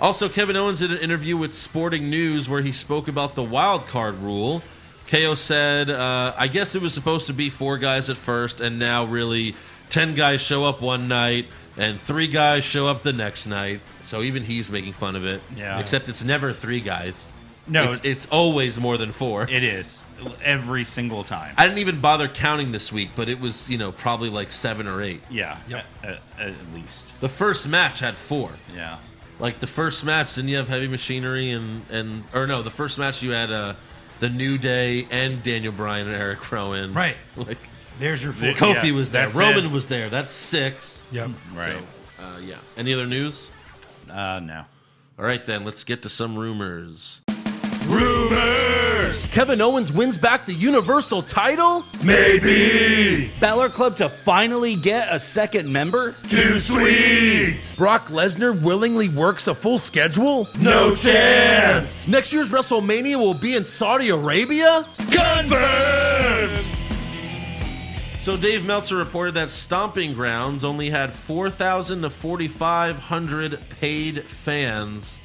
Speaker 5: Also, Kevin Owens did an interview with Sporting News where he spoke about the wild card rule. KO said, uh, "I guess it was supposed to be four guys at first, and now really ten guys show up one night and three guys show up the next night. So even he's making fun of it.
Speaker 7: Yeah.
Speaker 5: Except it's never three guys.
Speaker 7: No,
Speaker 5: it's, it's always more than four.
Speaker 7: it is every single time.
Speaker 5: I didn't even bother counting this week, but it was you know probably like seven or eight.
Speaker 7: yeah.
Speaker 6: Yep.
Speaker 7: At, at least.
Speaker 5: The first match had four.
Speaker 7: Yeah.
Speaker 5: Like the first match, didn't you have Heavy Machinery and and or no, the first match you had uh the New Day and Daniel Bryan and Eric Rowan.
Speaker 6: Right.
Speaker 5: Like
Speaker 6: There's your four.
Speaker 7: They-
Speaker 5: Kofi
Speaker 7: Yeah,
Speaker 5: was there,
Speaker 7: that's
Speaker 5: Roman
Speaker 7: it.
Speaker 5: was there. That's six.
Speaker 6: Yep.
Speaker 7: Right.
Speaker 5: Uh, yeah. Any other news?
Speaker 7: uh, no.
Speaker 5: All right then, let's get to some rumors. Rumors. Kevin Owens wins back the Universal title.
Speaker 12: Balor Club to finally get a second member?
Speaker 3: Too sweet.
Speaker 12: Brock Lesnar willingly works a full schedule?
Speaker 3: No chance.
Speaker 12: Next year's WrestleMania will be in Saudi Arabia?
Speaker 5: So Dave Meltzer reported that Stomping Grounds only had 4,000 to 4,500 paid fans,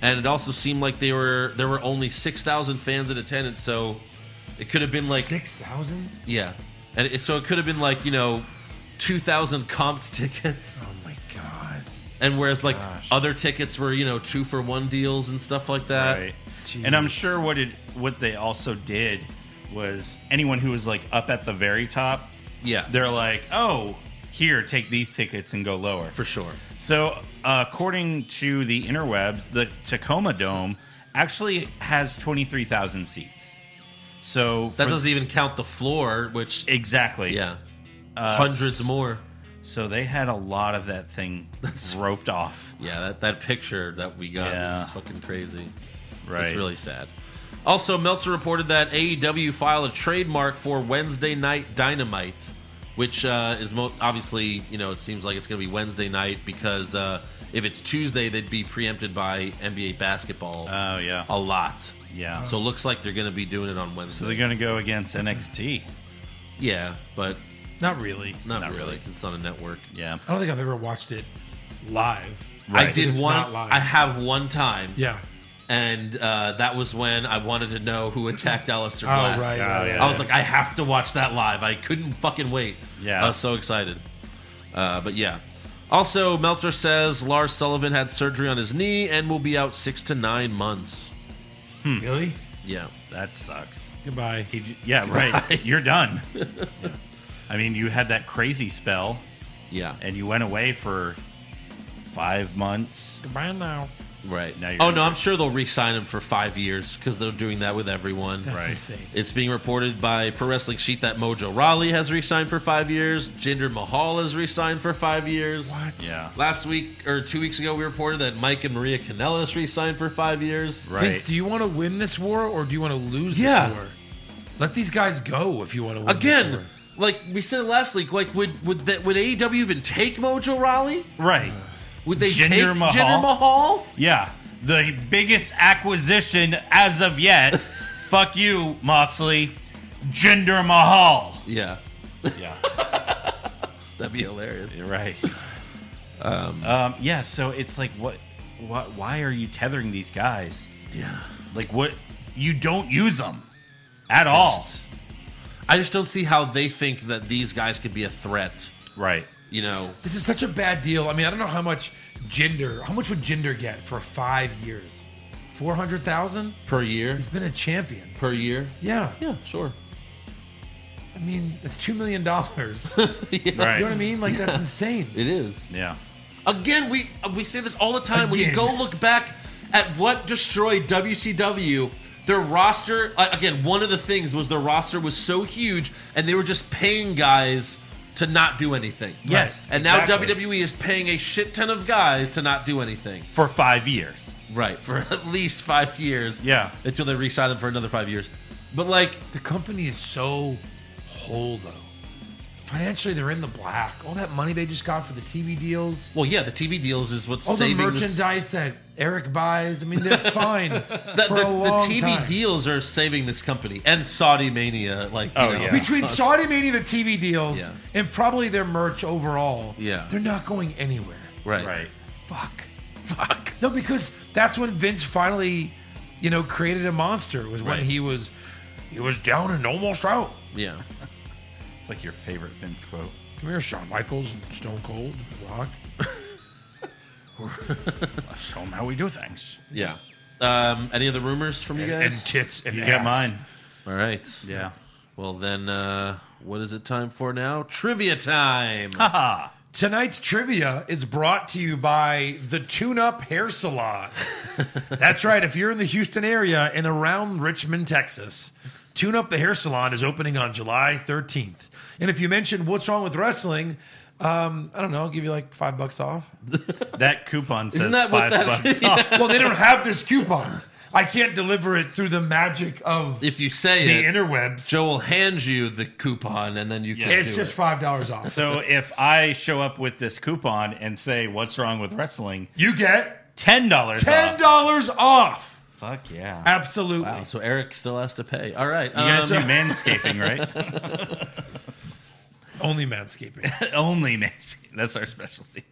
Speaker 5: and it also seemed like they were there were only 6,000 fans in attendance. So it could have been like
Speaker 6: Six thousand.
Speaker 5: yeah, and it, so it could have been like you know 2,000 comped tickets,
Speaker 6: Oh my god.
Speaker 5: and whereas like other tickets were you know two for one deals and stuff like that.
Speaker 7: Right. And I'm sure what it what they also did was anyone who was like up at the very top,
Speaker 5: Yeah,
Speaker 7: they're like, oh, here, take these tickets and go lower.
Speaker 5: for sure.
Speaker 7: So, according to the interwebs, the Tacoma Dome actually has 23,000 seats. So
Speaker 5: That
Speaker 7: for-
Speaker 5: doesn't even count the floor, which
Speaker 7: exactly.
Speaker 5: yeah,
Speaker 7: Uh,
Speaker 5: hundreds more.
Speaker 7: So they had a lot of that thing roped off.
Speaker 5: Yeah, that, that picture that we got
Speaker 7: Yeah.
Speaker 5: is fucking crazy.
Speaker 7: Right.
Speaker 5: It's really sad. E Also, Meltzer reported that AEW filed a trademark for Wednesday Night Dynamite, which uh, is mo- obviously, you know, it seems like it's going to be Wednesday night because uh, if it's Tuesday, they'd be preempted by NBA basketball.
Speaker 7: Uh.
Speaker 5: Oh yeah, a lot.
Speaker 7: Yeah.
Speaker 5: So it looks like they're going to be doing it on Wednesday.
Speaker 7: So they're going to go against NXT.
Speaker 5: Yeah, but
Speaker 7: not really.
Speaker 5: Not, really. It's on a network.
Speaker 7: Yeah.
Speaker 6: I don't think I've ever watched it live.
Speaker 5: I
Speaker 6: But
Speaker 5: did
Speaker 6: it's
Speaker 5: one.
Speaker 6: not live.
Speaker 5: I have one time.
Speaker 6: Yeah.
Speaker 5: And uh, that was when I wanted to know who attacked Aleister
Speaker 6: Oh,
Speaker 5: Black.
Speaker 6: right, Oh, right, yeah.
Speaker 5: I was like, I have to watch that live. I couldn't fucking wait.
Speaker 7: Yeah.
Speaker 5: I was so excited. Uh, but yeah. Also, Meltzer says Lars Sullivan had surgery on his knee and will be out six to nine months. Hmm.
Speaker 6: Really?
Speaker 5: Yeah.
Speaker 7: That sucks.
Speaker 6: Goodbye.
Speaker 7: yeah, right.
Speaker 5: Goodbye.
Speaker 7: You're done. Yeah. I mean, you had that crazy spell.
Speaker 5: Yeah.
Speaker 7: And you went away for five months.
Speaker 6: Goodbye now.
Speaker 5: Right.
Speaker 7: Now you're
Speaker 5: Oh no, I'm sure they'll re-sign him for five years because they're doing that with everyone.
Speaker 7: That's Right. insane.
Speaker 5: It's being reported by Pro Wrestling Sheet that Mojo Raleigh has re-signed for five years. Jinder Mahal has re-signed for five years. What?
Speaker 7: Yeah.
Speaker 5: Last week or two weeks ago, we reported that Mike and Maria Kanellis re-signed for five years.
Speaker 6: Vince, do you want to win this war or do you want to lose
Speaker 5: Yeah.
Speaker 6: this war? Let these guys go if you want to win.
Speaker 5: Again, like we said last week, like would would that would AEW even take Mojo Raleigh?
Speaker 7: Right.
Speaker 5: Would they take Jinder Mahal?
Speaker 7: Yeah. The biggest acquisition as of yet. Fuck you, Moxley. Jinder Mahal.
Speaker 5: Yeah.
Speaker 7: Yeah.
Speaker 5: That'd be hilarious.
Speaker 7: You're right. Um, yeah, so it's like what, what why are you tethering these guys?
Speaker 5: Yeah.
Speaker 7: Like what you don't use them at all.
Speaker 5: I just don't see how they think that these guys could be a threat.
Speaker 7: Right.
Speaker 5: You know.
Speaker 6: This is such a bad deal. I mean, I don't know how much gender. How much would gender get for five years? Four hundred thousand.
Speaker 5: Per year?
Speaker 6: He's been a champion.
Speaker 5: Per year?
Speaker 6: Yeah.
Speaker 5: Yeah. Sure.
Speaker 6: I mean, it's two million dollars. You know
Speaker 5: Right.
Speaker 6: what I mean? Like that's
Speaker 5: Yeah.
Speaker 6: insane.
Speaker 5: It is.
Speaker 7: Yeah.
Speaker 5: Again, we uh, we say this all the time. When you
Speaker 6: Again.
Speaker 5: go look back at what destroyed WCW, their roster uh, again, one of the things was their roster was so huge and they were just paying guys to not do anything.
Speaker 7: Yes,
Speaker 5: And now
Speaker 7: exactly.
Speaker 5: WWE is paying a shit ton of guys to not do anything.
Speaker 7: For five years.
Speaker 5: Right, for at least five years.
Speaker 7: Yeah.
Speaker 5: Until they re sign them for another five years. But like
Speaker 6: the company is so whole though. Financially, they're in the black. All that money they just got for the TV deals,
Speaker 5: Well, yeah, the TV deals is what's
Speaker 6: all the
Speaker 5: saving this-
Speaker 6: merchandise that Eric buys. I mean, they're fine
Speaker 5: The,
Speaker 6: for
Speaker 5: the-
Speaker 6: a
Speaker 5: the
Speaker 6: long
Speaker 5: TV
Speaker 6: time.
Speaker 5: deals are saving this company and Saudi mania. Like,
Speaker 7: Oh,
Speaker 5: you know,
Speaker 6: Between
Speaker 5: Saudi-
Speaker 6: Saudi Mania, the TV deals,
Speaker 5: Yeah.
Speaker 6: and probably their merch overall,
Speaker 5: Yeah.
Speaker 6: they're not going anywhere.
Speaker 5: right,
Speaker 7: right,
Speaker 6: Fuck. Fuck. No, because that's when Vince finally, you know, created a monster. Was when
Speaker 5: Right.
Speaker 6: he was, he was down and almost out.
Speaker 5: yeah,
Speaker 7: It's like your favorite Vince quote.
Speaker 6: Come here, Shawn Michaels, Stone Cold, Rock.
Speaker 7: Let's show them how we do things.
Speaker 5: yeah. Um, any other rumors from you
Speaker 6: And-
Speaker 5: guys?
Speaker 6: and tits and
Speaker 7: You
Speaker 6: ass.
Speaker 7: got mine.
Speaker 5: All right.
Speaker 7: Yeah.
Speaker 5: Well, then, uh, what is it time for now? Trivia time.
Speaker 7: Haha.
Speaker 6: Tonight's trivia is brought to you by the Tune Up Hair Salon. That's right. If you're in the Houston area and around Richmond, Texas, Tune Up the Hair Salon is opening on July 13th. And if you mention what's wrong with wrestling, um, I don't know, I'll give you like five bucks off.
Speaker 7: That coupon says
Speaker 5: Isn't that what that-
Speaker 7: five bucks off.
Speaker 6: well, they don't have this coupon. I can't deliver it through the magic of
Speaker 5: If you say
Speaker 6: the
Speaker 5: it,
Speaker 6: interwebs.
Speaker 5: Joe will hand you the coupon, and then you can.
Speaker 6: it's
Speaker 5: do
Speaker 6: just
Speaker 5: it.
Speaker 6: five dollars off.
Speaker 7: So if I show up with this coupon and say what's wrong with wrestling,
Speaker 6: you get
Speaker 7: ten dollars.
Speaker 6: ten dollars off.
Speaker 7: Fuck yeah.
Speaker 6: Absolutely.
Speaker 5: Wow, so Eric still has to pay. All right.
Speaker 7: You guys
Speaker 5: um,
Speaker 7: do manscaping, right?
Speaker 6: Only manscaping.
Speaker 7: Only manscaping. That's our specialty.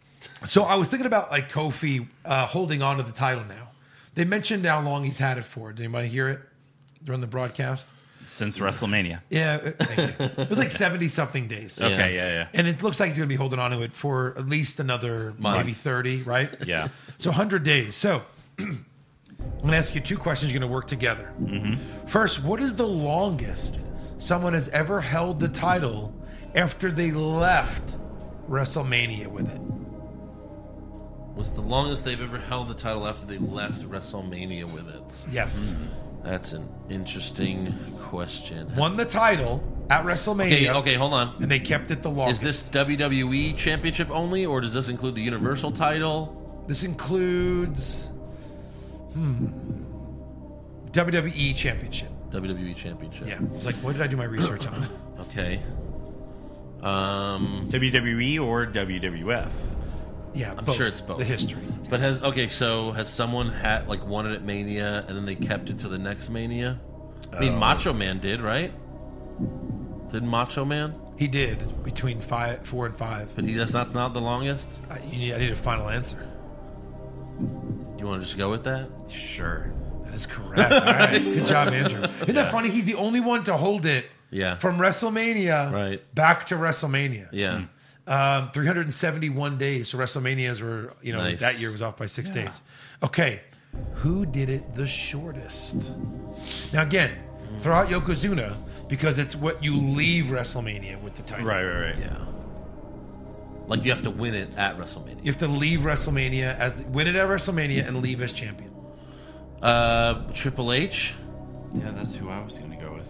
Speaker 6: So I was thinking about like Kofi uh, holding on to the title now. They mentioned how long he's had it for. Did anybody hear it during the broadcast?
Speaker 7: Since WrestleMania.
Speaker 6: Yeah, uh, thank you. it was like seventy something days,
Speaker 7: Okay, yeah,
Speaker 6: and it looks like he's going to be holding on to it for at least another
Speaker 5: Month.
Speaker 6: maybe thirty, right?
Speaker 7: yeah. Yeah.
Speaker 6: So 100 days. So I'm going to ask you two questions. You're going to work together.
Speaker 7: Mm-hmm.
Speaker 6: First, what is the longest someone has ever held the title after they left WrestleMania with it?
Speaker 5: was the longest they've ever held the title after they left WrestleMania with it.
Speaker 7: Mm.
Speaker 6: Yes.
Speaker 5: That's an interesting question.
Speaker 6: Won the title at WrestleMania.
Speaker 5: Okay, okay, hold on.
Speaker 6: And they kept it the
Speaker 5: Is
Speaker 6: longest.
Speaker 5: this WWE Championship only, or does this include the Universal title?
Speaker 6: this includes hmm, WWE Championship.
Speaker 5: WWE E Championship.
Speaker 6: Yeah. I was like, what did I do my research on?
Speaker 5: Okay. Um,
Speaker 7: WWE E or WWF?
Speaker 6: Yeah,
Speaker 5: I'm
Speaker 6: both.
Speaker 5: sure it's both.
Speaker 6: The history.
Speaker 5: But has okay? So has someone had like won it at Mania and then they kept it to the next Mania? I mean,
Speaker 6: Oh.
Speaker 5: Macho Man did right? Did Macho Man?
Speaker 6: He did between five, four, and five.
Speaker 5: But he that's not not the longest.
Speaker 6: I, you need, I need a final answer.
Speaker 5: You want to just go with that?
Speaker 7: Sure.
Speaker 6: That is correct. All right. Good job, Andrew. Isn't
Speaker 5: Yeah.
Speaker 6: that funny? He's the only one to hold it
Speaker 5: Yeah.
Speaker 6: from WrestleMania
Speaker 5: Right.
Speaker 6: back to WrestleMania.
Speaker 5: Yeah.
Speaker 6: Um, 371 days. So WrestleManias were, you know,
Speaker 5: Nice.
Speaker 6: that year was off by six
Speaker 5: Yeah.
Speaker 6: days. Okay. Who did it the shortest? Now, again, throw out Yokozuna because it's what you leave WrestleMania with the title.
Speaker 7: Right, right, right.
Speaker 5: Yeah. Like you have to win it at WrestleMania.
Speaker 6: You have to leave WrestleMania as win it at WrestleMania and leave as champion.
Speaker 5: Uh, Triple H.
Speaker 7: Yeah, that's who I was going to go with.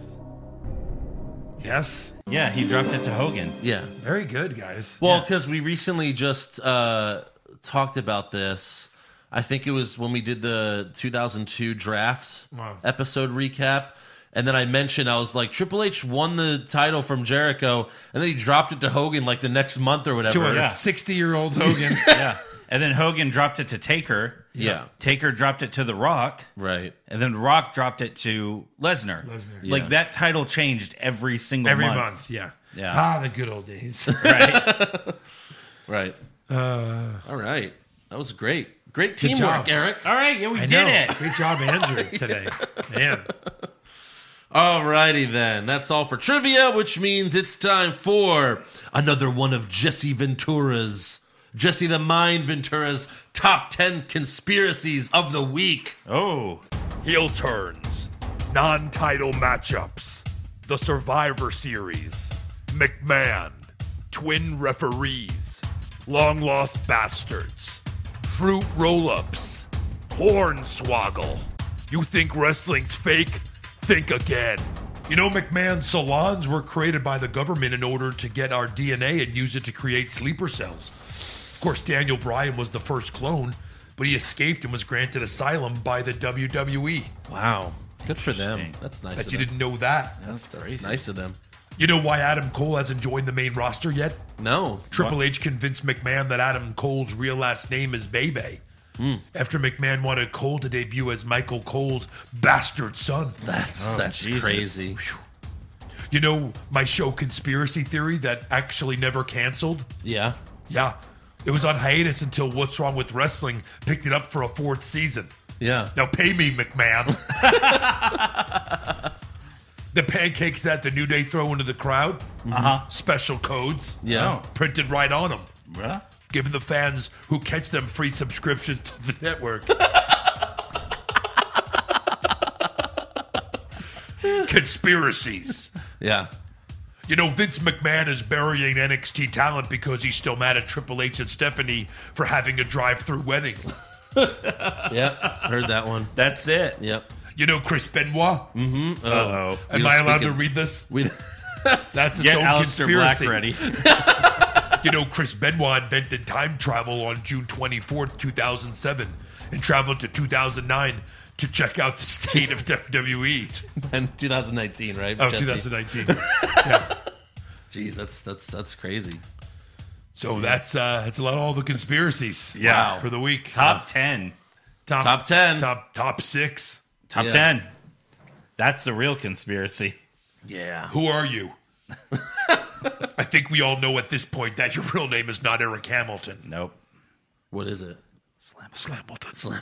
Speaker 6: Yes.
Speaker 7: Yeah, he dropped it to Hogan.
Speaker 5: Yeah.
Speaker 6: Very good, guys.
Speaker 5: Well, because we recently just uh, talked about this. I think it was when we did the 2002 draft
Speaker 6: Wow.
Speaker 5: episode recap. And then I mentioned, I was like, Triple H won the title from Jericho, and then he dropped it to Hogan like the next month or
Speaker 6: to
Speaker 5: whatever.
Speaker 6: a 60 year old Hogan.
Speaker 7: yeah. And then Hogan dropped it to Taker.
Speaker 5: Yeah.
Speaker 7: Taker dropped it to The Rock.
Speaker 5: Right.
Speaker 7: And then Rock dropped it to Lesnar.
Speaker 6: Lesnar.
Speaker 5: Yeah.
Speaker 7: Like that title changed every single
Speaker 6: Every
Speaker 7: month.
Speaker 6: month, yeah.
Speaker 7: Yeah.
Speaker 6: Ah, the good old days.
Speaker 5: Right.
Speaker 6: Uh,
Speaker 5: All right. That was great. Great
Speaker 6: Good
Speaker 5: teamwork,
Speaker 6: job.
Speaker 5: Eric.
Speaker 7: All right, yeah, we
Speaker 6: I
Speaker 7: did
Speaker 6: know.
Speaker 7: it.
Speaker 6: Great job, Andrew, today. Man.
Speaker 5: All righty then. That's all for trivia, which means it's time for another one of Jesse Ventura's, Jesse the Mind Ventura's top 10 conspiracies of the week.
Speaker 7: Oh.
Speaker 13: Heel turns, non title matchups, the Survivor Series, McMahon, twin referees, long lost bastards, fruit roll ups, hornswoggle. You think wrestling's fake? Think again.
Speaker 6: You know, McMahon, salons were created by the government in order to get our DNA and use it to create sleeper cells. Of course, Daniel Bryan was the first clone, but he escaped and was granted asylum by the E. WWE.
Speaker 5: Wow. Good for them. That's nice.
Speaker 6: Bet
Speaker 5: of
Speaker 6: you
Speaker 5: them.
Speaker 6: didn't know that.
Speaker 5: That's, that's nice of them.
Speaker 6: You know why Adam Cole hasn't joined the main roster yet?
Speaker 5: No.
Speaker 6: Triple H convinced McMahon that Adam Cole's real last name is Bebe. After McMahon wanted Cole to debut as Michael Cole's bastard son. Oh,
Speaker 5: That's that's crazy.
Speaker 6: You know my show Conspiracy Theory that actually never canceled?
Speaker 5: Yeah.
Speaker 6: Yeah. It was on hiatus until What's Wrong with Wrestling picked it up for a fourth season.
Speaker 5: Yeah.
Speaker 6: Now pay me, McMahon. the pancakes that the New Day throw into the crowd,
Speaker 7: Uh-huh.
Speaker 6: special codes.
Speaker 5: Mm-hmm. Yeah.
Speaker 7: Oh.
Speaker 6: Printed right on them.
Speaker 7: Yeah.
Speaker 6: Giving the fans who catch them free subscriptions to the network. Conspiracies.
Speaker 5: Yeah.
Speaker 6: You know, Vince McMahon is burying NXT talent because he's still mad at Triple H and Stephanie for having a drive through wedding.
Speaker 5: Yeah. Heard that one.
Speaker 7: That's it.
Speaker 5: Yep.
Speaker 6: You know, Chris Benoit?
Speaker 5: Mm-hmm.
Speaker 7: Uh-oh.
Speaker 6: Am I allowed to read this?
Speaker 5: We
Speaker 6: That's its
Speaker 7: Get
Speaker 6: own
Speaker 7: Aleister Black
Speaker 6: conspiracy.
Speaker 7: ready.
Speaker 6: You know, Chris Benoit invented time travel on June 24th, 2007, and traveled to 2009 to check out the state of E WWE.
Speaker 5: and 2019, right?
Speaker 6: Oh,
Speaker 5: Jesse?
Speaker 6: 2019. yeah.
Speaker 5: Jeez, that's that's that's crazy.
Speaker 6: So that's uh, that's a lot of all the conspiracies.
Speaker 7: Yeah.
Speaker 6: For the week.
Speaker 7: Top 10.
Speaker 5: Top 10.
Speaker 6: Top top six.
Speaker 7: Top
Speaker 5: Yeah.
Speaker 7: 10. That's the real conspiracy.
Speaker 5: Yeah.
Speaker 6: Who are you? I think we all know at this point that your real name is not Eric Hamilton.
Speaker 7: Nope.
Speaker 5: What is it?
Speaker 6: Slamilton.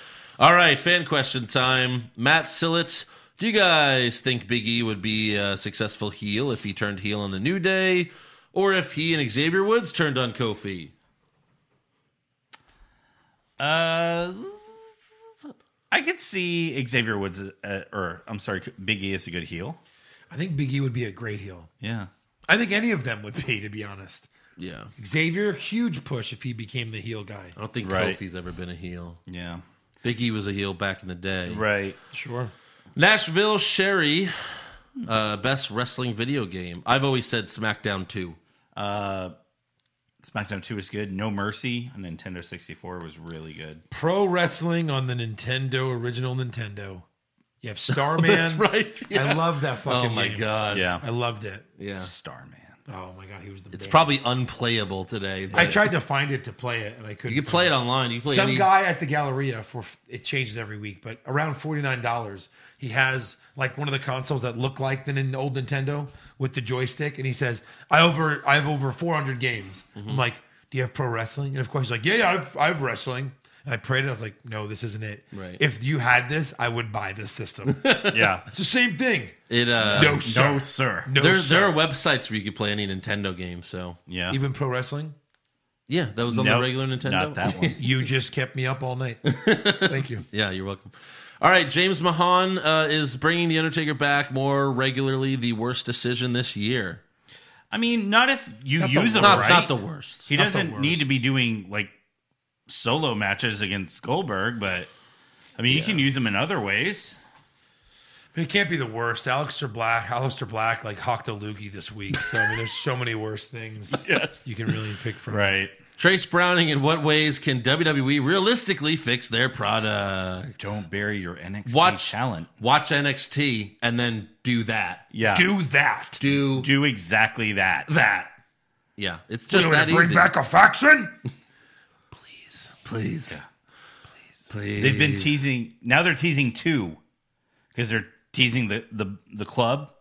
Speaker 5: All right, fan question time. Matt Sillett, do you guys think Big E would be a successful heel if he turned heel on the New Day, or if he and Xavier Woods turned on Kofi?
Speaker 7: Uh, I could see Xavier Woods, uh, or I'm sorry, Big E is a good heel.
Speaker 6: I think Big E would be a great heel.
Speaker 7: Yeah.
Speaker 6: I think any of them would be, to be honest.
Speaker 5: Yeah,
Speaker 6: Xavier, huge push if he became the heel guy.
Speaker 5: I don't think
Speaker 7: Right.
Speaker 5: Kofi's ever been a heel.
Speaker 7: Yeah.
Speaker 5: Big E was a heel back in the day.
Speaker 7: Right.
Speaker 6: Sure.
Speaker 5: Nashville Sherry, uh, best wrestling video game. I've always said SmackDown Two.
Speaker 7: Uh, SmackDown 2 is good. No Mercy on Nintendo 64 was really good.
Speaker 6: Pro wrestling on the Nintendo, original Nintendo, You have Starman.
Speaker 5: That's right.
Speaker 6: I
Speaker 5: yeah.
Speaker 6: love that fucking.
Speaker 5: Oh my
Speaker 6: game.
Speaker 5: god.
Speaker 7: Yeah.
Speaker 6: I loved it.
Speaker 5: Yeah.
Speaker 7: Starman.
Speaker 6: Oh my god, he was the.
Speaker 5: It's
Speaker 6: man.
Speaker 5: probably unplayable today.
Speaker 6: I
Speaker 5: but-
Speaker 6: tried to find it to play it, and I couldn't.
Speaker 5: You can play it online. You can play
Speaker 6: Some
Speaker 5: any-
Speaker 6: guy at the Galleria for it changes every week, but around forty nine dollars, he has like one of the consoles that look like the nin- old Nintendo with the joystick, and he says, "I over I have over four hundred games."
Speaker 5: Mm-hmm.
Speaker 6: I'm like, "Do you have pro wrestling?" And of course, he's like, "Yeah, yeah, I've I've wrestling." And I prayed, and I was like, "No, this isn't it.
Speaker 5: Right.
Speaker 6: If you had this, I would buy this system.
Speaker 7: Yeah.
Speaker 6: it's the same thing."
Speaker 5: It uh
Speaker 6: No, sir.
Speaker 7: No, sir.
Speaker 6: No,
Speaker 5: there,
Speaker 6: sir.
Speaker 5: there are websites where you could play any Nintendo game. So
Speaker 7: Yeah.
Speaker 6: Even pro wrestling,
Speaker 5: yeah, that was on
Speaker 7: Nope,
Speaker 5: the regular Nintendo.
Speaker 7: Not that one.
Speaker 6: you just kept me up all night. Thank you.
Speaker 5: yeah, you're welcome. All right, James Mahan uh, is bringing the Undertaker back more regularly. The worst decision this year.
Speaker 7: I mean, not if you
Speaker 6: Not the
Speaker 7: use him
Speaker 5: Not
Speaker 7: right.
Speaker 5: not the worst.
Speaker 7: he
Speaker 6: not the
Speaker 7: doesn't need to
Speaker 6: worst.
Speaker 7: be doing like solo matches against Goldberg, but I mean, you can use him in other ways.
Speaker 6: But it can't be the worst. Alex or Black, Alistair Black, like hawked a loogie this week. So I mean, there's so many worse things
Speaker 7: Yes.
Speaker 6: you can really pick from.
Speaker 7: Right.
Speaker 5: Trace Browning. In what ways can WWE realistically fix their product?
Speaker 7: Don't bury your NXT
Speaker 5: Watch-
Speaker 7: talent.
Speaker 5: Watch NXT and then do that.
Speaker 7: Yeah.
Speaker 6: Do that.
Speaker 5: Do
Speaker 7: do exactly that.
Speaker 5: that. Yeah, it's
Speaker 6: You
Speaker 5: just
Speaker 6: want
Speaker 5: that
Speaker 6: to bring
Speaker 5: easy.
Speaker 6: back a faction.
Speaker 5: please. Please. Please.
Speaker 7: They've been teasing. Now they're teasing two because they're teasing the, the, the club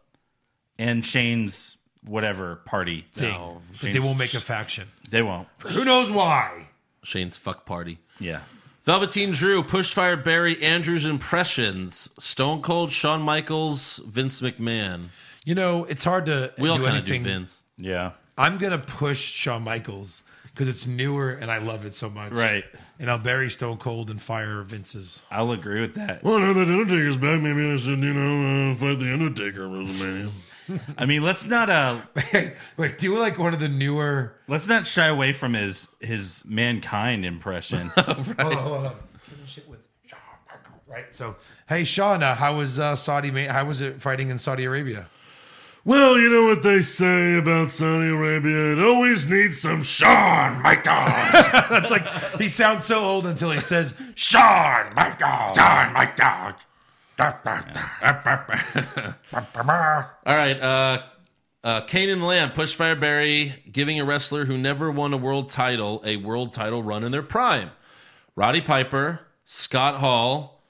Speaker 7: and Shane's whatever party.
Speaker 6: Thing.
Speaker 7: No,
Speaker 6: but they
Speaker 7: Shane's-
Speaker 6: won't make a faction.
Speaker 7: They won't.
Speaker 6: Who knows why?
Speaker 5: Shane's fuck party.
Speaker 7: Yeah.
Speaker 5: Velveteen Drew, Pushfire Barry, Andrews impressions, Stone Cold, Shawn Michaels, Vince McMahon.
Speaker 6: You know, it's hard to
Speaker 5: We all
Speaker 6: do
Speaker 5: kind of do
Speaker 6: anything.
Speaker 5: Vince.
Speaker 7: Yeah.
Speaker 6: I'm gonna push Shawn Michaels because it's newer and I love it so much.
Speaker 7: Right.
Speaker 6: And I'll bury Stone Cold and fire Vince's.
Speaker 7: I'll agree with that.
Speaker 14: Well, now that Undertaker's back, maybe I should, you know, uh, fight the Undertaker at WrestleMania.
Speaker 7: I mean, let's not uh
Speaker 6: Wait, do like one of the newer.
Speaker 7: let's not shy away from his his mankind impression.
Speaker 6: Hold on, hold on. Finish it with Shawn Michaels, right? So, hey, Shawn, uh, how was uh, Saudi? Ma- how was it fighting in Saudi Arabia?
Speaker 14: Well, you know what they say about Saudi Arabia. It always needs some Shawn Michaels.
Speaker 6: That's like he sounds so old until he says Shawn Michaels. Shawn Michaels.
Speaker 5: All right. Uh, uh, Kane and Lamb, Pushfire Barry, giving a wrestler who never won a world title a world title run in their prime. Roddy Piper, Scott Hall,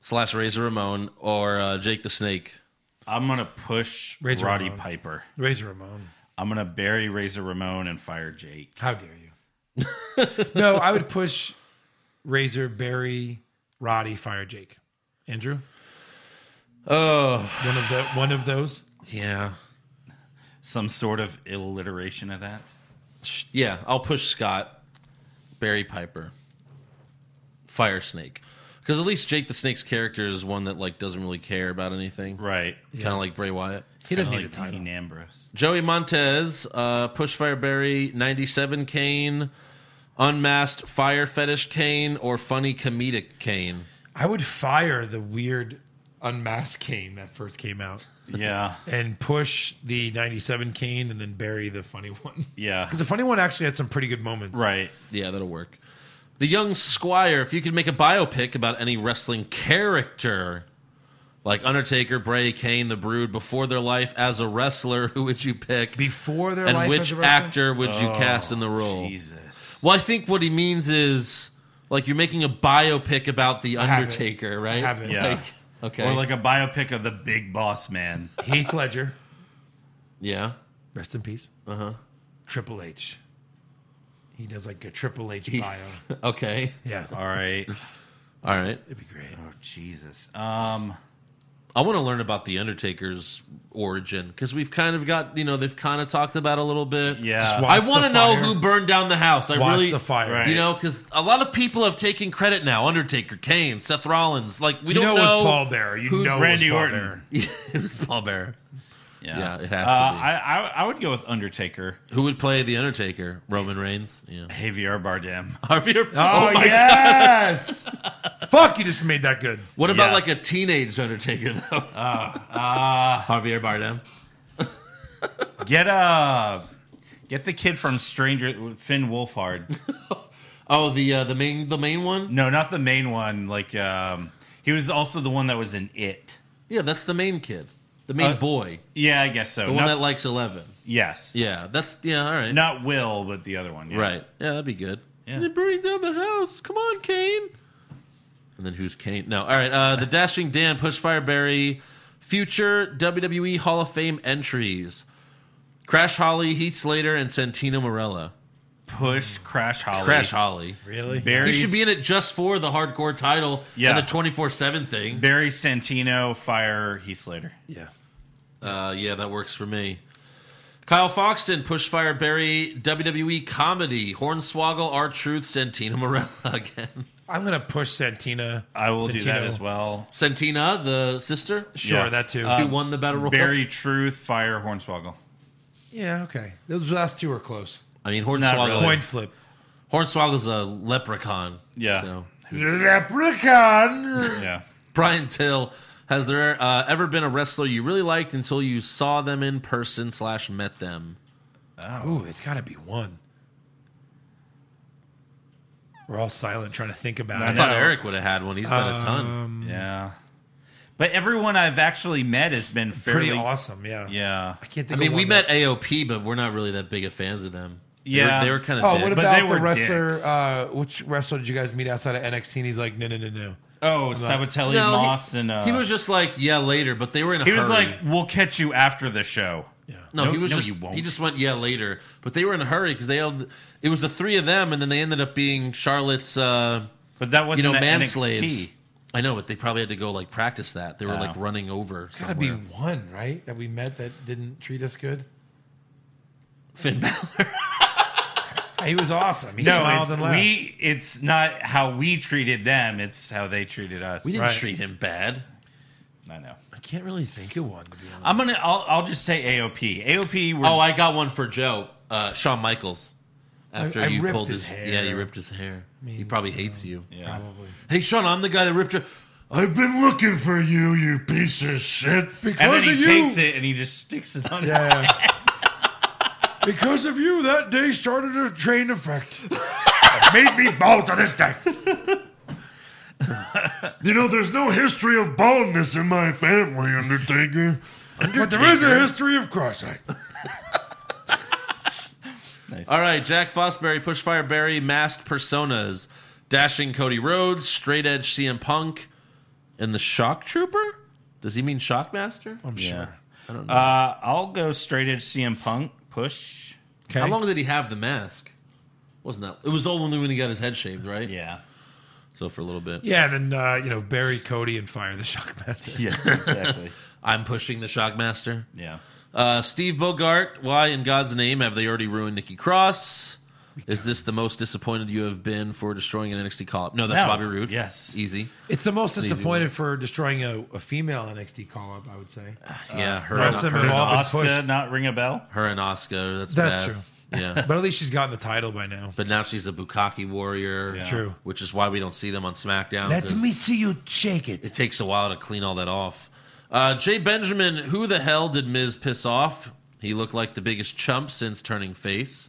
Speaker 5: slash Razor Ramon, or uh, Jake the Snake.
Speaker 7: I'm gonna push
Speaker 6: Razor
Speaker 7: Roddy
Speaker 6: Ramon.
Speaker 7: Piper.
Speaker 6: Razor Ramon.
Speaker 7: I'm gonna bury Razor Ramon and fire Jake.
Speaker 6: How dare you? no, I would push Razor, Barry, Roddy, Fire Jake, Andrew.
Speaker 5: Oh,
Speaker 6: One of the one of those.
Speaker 5: yeah.
Speaker 7: Some sort of alliteration of that.
Speaker 5: Yeah, I'll push Scott, Barry Piper, Fire Snake, because at least Jake the Snake's character is one that like doesn't really care about anything,
Speaker 7: Right.
Speaker 5: Kind of like Bray Wyatt.
Speaker 6: He doesn't
Speaker 7: Like
Speaker 6: need a title.
Speaker 7: Dean Ambrose.
Speaker 5: Joey Montez, uh, push Fire Barry, ninety seven Kane, unmasked Fire Fetish Kane, or funny comedic Kane.
Speaker 6: I would fire the weird unmasked Kane that first came out.
Speaker 7: Yeah.
Speaker 6: and push the 97 cane and then bury the funny one.
Speaker 7: Yeah.
Speaker 6: Because the funny one actually had some pretty good moments.
Speaker 7: Right.
Speaker 5: Yeah, that'll work. The Young Squire, if you could make a biopic about any wrestling character, like Undertaker, Bray, Kane, The Brood, before their life as a wrestler, who would you pick?
Speaker 6: Before their
Speaker 5: and
Speaker 6: life
Speaker 5: which
Speaker 6: as a wrestler?
Speaker 5: actor would you cast in the role?
Speaker 7: Jesus.
Speaker 5: Well, I think what he means is like you're making a biopic about The
Speaker 6: haven't.
Speaker 5: Undertaker, right?
Speaker 6: haven't.
Speaker 7: Yeah.
Speaker 5: Like, okay.
Speaker 7: Or like a biopic of the big boss man.
Speaker 6: Heath Ledger,
Speaker 5: yeah.
Speaker 6: rest in peace. Uh huh. Triple H. He does like a Triple H
Speaker 5: Heath.
Speaker 6: bio.
Speaker 5: Okay.
Speaker 6: Yeah.
Speaker 7: All right.
Speaker 5: All right.
Speaker 6: It'd be great.
Speaker 7: Oh Jesus. Um
Speaker 5: I want to learn about The Undertaker's origin because we've kind of got, you know, they've kind of talked about a little bit.
Speaker 7: yeah.
Speaker 6: Just watch
Speaker 5: I
Speaker 6: the
Speaker 5: want to know
Speaker 6: fire.
Speaker 5: who burned down the house. I
Speaker 6: Watch
Speaker 5: really
Speaker 6: the fire.
Speaker 7: Right.
Speaker 5: You know, because a lot of people have taken credit now. Undertaker, Kane, Seth Rollins. Like we
Speaker 6: You
Speaker 5: don't
Speaker 6: know, it
Speaker 5: know.
Speaker 6: was Paul Bearer. You
Speaker 5: who-
Speaker 6: know
Speaker 7: Randy
Speaker 6: it was Paul
Speaker 7: Orton.
Speaker 6: Bearer.
Speaker 5: it was Paul Bearer.
Speaker 7: Yeah,
Speaker 5: Yeah, it has to
Speaker 7: Uh,
Speaker 5: be.
Speaker 7: I, I I would go with Undertaker,
Speaker 5: Who would play the Undertaker? Roman Reigns. Yeah.
Speaker 7: Javier Bardem.
Speaker 5: Harvey. or-
Speaker 6: Oh,
Speaker 5: my-
Speaker 6: yes. Fuck, you just made that good.
Speaker 5: What about
Speaker 7: Yeah.
Speaker 5: like a teenage Undertaker though?
Speaker 6: Ah,
Speaker 5: Javier Bardem.
Speaker 7: Get uh get the kid from Stranger Finn Wolfhard.
Speaker 5: Oh, the uh, the main the main one.
Speaker 7: no, not the main one. Like um, He was also the one that was in it.
Speaker 5: Yeah, that's the main kid, the main
Speaker 7: Uh,
Speaker 5: boy,
Speaker 7: Yeah, I guess so.
Speaker 5: the one
Speaker 7: Not-
Speaker 5: that likes Eleven.
Speaker 7: yes,
Speaker 5: Yeah, that's yeah. All right,
Speaker 7: not Will, but the other one. Yeah.
Speaker 5: right. Yeah, that'd be good.
Speaker 7: Yeah.
Speaker 5: They're burning down the house. Come on, Kane. And then who's Kane? No. All right. Uh, the Dashing Dan, Push Fireberry, future WWE Hall of Fame entries Crash Holly, Heath Slater, and Santino Morella.
Speaker 7: Push Crash Holly.
Speaker 5: Crash Holly.
Speaker 7: Really?
Speaker 5: He
Speaker 7: Barry's-
Speaker 5: should be in it just for the hardcore title
Speaker 7: Yeah.
Speaker 5: and the 24 7 thing.
Speaker 7: Barry Santino, Fire Heath Slater.
Speaker 11: Yeah.
Speaker 5: Uh, yeah, that works for me. Kyle Foxton, Push Fire Barry, WWE E Comedy, Hornswoggle, R Truth, Santina Morella again.
Speaker 6: I'm gonna push Santina.
Speaker 7: I will do that
Speaker 6: Santino.
Speaker 7: as well.
Speaker 5: Santina, the sister?
Speaker 6: Sure, that too.
Speaker 7: Um,
Speaker 5: Who won the Battle Royal?
Speaker 7: Barry Truth, Fire Hornswoggle.
Speaker 6: Yeah, okay. Those last two are close.
Speaker 5: I mean,
Speaker 7: Not
Speaker 5: Hornswoggle.
Speaker 7: really. Coin
Speaker 6: flip.
Speaker 5: Hornswoggle's a leprechaun.
Speaker 7: Yeah.
Speaker 5: So.
Speaker 6: Leprechaun.
Speaker 7: Yeah.
Speaker 5: Brian Till, has there uh, ever been a wrestler you really liked until you saw them in person slash met them?
Speaker 6: Ooh, it's got to be one. We're all silent, trying to think about
Speaker 5: I
Speaker 6: it.
Speaker 5: thought Eric would have had one. He's met a
Speaker 6: Um,
Speaker 5: ton.
Speaker 7: Yeah. But everyone I've actually met has been fairly
Speaker 6: Pretty awesome, yeah.
Speaker 7: Yeah.
Speaker 6: I can't
Speaker 5: I
Speaker 6: think.
Speaker 5: mean,
Speaker 6: of
Speaker 5: we
Speaker 6: one
Speaker 5: met AOP, but we're not really that big of fans of them. They were-
Speaker 7: Yeah.
Speaker 5: they were, kind
Speaker 6: that-
Speaker 5: of.
Speaker 6: Oh, what
Speaker 7: But
Speaker 6: about
Speaker 7: they
Speaker 6: the
Speaker 7: were
Speaker 6: wrestler?
Speaker 7: dicks.
Speaker 6: Uh, which wrestler did you guys meet outside of NXT? And he's like, no, no, no, no.
Speaker 7: Oh,
Speaker 6: I'm like,
Speaker 7: Sabatelli
Speaker 5: No, he-
Speaker 7: Moss and uh,
Speaker 5: he was just like, yeah, later. But they were in a
Speaker 7: he was
Speaker 5: hurry.
Speaker 7: like, "We'll catch you after the show." Yeah.
Speaker 5: no, he was just
Speaker 7: you won't.
Speaker 5: he just went yeah later. But they were in a hurry because they all it was the three of them, and then they ended up being Charlotte's. Uh,
Speaker 7: but that
Speaker 5: you
Speaker 7: wasn't
Speaker 5: know,
Speaker 7: at
Speaker 5: man
Speaker 7: NXT.
Speaker 5: slaves. I know, but they probably had to go like practice that. They were
Speaker 7: Oh.
Speaker 5: like running over.
Speaker 6: Gotta
Speaker 5: Somewhere.
Speaker 6: be one, right? That we met that didn't treat us good.
Speaker 5: Finn Balor.
Speaker 6: He was awesome. He
Speaker 7: no,
Speaker 6: smiled
Speaker 7: it's,
Speaker 6: and laughed.
Speaker 7: we. It's not how we treated them; it's how they treated us.
Speaker 5: We didn't
Speaker 6: Right.
Speaker 5: treat him bad.
Speaker 7: I know.
Speaker 6: I can't really think of one. To be honest.
Speaker 7: I'm gonna. I'll, I'll just say AOP. AOP. Were,
Speaker 5: Oh, I got one for Joe. Uh, Shawn Michaels. After
Speaker 6: I- I
Speaker 5: you
Speaker 6: ripped
Speaker 5: pulled
Speaker 6: his
Speaker 5: his,
Speaker 6: hair.
Speaker 5: yeah, you ripped his hair. he
Speaker 6: mean,
Speaker 5: probably
Speaker 6: so-
Speaker 5: hates you.
Speaker 7: yeah.
Speaker 6: Probably.
Speaker 5: Hey, Sean, I'm the guy that ripped your.
Speaker 14: I've been looking for you, you piece of shit.
Speaker 7: And then
Speaker 6: Because
Speaker 7: he
Speaker 6: of you.
Speaker 7: takes it and he just sticks it on. his-
Speaker 6: Yeah. because of you, that day started a train effect.
Speaker 14: Made me bald to this day. you know, there's no history of baldness in my family, Undertaker.
Speaker 6: But there is a history of cross-eyed.
Speaker 5: All right, Jack Fosberry, Pushfire Barry, Masked Personas, Dashing Cody Rhodes, Straight Edge CM Punk, and the Shock Trooper? Does he mean Shockmaster?
Speaker 6: I'm
Speaker 7: Yeah.
Speaker 6: sure.
Speaker 5: I don't know.
Speaker 7: Uh, I'll go straight edge CM Punk push.
Speaker 6: Okay.
Speaker 5: How long did he have the mask? Wasn't that? It was only when he got his head shaved, right?
Speaker 7: Yeah.
Speaker 5: So for a little bit.
Speaker 6: Yeah, and then uh, you know Barry Cody and Fire the Shockmaster.
Speaker 7: Yes, exactly.
Speaker 5: I'm pushing the Shockmaster.
Speaker 7: yeah.
Speaker 5: Uh, Steve Bogart, why in God's name have they already ruined Nikki Cross? Is this the most disappointed you have been for destroying an NXT call up? No, that's
Speaker 7: No.
Speaker 5: Bobby Roode.
Speaker 7: Yes.
Speaker 5: Easy.
Speaker 6: It's the most
Speaker 5: easy
Speaker 6: disappointed for destroying a, a female NXT call up. I would say.
Speaker 5: yeah, her,
Speaker 6: Uh, rest
Speaker 5: and,
Speaker 6: of them
Speaker 5: her,
Speaker 6: are all- Always
Speaker 7: Oscar
Speaker 6: pushed.
Speaker 7: not ring a bell.
Speaker 5: her and Oscar. That's,
Speaker 6: That's
Speaker 5: bad.
Speaker 6: true.
Speaker 5: Yeah.
Speaker 6: But at least she's gotten the title by now.
Speaker 5: But now she's a Bukaki warrior.
Speaker 7: Yeah.
Speaker 6: True.
Speaker 5: Which is why we don't see them on SmackDown. 'cause
Speaker 6: see you shake it.
Speaker 5: It takes a while to clean all that off. Uh, Jay Benjamin, who the hell did Miz piss off? He looked like the biggest chump since turning face.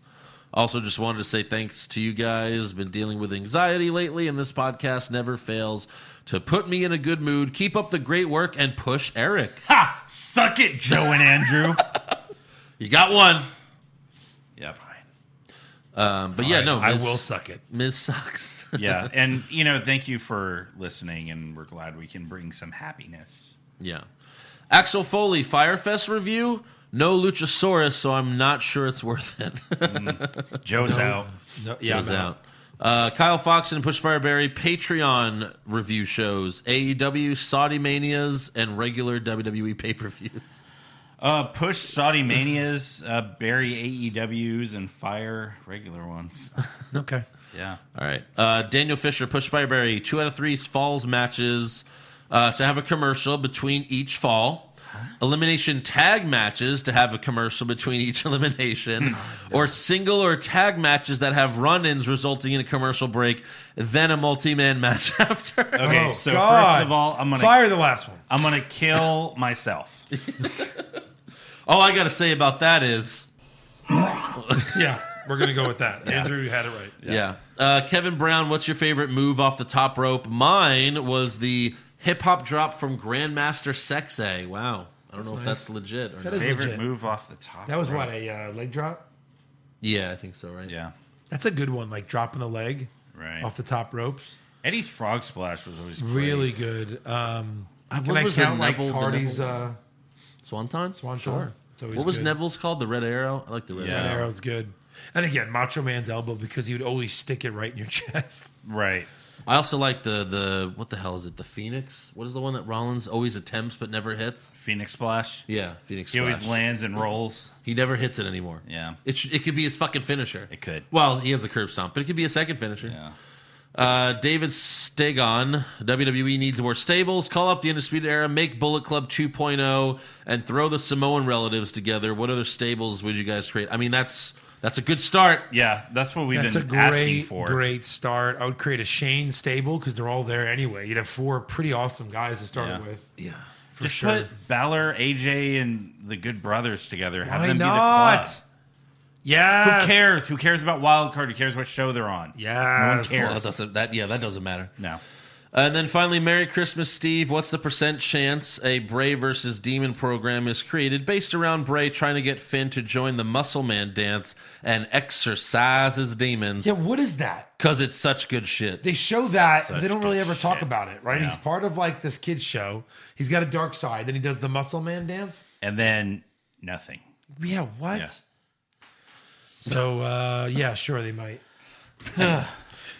Speaker 5: Also, just wanted to say thanks to you guys. Been dealing with anxiety lately, and this podcast never fails to put me in a good mood. Keep up the great work and push Eric.
Speaker 7: Ha! Suck it, Joe and Andrew.
Speaker 5: You got one.
Speaker 7: yeah, fine.
Speaker 5: Um, but yeah, no,
Speaker 6: I
Speaker 5: Miz-
Speaker 6: will suck it.
Speaker 5: Miz sucks.
Speaker 7: Yeah, and you know, thank you for listening, and we're glad we can bring some happiness.
Speaker 5: yeah. Axel Foley, Firefest review. No Luchasaurus, so I'm not sure it's worth it.
Speaker 7: Joe's out.
Speaker 6: No, yeah,
Speaker 5: goes
Speaker 6: I'm out.
Speaker 5: out. Uh, Kyle Fox and Push Fireberry Patreon review shows, AEW, Saudi Manias, and regular E WWE pay per views.
Speaker 7: Uh, push Saudi manias, uh, bury AEWs, and fire regular ones.
Speaker 6: Okay.
Speaker 7: Yeah,
Speaker 5: All right. Uh, Daniel Fisher, Push Fireberry, two out of three falls matches uh, to have a commercial between each fall. Elimination tag matches to have a commercial between each elimination, or single or tag matches that have run ins resulting in a commercial break, then a multi man match after.
Speaker 7: Okay,
Speaker 6: Oh,
Speaker 7: so
Speaker 6: God.
Speaker 7: first of all, I'm gonna
Speaker 6: fire the last one.
Speaker 7: I'm gonna kill myself.
Speaker 5: All I got to say about that is.
Speaker 6: Yeah, we're gonna go with that. Andrew you had it right.
Speaker 5: Yeah. Uh, Kevin Brown, what's your favorite move off the top rope? Mine was the Hip hop drop from Grandmaster Sexay. Wow. I don't
Speaker 6: That's
Speaker 5: know if
Speaker 6: nice.
Speaker 5: that's legit or
Speaker 6: That
Speaker 5: not.
Speaker 6: is Favorite legit.
Speaker 7: move off the top.
Speaker 6: That was what a uh, leg drop.
Speaker 5: Yeah, I think so, right?
Speaker 7: Yeah.
Speaker 6: That's a good one, like dropping the leg
Speaker 7: Right.
Speaker 6: off the top ropes.
Speaker 7: Eddie's frog splash was always great.
Speaker 6: Really good. Um,
Speaker 5: Uh,
Speaker 6: can
Speaker 5: what
Speaker 6: I
Speaker 5: was the
Speaker 6: count like
Speaker 5: Neville- the
Speaker 6: Hardy's
Speaker 5: Neville-
Speaker 6: uh,
Speaker 5: Swanton? Swanton.
Speaker 6: Sure. It's always
Speaker 5: What was
Speaker 6: good.
Speaker 5: Neville's called? The Red Arrow? I like the Red
Speaker 6: red
Speaker 5: Arrow.
Speaker 6: arrow's good? And again, Macho Man's elbow because he would always stick it right in your chest.
Speaker 7: Right.
Speaker 5: I also like the the what the hell is it? The Phoenix? What is the one that Rollins always attempts but never hits?
Speaker 7: Phoenix Splash.
Speaker 5: Yeah, Phoenix.
Speaker 7: He always
Speaker 5: Splash.
Speaker 7: lands and rolls.
Speaker 5: He never hits it anymore.
Speaker 7: Yeah.
Speaker 5: It sh- it could be his fucking finisher. It
Speaker 7: could.
Speaker 5: Well, he has a curb stomp, but it could be a second finisher. Yeah. Uh, David Stegon, WWE E needs more stables. Call up the Undisputed Era, make Bullet Club 2.0, and throw the Samoan relatives together. What other stables would you guys create? I mean, that's that's a good start.
Speaker 7: Yeah, that's what
Speaker 6: That's a great, great start. I would create a Shane stable because they're all there anyway. You'd have four pretty awesome guys to start
Speaker 7: Yeah.
Speaker 6: with.
Speaker 5: Yeah.
Speaker 6: For
Speaker 7: Just
Speaker 6: sure.
Speaker 7: put Balor, AJ, and the Good Brothers together. Have
Speaker 6: Why
Speaker 7: them be
Speaker 6: not?
Speaker 7: the club.
Speaker 6: Yes.
Speaker 7: Who cares? Who cares about Wild Card? Who cares what show they're on? No one
Speaker 6: Yes.
Speaker 7: cares.
Speaker 5: Well, that doesn't that yeah, that doesn't matter.
Speaker 7: No.
Speaker 5: And then finally, Merry Christmas, Steve. What's the percent chance a Bray versus Demon program is created based around Bray trying to get Finn to join the Muscle Man dance and exercise his demons?
Speaker 6: Yeah, what is that?
Speaker 5: Because it's such good shit.
Speaker 6: They show that, but
Speaker 5: Such
Speaker 6: they don't really ever talk about it, right?
Speaker 5: Yeah.
Speaker 6: He's part of like this kid's show. He's got a dark side. Then he does the muscle man dance.
Speaker 7: And then nothing.
Speaker 6: Yeah, what?
Speaker 7: Yeah.
Speaker 6: So uh, yeah, sure they might.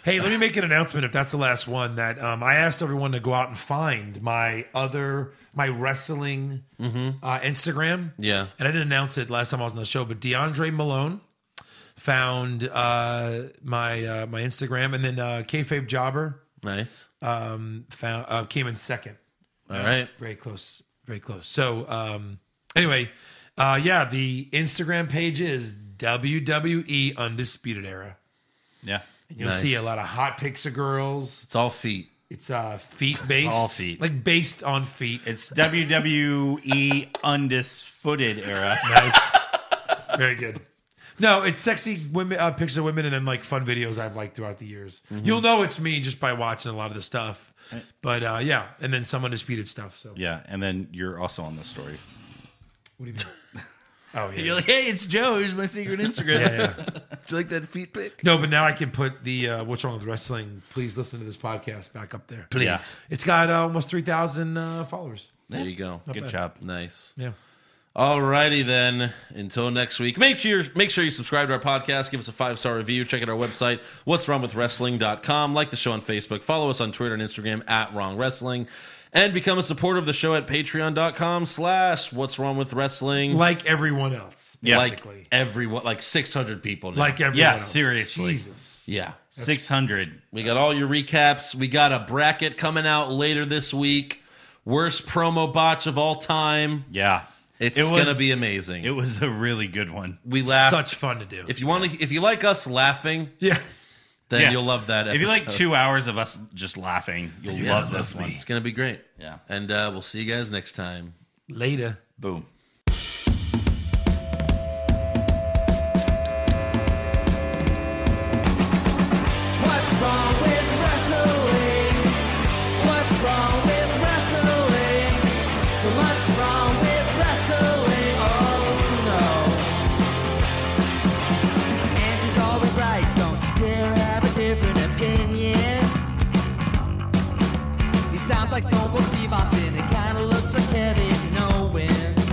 Speaker 6: hey, let me make an announcement if that's the last one that um, I asked everyone to go out and find my other my wrestling uh, Instagram.
Speaker 5: Yeah.
Speaker 6: And I didn't announce it last time I was on the show, but DeAndre Malone found uh, my uh, my Instagram, and then uh, kayfabe jobber
Speaker 5: Nice.
Speaker 6: um, found uh, came in second.
Speaker 5: All right.
Speaker 6: very close, very close. So um, anyway, uh, yeah, the Instagram page is WWE Undisputed Era.
Speaker 7: Yeah.
Speaker 6: And you'll see a lot of hot pics of girls.
Speaker 5: It's all feet.
Speaker 6: It's uh, feet based,
Speaker 7: all feet.
Speaker 6: like based on feet.
Speaker 7: It's WWE undisfooted era.
Speaker 6: Nice. Very good. No, it's sexy women uh, pictures of women and then like fun videos I've liked throughout the years.
Speaker 5: Mm-hmm.
Speaker 7: Mhm.
Speaker 6: You'll know it's me just by watching a lot of the stuff. But uh, yeah, and then some undisputed stuff. So
Speaker 7: Yeah, and then you're also on the story.
Speaker 6: what do you mean? oh yeah.
Speaker 7: You're like, hey, it's Joe. Here's my secret Instagram.
Speaker 6: Yeah,
Speaker 5: Do you like that feet pic?
Speaker 6: No, but now I can put the uh, what's wrong with wrestling. Please listen to this podcast back up there.
Speaker 5: Please.
Speaker 7: Yeah.
Speaker 6: It's got uh, almost three thousand uh, followers.
Speaker 5: There you go.
Speaker 6: Not Good bad.
Speaker 5: job. Nice.
Speaker 6: Yeah.
Speaker 5: Alrighty then. Until next week, make sure make sure you subscribe to our podcast, give us a five star review, check out our website, what's wrong with wrestling.com, like the show on Facebook, follow us on Twitter and Instagram at Wrong Wrestling, and become a supporter of the show at patreon.com slash what's wrong with wrestling.
Speaker 6: Like everyone else,
Speaker 5: like
Speaker 6: basically.
Speaker 5: everyone like six hundred people now.
Speaker 6: Like everyone
Speaker 7: Yeah,
Speaker 6: else.
Speaker 7: seriously.
Speaker 6: Jesus.
Speaker 5: Yeah.
Speaker 7: Six hundred.
Speaker 5: We got all your recaps. We got a bracket coming out later this week. Worst promo botch of all time.
Speaker 7: Yeah.
Speaker 5: It's
Speaker 7: It was-
Speaker 5: gonna be amazing.
Speaker 7: It was a really good one.
Speaker 5: we laughed.
Speaker 6: Such fun to do.
Speaker 5: If you want to, if you like us laughing,
Speaker 6: Yeah.
Speaker 5: then
Speaker 7: Yeah.
Speaker 5: you'll love that. Episode.
Speaker 7: If you like two hours of us just laughing, you'll
Speaker 5: Yeah,
Speaker 7: love this one.
Speaker 5: it's gonna be great.
Speaker 7: Yeah.
Speaker 5: and uh, we'll see you guys next time.
Speaker 6: Later.
Speaker 7: Boom.
Speaker 4: What's wrong with wrestling? What's wrong with wrestling? So much wrong with wrestling. Oh no. And she's always right. Don't you dare have a different opinion. He sounds like Stone Cold Steve Austin. It kinda looks like Kevin Owens.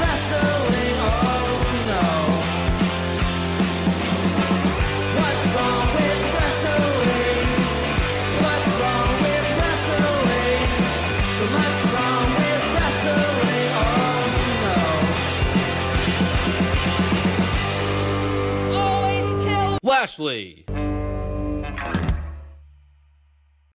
Speaker 4: wrestling. Oh no. What's wrong with wrestling? What's wrong with wrestling? So much wrong with wrestling. Oh no. Always kill.
Speaker 5: Lashley.